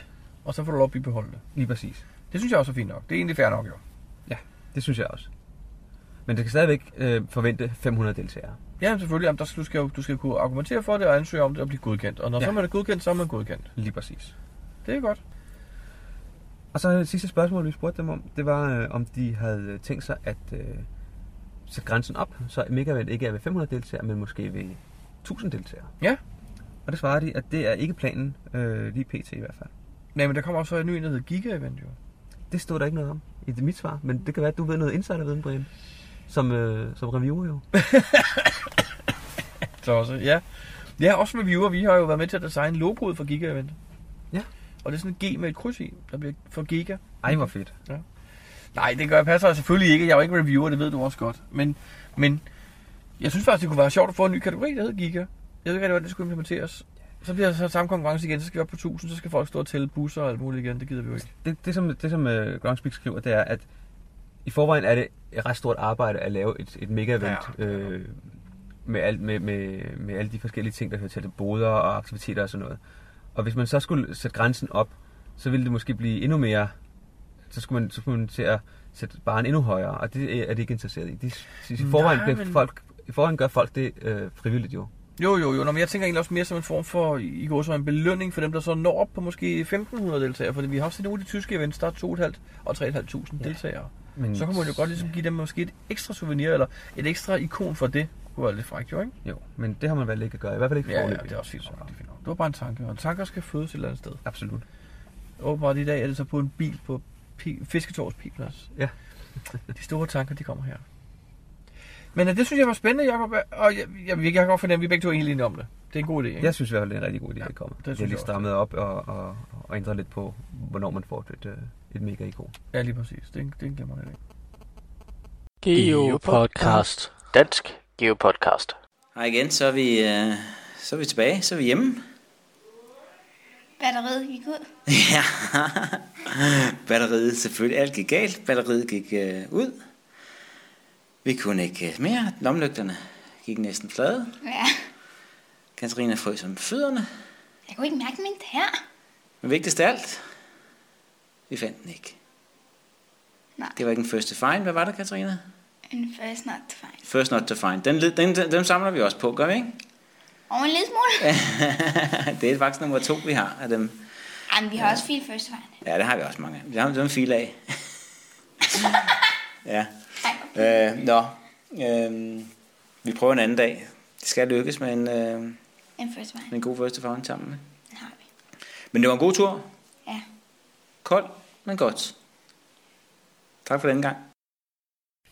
Speaker 2: Og så får du lov at bibeholde det.
Speaker 1: Lige præcis.
Speaker 2: Det synes jeg også er fint nok. Det er egentlig fair nok, jo.
Speaker 1: Ja, det synes jeg også. Men det skal stadigvæk øh, forvente 500 deltagere.
Speaker 2: Ja, selvfølgelig. Jamen, der skal, du, skal, jo- du skal kunne argumentere for det og ansøge om det og blive godkendt. Og når ja.
Speaker 1: Ja.
Speaker 2: så man er godkendt, så er man godkendt.
Speaker 1: Lige præcis.
Speaker 2: Det er godt.
Speaker 1: Og så det sidste spørgsmål, vi spurgte dem om, det var, øh, om de havde øh, tænkt sig at øh, sætte grænsen op, så Megavent ikke er ved 500 deltagere, men måske ved 1000 deltagere.
Speaker 2: Ja.
Speaker 1: Og det svarer de, at det er ikke planen, øh, lige pt i hvert fald.
Speaker 2: Nej, men der kommer også en ny en, der hedder Giga Event, jo.
Speaker 1: Det stod der ikke noget om i det- mit svar, men det kan være, at du ved noget insiderviden, Brian, som, øh, som reviewer jo.
Speaker 2: Så også, ja. Ja, også med viewer. Vi har jo været med til at designe logoet for Giga Event.
Speaker 1: Ja.
Speaker 2: Og det er sådan en G med et kryds i, der bliver for Giga.
Speaker 1: Ej, hvor fedt.
Speaker 2: Ja. Nej, det gør jeg passer jeg selvfølgelig ikke. Jeg er jo ikke reviewer, det ved du også godt. Men, men jeg synes faktisk, det kunne være sjovt at få en ny kategori, der hedder Giga. Jeg ved ikke rigtig, hvordan det skulle implementeres. Så bliver der så samme konkurrence igen, så skal vi op på 1000, så skal folk stå og tælle busser og alt muligt igen. Det gider vi jo ikke.
Speaker 1: det, det som, det, som uh, Groundspeak skriver, det er, at i forvejen er det et ret stort arbejde at lave et, et mega-event ja, øh, med, alt, med, med, med alle de forskellige ting, der hører til det, boder og aktiviteter og sådan noget. Og hvis man så skulle sætte grænsen op, så ville det måske blive endnu mere, så skulle man, så skulle man til at sætte barn endnu højere, og det er de ikke interesseret i. De, synes, i, forvejen
Speaker 2: Nej,
Speaker 1: Nej,
Speaker 2: men-
Speaker 1: men... folk, I forvejen gør folk det øh, frivilligt jo.
Speaker 2: Jo, jo, jo. Nå, men jeg tænker egentlig også mere som en form for, i går så en belønning for dem, der så når op på måske 1500 deltagere. Fordi vi har også set nogle af de tyske events, der er 2.500 og 3.500 deltagere.
Speaker 1: Men-
Speaker 2: Så kunne man jo godt ligesom give dem måske et ekstra souvenir, eller et ekstra ikon for det. Det kunne være lidt frækt, jo, ikke?
Speaker 1: Jo, men det har man valgt ikke at gøre, i hvert fald ikke
Speaker 2: Ja, ja,
Speaker 1: foreløbig.
Speaker 2: det er også fint. nok, Det, er fint nok. det var bare en tanke, og tanker skal fødes et eller andet sted.
Speaker 1: Absolut.
Speaker 2: Åbenbart i dag er det så på en bil på P- Fisketorvs P-plads.
Speaker 1: Ja.
Speaker 2: de store tanker, de kommer her. Men øh, det synes jeg var spændende, Jacob, og jeg, jeg, jeg kan godt fornemme, at vi er begge to er helt enige om det. Det er en god idé, ikke?
Speaker 1: Jeg synes i hvert fald, det er en rigtig god idé, at det kommer. Det,
Speaker 2: synes
Speaker 1: det er
Speaker 2: jeg
Speaker 1: lige
Speaker 2: også.
Speaker 1: strammet op og, og, og ændret lidt på, hvornår man får et, øh, et mega ikon.
Speaker 2: Ja, lige præcis. Det er en, det er en glimrende idé.
Speaker 3: Geopodcast. Dansk Geopodcast.
Speaker 4: Hej igen, så er vi, øh, Så er vi tilbage, så er vi hjemme.
Speaker 5: Batteriet gik ud.
Speaker 4: Ja, batteriet selvfølgelig. Alt gik galt. Batteriet gik øh, ud. Vi kunne ikke øh, mere. Lomlygterne gik næsten flade.
Speaker 5: Ja.
Speaker 4: Katarina frøs om fødderne.
Speaker 5: Jeg kunne ikke mærke min her.
Speaker 4: Men vigtigst af alt, vi fandt den ikke.
Speaker 5: Nej.
Speaker 4: Det var ikke den første fejl. Hvad var det, Katarina?
Speaker 5: En first not to find.
Speaker 4: First not to find. Den, led- den, den, den samler vi også på, gør vi ikke?
Speaker 5: Og en lille smule.
Speaker 4: det er faktisk nummer to, vi har af dem.
Speaker 5: Ej, men vi har også fint first find.
Speaker 4: Ja, det har vi også mange af. Vi har en fil af. ja. Øh, nå. Øh, vi prøver en anden dag. Det skal lykkes med en, øh,
Speaker 5: En first find.
Speaker 4: med en god første farve sammen. ikke?
Speaker 5: Den har vi.
Speaker 4: Men det var en god tur.
Speaker 5: Ja.
Speaker 4: Kold, men godt. Tak for den gang.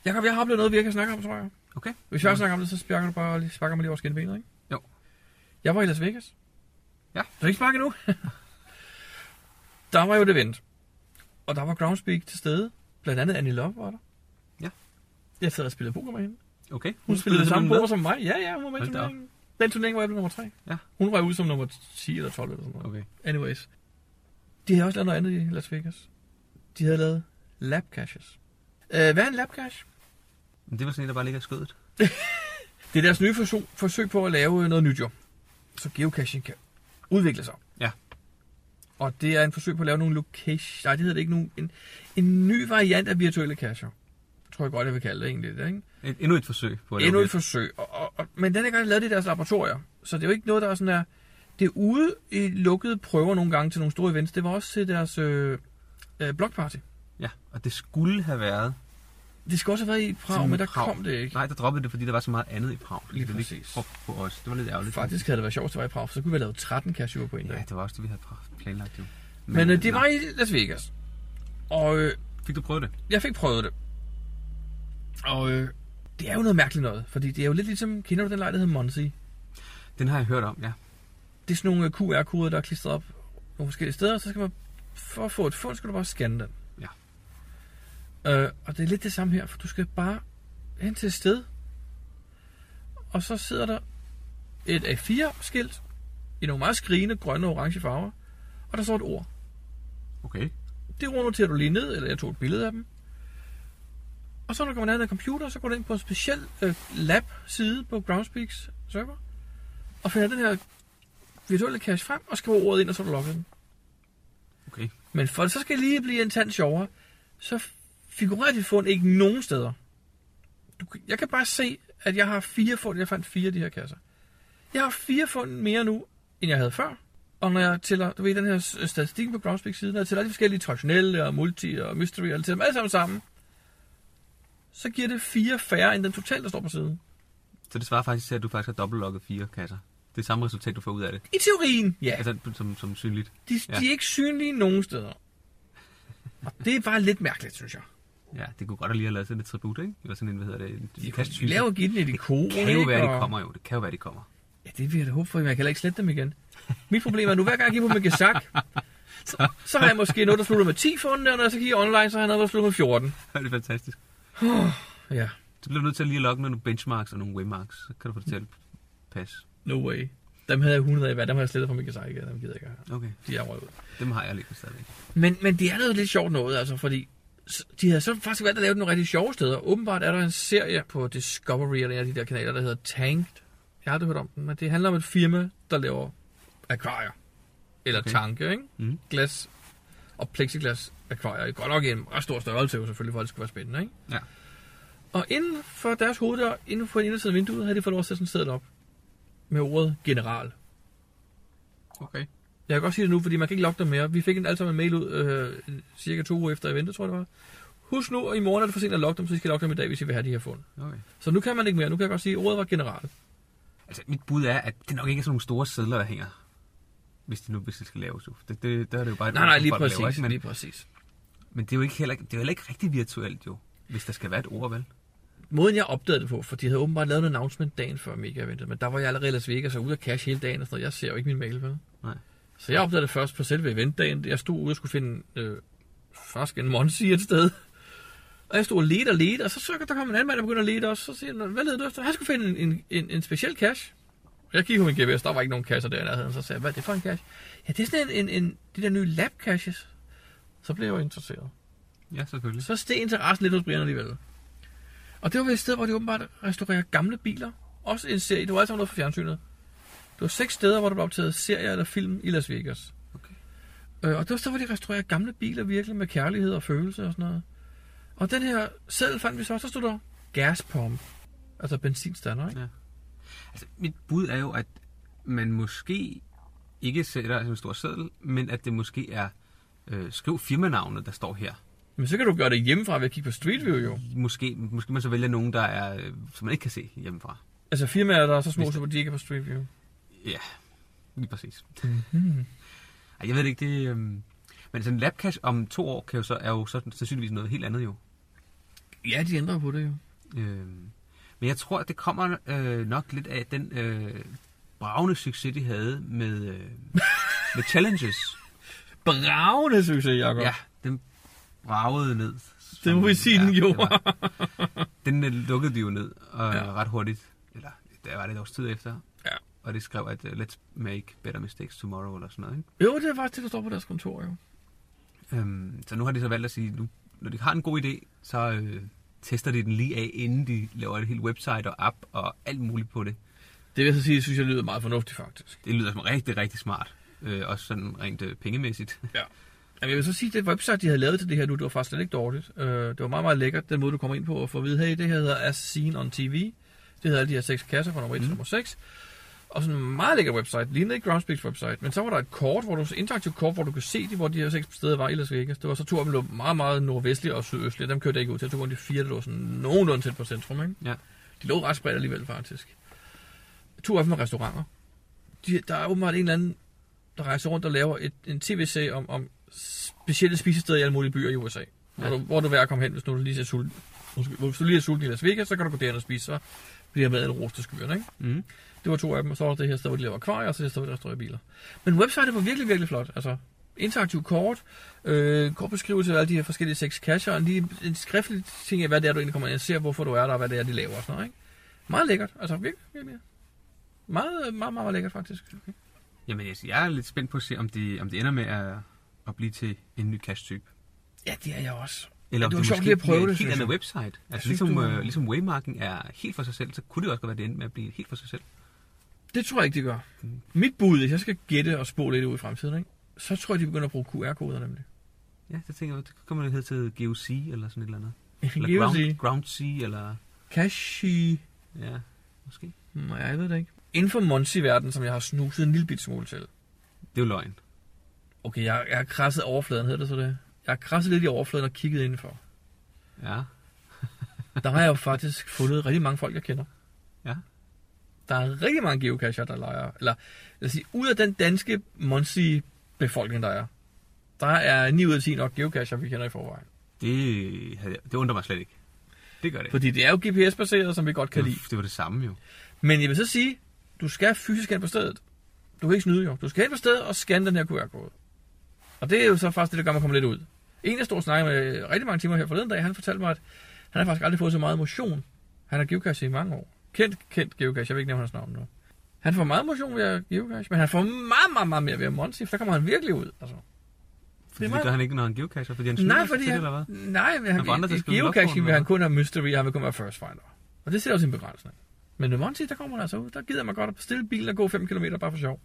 Speaker 2: Jakob, jeg har oplevet noget, vi ikke har snakket om, tror jeg. Okay. Hvis jeg også snakker om det, så sparker du bare lige, sparker mig lige over skinbenet, ikke? Jo. Jeg var i Las Vegas. Ja. Du har ikke sparket nu? der var jo et event. Og der var Groundspeak til stede. Blandt andet Annie Love var der. Ja. Jeg sad og spillede poker med hende.
Speaker 1: Okay.
Speaker 2: Hun spillede det samme
Speaker 1: simpelthen
Speaker 2: poker som
Speaker 1: med.
Speaker 2: mig. Ja, ja, hun var med i
Speaker 1: Hold da op.
Speaker 2: turneringen. Den turnering var jeg blev nummer 3.
Speaker 1: Ja.
Speaker 2: Hun var ude som nummer 10 eller 12 eller sådan noget. Okay. Anyways. De havde også lavet noget andet i Las Vegas. De havde lavet lab caches. Øh, hvad er en lab cache?
Speaker 1: Men Det var sådan en, der bare ligger i skødet.
Speaker 2: Det er deres nye forsøg, forsøg på at lave øh, noget nyt jo. Så geocaching kan udvikle sig.
Speaker 1: Ja.
Speaker 2: Og det er en forsøg på at lave nogle location... Nej, det hedder det ikke. Nogle, en, en ny variant af virtuelle cacher. Tror jeg godt, jeg vil kalde det egentlig. Det, ikke?
Speaker 1: Et, endnu et forsøg på at lave
Speaker 2: Endnu et
Speaker 1: lidt.
Speaker 2: forsøg. Og, og, og, men denne gang lavede de i deres laboratorier. Så det er jo ikke noget, der er sådan der... Det er ude i lukkede prøver nogle gange til nogle store events. Det var også til deres øh, øh, blogparty.
Speaker 1: Ja, og det skulle have været...
Speaker 2: Det skulle også have været i Prag,
Speaker 1: til
Speaker 2: men der
Speaker 1: Prag.
Speaker 2: kom det ikke.
Speaker 1: Nej, der droppede det, fordi der var så meget andet i Prag.
Speaker 2: Lige
Speaker 1: det
Speaker 2: præcis.
Speaker 1: Op på os. Det var lidt ærgerligt.
Speaker 2: Faktisk havde det været sjovt, hvis det var i Prag, for så kunne vi have lavet 13 cashewer på en dag.
Speaker 1: Ja, det var også det, vi havde pra- planlagt jo.
Speaker 2: Men, men øh, det
Speaker 1: nej.
Speaker 2: var i Las Vegas. Og, øh,
Speaker 1: fik du prøvet det?
Speaker 2: Jeg fik prøvet det. Og øh, det er jo noget mærkeligt noget, fordi det er jo lidt ligesom, kender du den leg, der hedder Monsi?
Speaker 1: Den har jeg hørt om, ja.
Speaker 2: Det er sådan nogle øh, QR-koder, der er klistret op nogle forskellige steder, så skal man, for at få et fund, skal du bare scanne den. Ja. Øh, og det er lidt det samme her, for du skal bare hen til et sted, og så sidder der et A4-skilt i nogle meget skrigende grønne og orange farver, og der står et ord.
Speaker 1: Okay.
Speaker 2: Det ord noterer du lige ned, eller jeg tog et billede af dem. Og så når du kommer ned af computer, så går du ind på en speciel øh, lab-side på Groundspeaks server, og finder den her virtuelle cache frem, og skriver ordet ind, og så er du logget den.
Speaker 1: Okay.
Speaker 2: Men for at det så skal lige blive en tand sjovere, så figurerer dit fund ikke nogen steder. Du, kan- jeg kan bare se, at jeg har fire fund. Jeg fandt fire af de her kasser. Jeg har fire fund mere nu, end jeg havde før. Og når jeg tæller, du ved, den her s- statistik på Groundspeak siden, når jeg tæller alle de forskellige traditionelle og multi og mystery, og jeg tæller dem alle sammen sammen, så giver det fire færre, end den totale, der står på siden.
Speaker 1: Så det svarer faktisk til, at du faktisk har dobbeltlogget fire kasser. Det er samme resultat, du får ud af det.
Speaker 2: I teorien, ja.
Speaker 1: Altså, som, som synligt.
Speaker 2: De, ja. de er ikke synlige nogen steder. Og det er bare lidt mærkeligt, synes jeg.
Speaker 1: Ja, det kunne godt at lige have lavet sådan et tribut, ikke? Eller sådan en, hvad hedder det? En de
Speaker 2: Vi laver give den et ikon,
Speaker 1: Det kan jo
Speaker 2: ikke?
Speaker 1: være, de
Speaker 2: Og-
Speaker 1: kommer jo. Det kan jo være, de kommer.
Speaker 2: Ja, det vil jeg da håbe for, men jeg kan heller ikke slette dem igen. Mit problem er nu, hver gang jeg giver på min gesak, så, så har jeg måske noget, der slutter med 10 funde, og når jeg så kigger online, så har jeg noget, der slutter med 14.
Speaker 1: det er fantastisk.
Speaker 2: ja.
Speaker 1: Du bliver nødt til at lige at logge med nogle benchmarks og nogle waymarks. Så kan du få det til at passe.
Speaker 2: No way. Dem havde jeg 100 af hver, dem har jeg slettet fra min gesak igen, dem gider jeg ikke have.
Speaker 1: Okay.
Speaker 2: De er røget.
Speaker 1: Dem har jeg liggende stadigvæk.
Speaker 2: Men, men det er noget lidt sjovt noget, altså, fordi s- de havde så faktisk valgt at lave nogle rigtig sjove steder. Åbenbart er der en serie på Discovery, eller en af de der kanaler, der hedder Tanked. Jeg har aldrig hørt om den, men det handler om et firma, der laver akvarier. Eller okay.
Speaker 1: Okay.
Speaker 2: tanke, ikke?
Speaker 1: Mhm.
Speaker 2: Glas og plexiglas akvarier. Godt nok i en ret stor størrelse, jo, selvfølgelig, for at det skulle være spændende, ikke?
Speaker 1: Ja.
Speaker 2: Og inden for deres hoveddør, inden for den inderside af vinduet, havde de fået lov at sætte sådan en seddel op. Med ordet general.
Speaker 1: Okay.
Speaker 2: Jeg kan godt sige det nu, fordi man kan ikke logge dem mere. Vi fik en, alle sammen en mail ud øh, cirka to uger efter eventet, tror jeg det var. Husk nu, at i morgen er det for sent at logge dem, så I skal logge dem i dag, hvis I vil have de her fund.
Speaker 1: Okay.
Speaker 2: Så nu kan man ikke mere. Nu kan jeg godt sige, at ordet var general.
Speaker 1: Altså, mit bud er, at det nok ikke er sådan nogle store sædler, der hænger. Hvis det nu hvis det skal laves. jo. Det, det, der er det jo bare... et
Speaker 2: Nej,
Speaker 1: ord,
Speaker 2: nej,
Speaker 1: som
Speaker 2: lige
Speaker 1: folk
Speaker 2: præcis,
Speaker 1: laver, ikke? Men-
Speaker 2: lige præcis.
Speaker 1: Men det er jo ikke heller, ikke- det er jo heller ikke rigtig virtuelt, jo. Hvis der skal være et ord, vel?
Speaker 2: Måden jeg opdagede det på, for de havde åbenbart lavet en announcement dagen før mega eventet, men der var jeg allerede i Las Vegas og ude af cash hele dagen og sådan noget. Jeg ser jo ikke min mail, vel?
Speaker 1: Nej.
Speaker 2: Så jeg opdagede det først på selve eventdagen. Jeg stod ude og skulle finde øh, faktisk en Monsi et sted. Og jeg stod og ledte og ledte, og så så jeg, at der kom en anden mand, der begyndte at lede også. Så siger han, hvad leder du efter? Han skulle finde en, en, en speciel cash. Jeg kiggede på min GPS, der var ikke nogen kasser der i nærheden, så sagde jeg, hvad er det for en kasse? Ja, det er sådan en, en, en de der nye lab caches. Så blev jeg jo interesseret.
Speaker 1: Ja, selvfølgelig.
Speaker 2: Så steg interessen lidt hos Brian alligevel. Og det var vel et sted, hvor de åbenbart restaurerer gamle biler. Også en serie, det var alt sammen noget fra fjernsynet. Det var seks steder, hvor der blev optaget serier eller film i Las Vegas. Okay. Øh, og det var et sted, hvor de restaurerer gamle biler virkelig med kærlighed og følelse og sådan noget. Og den her seddel fandt vi så, så stod der gaspump. Altså benzinstander, ikke? Ja.
Speaker 1: Altså, mit bud er jo, at man måske ikke sætter altså en stor seddel, men at det måske er, øh, skriv firmanavnet, der står her.
Speaker 2: Men så kan du gøre det hjemmefra ved at kigge på Street View jo.
Speaker 1: Måske, måske man så vælger nogen, der er, øh, som man ikke kan se hjemmefra.
Speaker 2: Altså firmaer, der er så små,
Speaker 1: Hvis det-
Speaker 2: så de ikke er på Street View.
Speaker 1: Ja, lige præcis.
Speaker 2: Mhm.
Speaker 1: Ej, jeg ved det ikke, det... Øh... Men sådan en labcash om to år kan jo så, er jo så, sandsynligvis noget helt andet jo.
Speaker 2: Ja, de ændrer på det jo.
Speaker 1: Øh, men jeg tror, at det kommer øh, nok lidt af den øh, bravende succes, de havde med, øh, med challenges.
Speaker 2: bravende succes, Jacob.
Speaker 1: Ja, den bragede ned.
Speaker 2: Det må vi sige, den gjorde.
Speaker 1: var- den øh, lukkede de jo ned og ja. ret hurtigt. Eller der var det et års tid efter.
Speaker 2: Ja.
Speaker 1: Og det skrev, at øh, let's make better mistakes tomorrow eller sådan noget. Ikke?
Speaker 2: Jo, det er faktisk det, der står på deres kontor jo.
Speaker 1: Øhm, så nu har de så valgt at sige, nu, når de har en god idé, så øh, tester de den lige af, inden de laver et helt website og app og alt muligt på det.
Speaker 2: Det vil jeg så sige, synes jeg lyder meget fornuftigt faktisk.
Speaker 1: Det lyder som rigtig, rigtig smart. Øh, også sådan rent øh, pengemæssigt.
Speaker 2: Ja. Jamen, jeg vil så sige, at det website, de havde lavet til det her nu, det var faktisk slet ikke dårligt. Øh, det var meget, meget lækkert, den måde, du kommer ind på og får at vide, hey, det her hedder As Seen on TV. Det hedder alle de her seks kasser fra nummer 1 til nummer 6. Og sådan en meget lækker website, lignede ikke Groundspeaks website, men så var der et kort, hvor du, et interaktivt kort, hvor du kunne se, de, hvor de her seks steder var i Las Vegas. Det var så to af dem lå meget, meget nordvestlige og sydøstlige, dem kørte jeg ikke ud til. Jeg tog kun de fire, der lå sådan nogenlunde tæt på centrum, ikke?
Speaker 1: Ja.
Speaker 2: De lå ret spredt alligevel, faktisk. To af dem er restauranter. De, der er åbenbart en eller anden, der rejser rundt og laver et, en tv-serie om, om specielle spisesteder i alle mulige byer i USA. Hvor,
Speaker 1: Ja.
Speaker 2: du, hvor du er værd at komme hen, hvis nu du lige er sulten. Undskyld, Hvis du lige er sulten i Las Vegas, så kan du gå derhen og spise, så bliver maden rost til skyerne, ikke?
Speaker 1: Mm.
Speaker 2: Det var to af dem, og så var der det her sted, hvor de laver akvarier, og så det her sted, hvor de restaurerer biler. Men websitet var virkelig, virkelig flot. Altså, interaktiv kort, øh, kort beskrivelse af alle de her forskellige seks kasser, og lige en skriftlig ting af, hvad det er, du egentlig kommer ind og ser, hvorfor du er der, og hvad det er, de laver og sådan noget, ikke? Meget lækkert, altså virkelig, virkelig. Meget, meget, meget, meget lækkert faktisk. Okay.
Speaker 1: Jamen, jeg, jeg er lidt spændt på at se, om det, om det ender med at, at blive til en ny cash-type.
Speaker 2: Ja, det er jeg også.
Speaker 1: Eller
Speaker 2: Men
Speaker 1: om
Speaker 2: det
Speaker 1: det,
Speaker 2: var sjovt
Speaker 1: måske
Speaker 2: lige at prøve
Speaker 1: bliver
Speaker 2: det,
Speaker 1: et helt
Speaker 2: synes jeg.
Speaker 1: andet website.
Speaker 2: Jeg
Speaker 1: Altså,
Speaker 2: synes,
Speaker 1: ligesom,
Speaker 2: du-
Speaker 1: øh, ligesom Waymarking er helt for sig selv, så kunne det også godt være, det endte med at blive helt for sig selv.
Speaker 2: Det tror jeg ikke, de gør. Mit bud, hvis jeg skal gætte og spå lidt ud i fremtiden, ikke? så tror jeg, de begynder at bruge QR-koder nemlig.
Speaker 1: Ja, det tænker jeg, det kommer det hedde til GOC eller sådan et eller andet. Eller
Speaker 2: GOC.
Speaker 1: Ground, Ground C, eller...
Speaker 2: Kashi.
Speaker 1: Ja, måske.
Speaker 2: Nej, jeg ved det ikke. Inden for Monsi-verdenen, som jeg har snuset en lille bit smule til.
Speaker 1: Det er jo løgn.
Speaker 2: Okay, jeg, jeg har krasset overfladen, hedder det så det? Jeg har krasset lidt i overfladen og kigget indenfor.
Speaker 1: Ja.
Speaker 2: Der har jeg jo faktisk fundet rigtig mange folk, jeg kender.
Speaker 1: Ja.
Speaker 2: Der er rigtig mange geocacher, der leger. Eller lad os sige, ud af den danske Monsi-befolkning, der er, der er 9 ud af 10 nok geocacher, vi kender i forvejen.
Speaker 1: Det, havde jeg- det undrer mig slet ikke. Det gør det.
Speaker 2: Fordi det er jo GPS-baseret, som vi godt kan lide.
Speaker 1: Det var det samme jo.
Speaker 2: Men jeg vil så sige, du skal fysisk hen på stedet. Du kan ikke snyde jo. Du skal hen på stedet og scanne den her QR-kode. Og det er jo så faktisk det, der gør mig komme lidt ud. En, jeg stod og snakkede med rigtig mange timer her forleden dag, han fortalte mig, at han har faktisk aldrig fået så meget motion. Han har geocache i mange år. Kendt, kendt geocache. Jeg vil ikke nævne hans navn nu. Han får meget motion ved at geocache, men han får meget, meget, meget mere ved at monsi, for der kommer han virkelig ud. Altså.
Speaker 1: Fordi det
Speaker 2: meget-
Speaker 1: gør han ikke, når han geocacher, fordi han snyder
Speaker 2: Nej,
Speaker 1: sig
Speaker 2: fordi
Speaker 1: til det,
Speaker 2: han,
Speaker 1: eller hvad?
Speaker 2: nej, men han,
Speaker 1: får andre til at
Speaker 2: han
Speaker 1: skrive
Speaker 2: geocaching
Speaker 1: logbog,
Speaker 2: vil han
Speaker 1: eller
Speaker 2: kun have mystery, og han vil kun være first finder. Og det sætter jo sin begrænsning. Men med Monty, der kommer han altså ud. Der gider man godt at stille bilen og gå 5 km bare for sjov.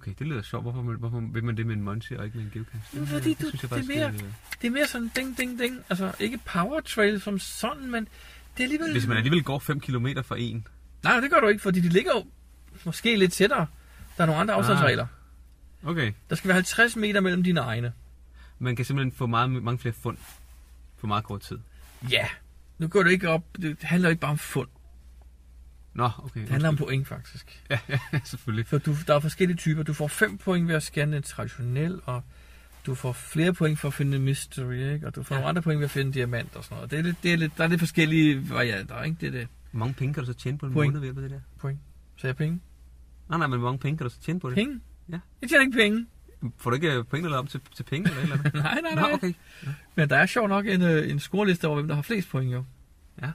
Speaker 1: Okay, det lyder sjovt. Hvorfor, hvorfor vil man det med en Monty og ikke med en geocache?
Speaker 2: Jamen, fordi du, det, er mere,
Speaker 1: øh,
Speaker 2: det er mere sådan ding, ding, ding. Altså ikke power trail som sådan, men det er alligevel...
Speaker 1: øh, Hvis man alligevel går 5 km for en.
Speaker 2: Nej, det gør du ikke, fordi de ligger jo måske lidt tættere. Der er nogle
Speaker 1: Ah.
Speaker 2: andre afstandsregler.
Speaker 1: Okay.
Speaker 2: Der skal være 50 meter mellem dine egne.
Speaker 1: Man kan simpelthen få meget, mange flere fund på meget kort tid.
Speaker 2: Ja, nu går det ikke op. Det handler ikke bare om fund.
Speaker 1: Nå, okay.
Speaker 2: Det handler om point, faktisk.
Speaker 1: Ja, selvfølgelig.
Speaker 2: For du, der er forskellige typer. Du får 5 point ved at scanne en traditionel, og du får flere point for at finde en mystery, ikke? og du får ja. nogle andre point ved at finde en diamant og sådan noget. Det er lidt, det er lidt, der er lidt forskellige varianter, ikke? Det er det.
Speaker 1: Hvor mange penge kan du så tjene på en
Speaker 2: Point.
Speaker 1: måned ved hjælp af det der?
Speaker 2: Point. Så jeg penge?
Speaker 1: Nej, nej, men hvor mange penge kan du så tjene på det?
Speaker 2: Penge?
Speaker 1: Ja.
Speaker 2: Jeg tjener ikke penge.
Speaker 1: Får du ikke øh, penge eller op til, til penge eller et eller andet?
Speaker 2: Nej, nej,
Speaker 1: Nå,
Speaker 2: nej.
Speaker 1: okay.
Speaker 2: Men der er sjovt nok en, øh, en scoreliste over, hvem der har flest point, jo.
Speaker 1: Ja.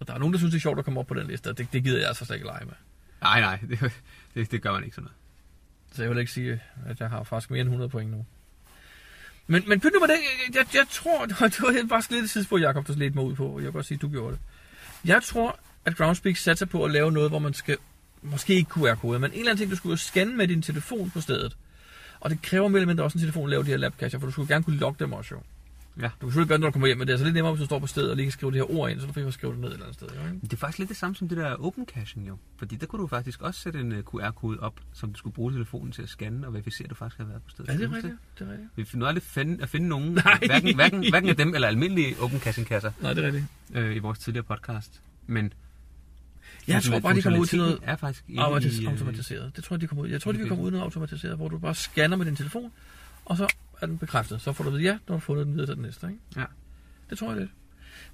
Speaker 2: Og der er nogen, der synes, det er sjovt at komme op på den liste, og det, det gider jeg altså slet ikke lege med.
Speaker 1: Nej, nej, det, det, det gør man ikke sådan noget.
Speaker 2: Så jeg vil ikke sige, at jeg har faktisk mere end 100 point nu. Men, men pyt nu med det. Jeg, jeg, jeg tror, det var, det var bare sådan lidt et tidspunkt, Jacob, du slet mig ud på. Jeg kan godt sige, at du gjorde det. Jeg tror, at Groundspeak satser på at lave noget, hvor man skal, måske ikke QR-kode, men en eller anden ting, du skulle scanne med din telefon på stedet. Og det kræver mere eller mindre også en telefon at lave de her labcacher, for du skulle gerne kunne logge dem også jo.
Speaker 1: Ja.
Speaker 2: Du kan selvfølgelig gøre det, når du kommer hjem, men det er altså lidt nemmere, hvis du står på stedet og lige kan skrive det her ord ind, så du får skrive det ned et eller andet sted. Jo, ikke?
Speaker 1: Det er faktisk lidt det samme som det der open caching jo. Fordi der kunne du faktisk også sætte en øh, QR-kode op, som du skulle bruge telefonen til at scanne og verificere, at du faktisk har været på stedet.
Speaker 2: Ja, det er
Speaker 1: Findes
Speaker 2: rigtigt. Det er rigtigt.
Speaker 1: Vi finder aldrig finde, at finde nogen,
Speaker 2: Nej.
Speaker 1: hverken, hverken, hverken af dem eller almindelige open caching kasser.
Speaker 2: Nej, det er rigtigt.
Speaker 1: Øh, I vores tidligere podcast. Men
Speaker 2: Jeg tror bare, de kommer ud til noget
Speaker 1: funktionaliteten er faktisk inde
Speaker 2: automatis-
Speaker 1: i, øh,
Speaker 2: automatiseret. Det tror jeg, de kommer ud. Jeg tror, de vil
Speaker 1: Okay.
Speaker 2: komme ud i noget automatiseret, hvor du bare scanner med din telefon, og så er den bekræftet. Så får du at vide, ja, når du har fundet den videre til den næste. Ikke?
Speaker 1: Ja.
Speaker 2: Det tror jeg lidt.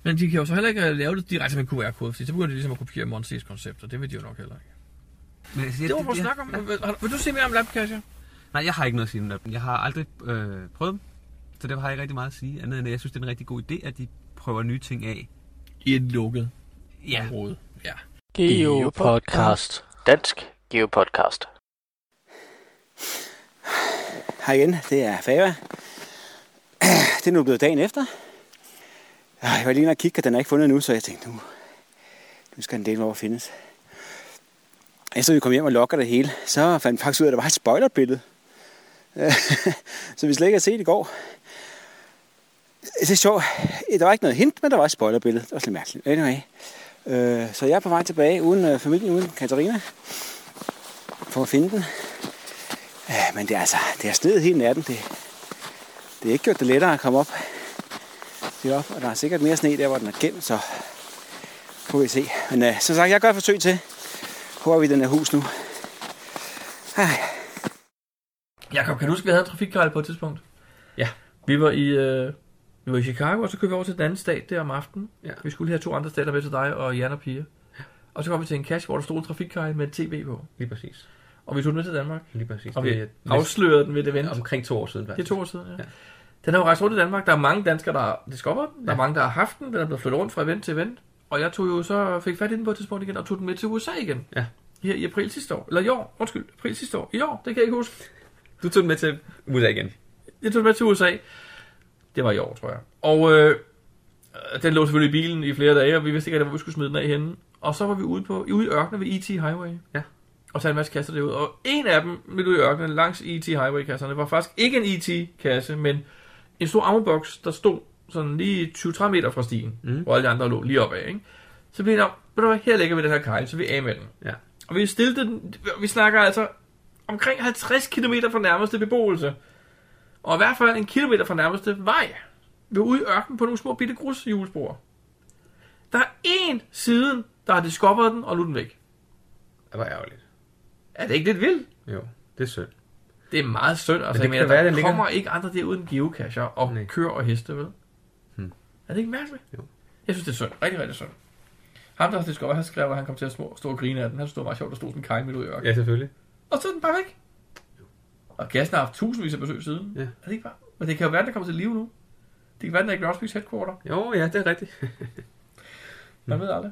Speaker 2: Men de kan jo så heller ikke øh, lave det direkte med QR-kode, fordi så begynder de ligesom at kopiere Monsees koncept, og det vil de jo nok heller ikke.
Speaker 1: Men, altså,
Speaker 2: Det var vores snak om. Vil, vil du sige mere om labcacher?
Speaker 1: Nej, jeg har ikke noget at sige om labcacher. Jeg har aldrig øh, prøvet dem, så derfor har jeg ikke rigtig meget at sige. Andet end, at jeg synes, det er en rigtig god idé, at de prøver nye ting af.
Speaker 2: I et lukket
Speaker 1: ja.
Speaker 2: område. Ja.
Speaker 3: Geo Podcast. Dansk Geo Podcast.
Speaker 4: Hej igen, det er Fava. Det er nu blevet dagen efter. Øh, Jeg var lige inde og kigge, og den er ikke fundet endnu, så jeg tænkte, nu, nu skal den del over findes. Efter vi kom hjem og lokker det hele, så fandt vi faktisk ud af, at der var et spoilerbillede. Øh, så vi slet ikke har set i går. Det er sjovt. Der var ikke noget hint, men der var et spoilerbillede. Det var lidt mærkeligt. Anyway. Øh, Så jeg er på vej tilbage uden øh, familien, uden Katarina. For at finde den. Ja, men det er altså, det har sneet hele natten. Det, det er ikke gjort det lettere at komme op. Det op, og der er sikkert mere sne der, hvor den er gemt, så får vi se. Men øh, som sagt, jeg gør et forsøg til. Hvor vi i den her hus nu?
Speaker 2: Jakob, kan du huske, vi havde en trafikkrejl på et tidspunkt?
Speaker 1: Ja.
Speaker 2: Vi var i, øh, vi var i Chicago, og så kørte vi over til den anden stat der om aftenen. Ja. Vi skulle have to andre stater med til dig og Jan og Pia. Og så kom vi til en cash, hvor der stod en trafikkrejl med et tv på.
Speaker 1: Lige præcis.
Speaker 2: Og vi tog den med til Danmark.
Speaker 1: Lige præcis.
Speaker 2: Og vi
Speaker 1: Det er næsten-
Speaker 2: afslørede den ved det event.
Speaker 1: Omkring to år siden,
Speaker 2: Det er
Speaker 1: faktisk.
Speaker 2: to år siden, ja. ja. Den har jo rejst rundt i Danmark. Der er mange danskere, der har discovered den. Der er mange, der har haft den. Den er blevet flyttet rundt fra event til event. Og jeg tog jo så fik fat i den på et tidspunkt igen, og tog den med til USA igen.
Speaker 1: Ja.
Speaker 2: Her i april sidste år. Eller i år. Undskyld, april sidste år. I år, det kan jeg ikke huske.
Speaker 1: Du tog den med til USA igen.
Speaker 2: Jeg tog den med til USA. Det var i år, tror jeg. Og øh, den lå selvfølgelig i bilen i flere dage, og vi vidste ikke, rigtig, hvor vi skulle smide den af henne. Og så var vi ude, på, ude i ørkenen ved E.T. Highway.
Speaker 1: Ja.
Speaker 2: Og tager en masse kasser derud. Og en af dem midt ude i ørkenen langs E.T. Highway-kasserne var faktisk ikke en E.T.-kasse, men en stor ammerboks, der stod sådan lige 20-30 meter fra stien, mm. hvor alle de andre lå lige opad. Ikke? Så blev jeg om, ved du hvad, her lægger vi den her kejl, så vi er af med den.
Speaker 1: Ja.
Speaker 2: Og vi stillede den, vi snakker altså omkring 50 km fra nærmeste beboelse. Og i hvert fald en kilometer fra nærmeste vej. Vi var ude i ørkenen på nogle små bitte grusjulespor. Der er én siden, der har discoveret den og nu er den væk.
Speaker 1: Det var ærgerligt.
Speaker 2: Er det ikke lidt vildt?
Speaker 1: Jo, det er synd.
Speaker 2: Det er meget synd. Altså,
Speaker 1: det
Speaker 2: jeg
Speaker 1: kan
Speaker 2: mener,
Speaker 1: være,
Speaker 2: der
Speaker 1: den ligger-
Speaker 2: kommer ikke andre der uden geocacher og Nej. køer og heste, vel?
Speaker 1: Hmm.
Speaker 2: Er det ikke mærkeligt? Jo. Jeg synes, det er synd. Rigtig, rigtig synd. Ham, der har discoveret, han skrev, at han kom til at små, stå og grine af den. Han stod meget sjovt, der stod sådan en kaj midt ud i ørkenen.
Speaker 1: Ja, selvfølgelig.
Speaker 2: Og så er den bare væk. Og kassen har haft tusindvis af besøg siden. Ja. Er det ikke bare? Men det kan jo være, den er kommet til live nu. Det kan være, den er i Groundspeaks headquarter.
Speaker 1: Jo, ja, det er rigtigt.
Speaker 2: Man ved aldrig.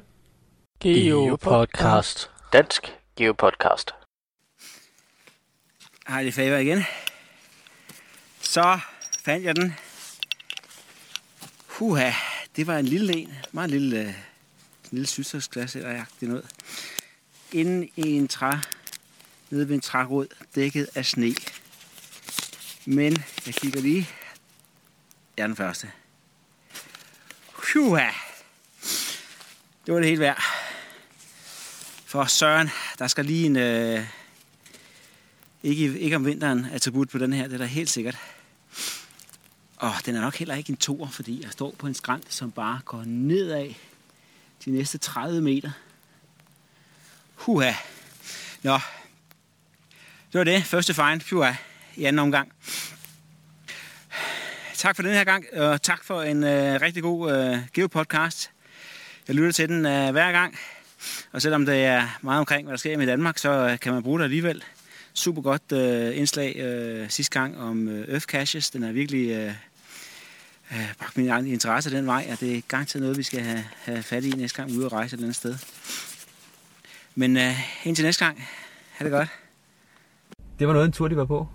Speaker 3: Geo Podcast. Dansk Geo Podcast.
Speaker 4: Hej, det er Fava igen. Så fandt jeg den. Huha, det var en lille en. Meget lille, øh, en lille sygdomsklasse eller jagtig noget. Inden i en træ, nede ved en trærod, dækket af sne. Men jeg kigger lige. Jeg er den første. Huha. Det var det helt værd. For Søren, der skal lige en... Øh, ikke, ikke om vinteren attribut på den her, det er da helt sikkert. Og den er nok heller ikke en toer, fordi jeg står på en skrænt, som bare går nedad de næste 30 meter. Huha. Nå. Det var det. Første find. Puha. I anden omgang. Tak for den her gang, og tak for en øh, rigtig god øh, geopodcast. Jeg lytter til den øh, hver gang, og selvom det er meget omkring, hvad der sker med Danmark, så øh, kan man bruge det alligevel super godt øh, indslag øh, sidste gang om øh, Earth Caches. Den har virkelig øh, øh, bragt min egen interesse den vej, og det er garanteret noget, vi skal have, have fat i næste gang vi er ude og rejse et eller andet sted. Men øh, indtil næste gang, ha' det godt.
Speaker 1: Det var noget af en tur, de var på.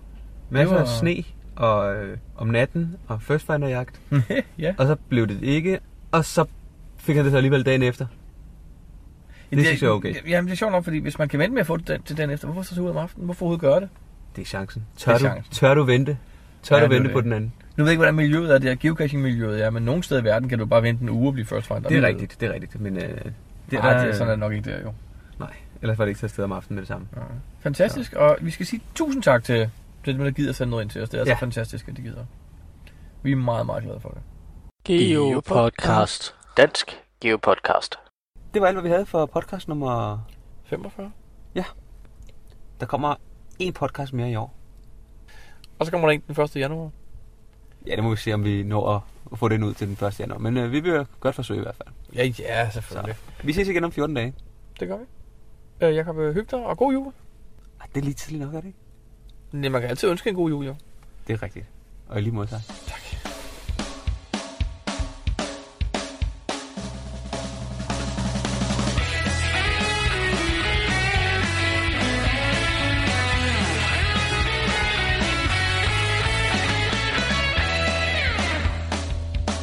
Speaker 1: Masser
Speaker 4: Det
Speaker 1: var...
Speaker 4: var-
Speaker 1: af sne og øh, om natten og first finder jagt.
Speaker 2: ja.
Speaker 1: Og så blev det ikke, og så fik han det så alligevel dagen efter. Det, det synes jeg er okay.
Speaker 2: Jamen, det er sjovt nok, fordi hvis man kan vente med at få det den- til den efter, hvorfor så tage ud om aftenen? Hvorfor overhovedet gøre det?
Speaker 1: Det er chancen. Tør,
Speaker 2: Det er
Speaker 1: du, tør du vente? Tør
Speaker 2: Ja,
Speaker 1: ja, du
Speaker 2: det er
Speaker 1: vente
Speaker 2: det.
Speaker 1: på den anden?
Speaker 2: Nu ved jeg ikke, hvordan miljøet er, det her geocaching-miljøet er, men nogle steder i verden kan du bare vente en uge og blive first finder.
Speaker 1: Det er rigtigt, det er rigtigt. Men øh,
Speaker 2: Det
Speaker 1: der-
Speaker 2: er, det er sådan er det nok ikke der, jo.
Speaker 1: Nej, ellers var det ikke taget afsted om aftenen med det samme.
Speaker 2: Ja. Fantastisk, og vi skal sige tusind tak til, til dem, der gider sende noget ind til os. Det er altså
Speaker 1: Ja.
Speaker 2: fantastisk, at de gider. Vi er meget, meget glade for det.
Speaker 3: Geopodcast. Dansk Geopodcast.
Speaker 1: Det var alt, hvad vi havde for podcast nummer
Speaker 2: 45.
Speaker 1: Ja. Der kommer en podcast mere i år.
Speaker 2: Og så kommer der en den 1. januar.
Speaker 1: Ja, det må vi se, om vi når at- at få den ud til den 1. januar. Men øh, vi vil godt forsøge i hvert fald.
Speaker 2: Ja, ja, selvfølgelig.
Speaker 1: Så. Vi ses igen om 14 dage.
Speaker 2: Det gør vi. Øh, Jakob, øh, hyg dig, og god jul.
Speaker 1: Ej, Ah, det er lige tidligt nok, er det ikke?
Speaker 2: Men man kan altid ønske en god jul, jo.
Speaker 1: Det er rigtigt. Og i lige mod sig. Tak.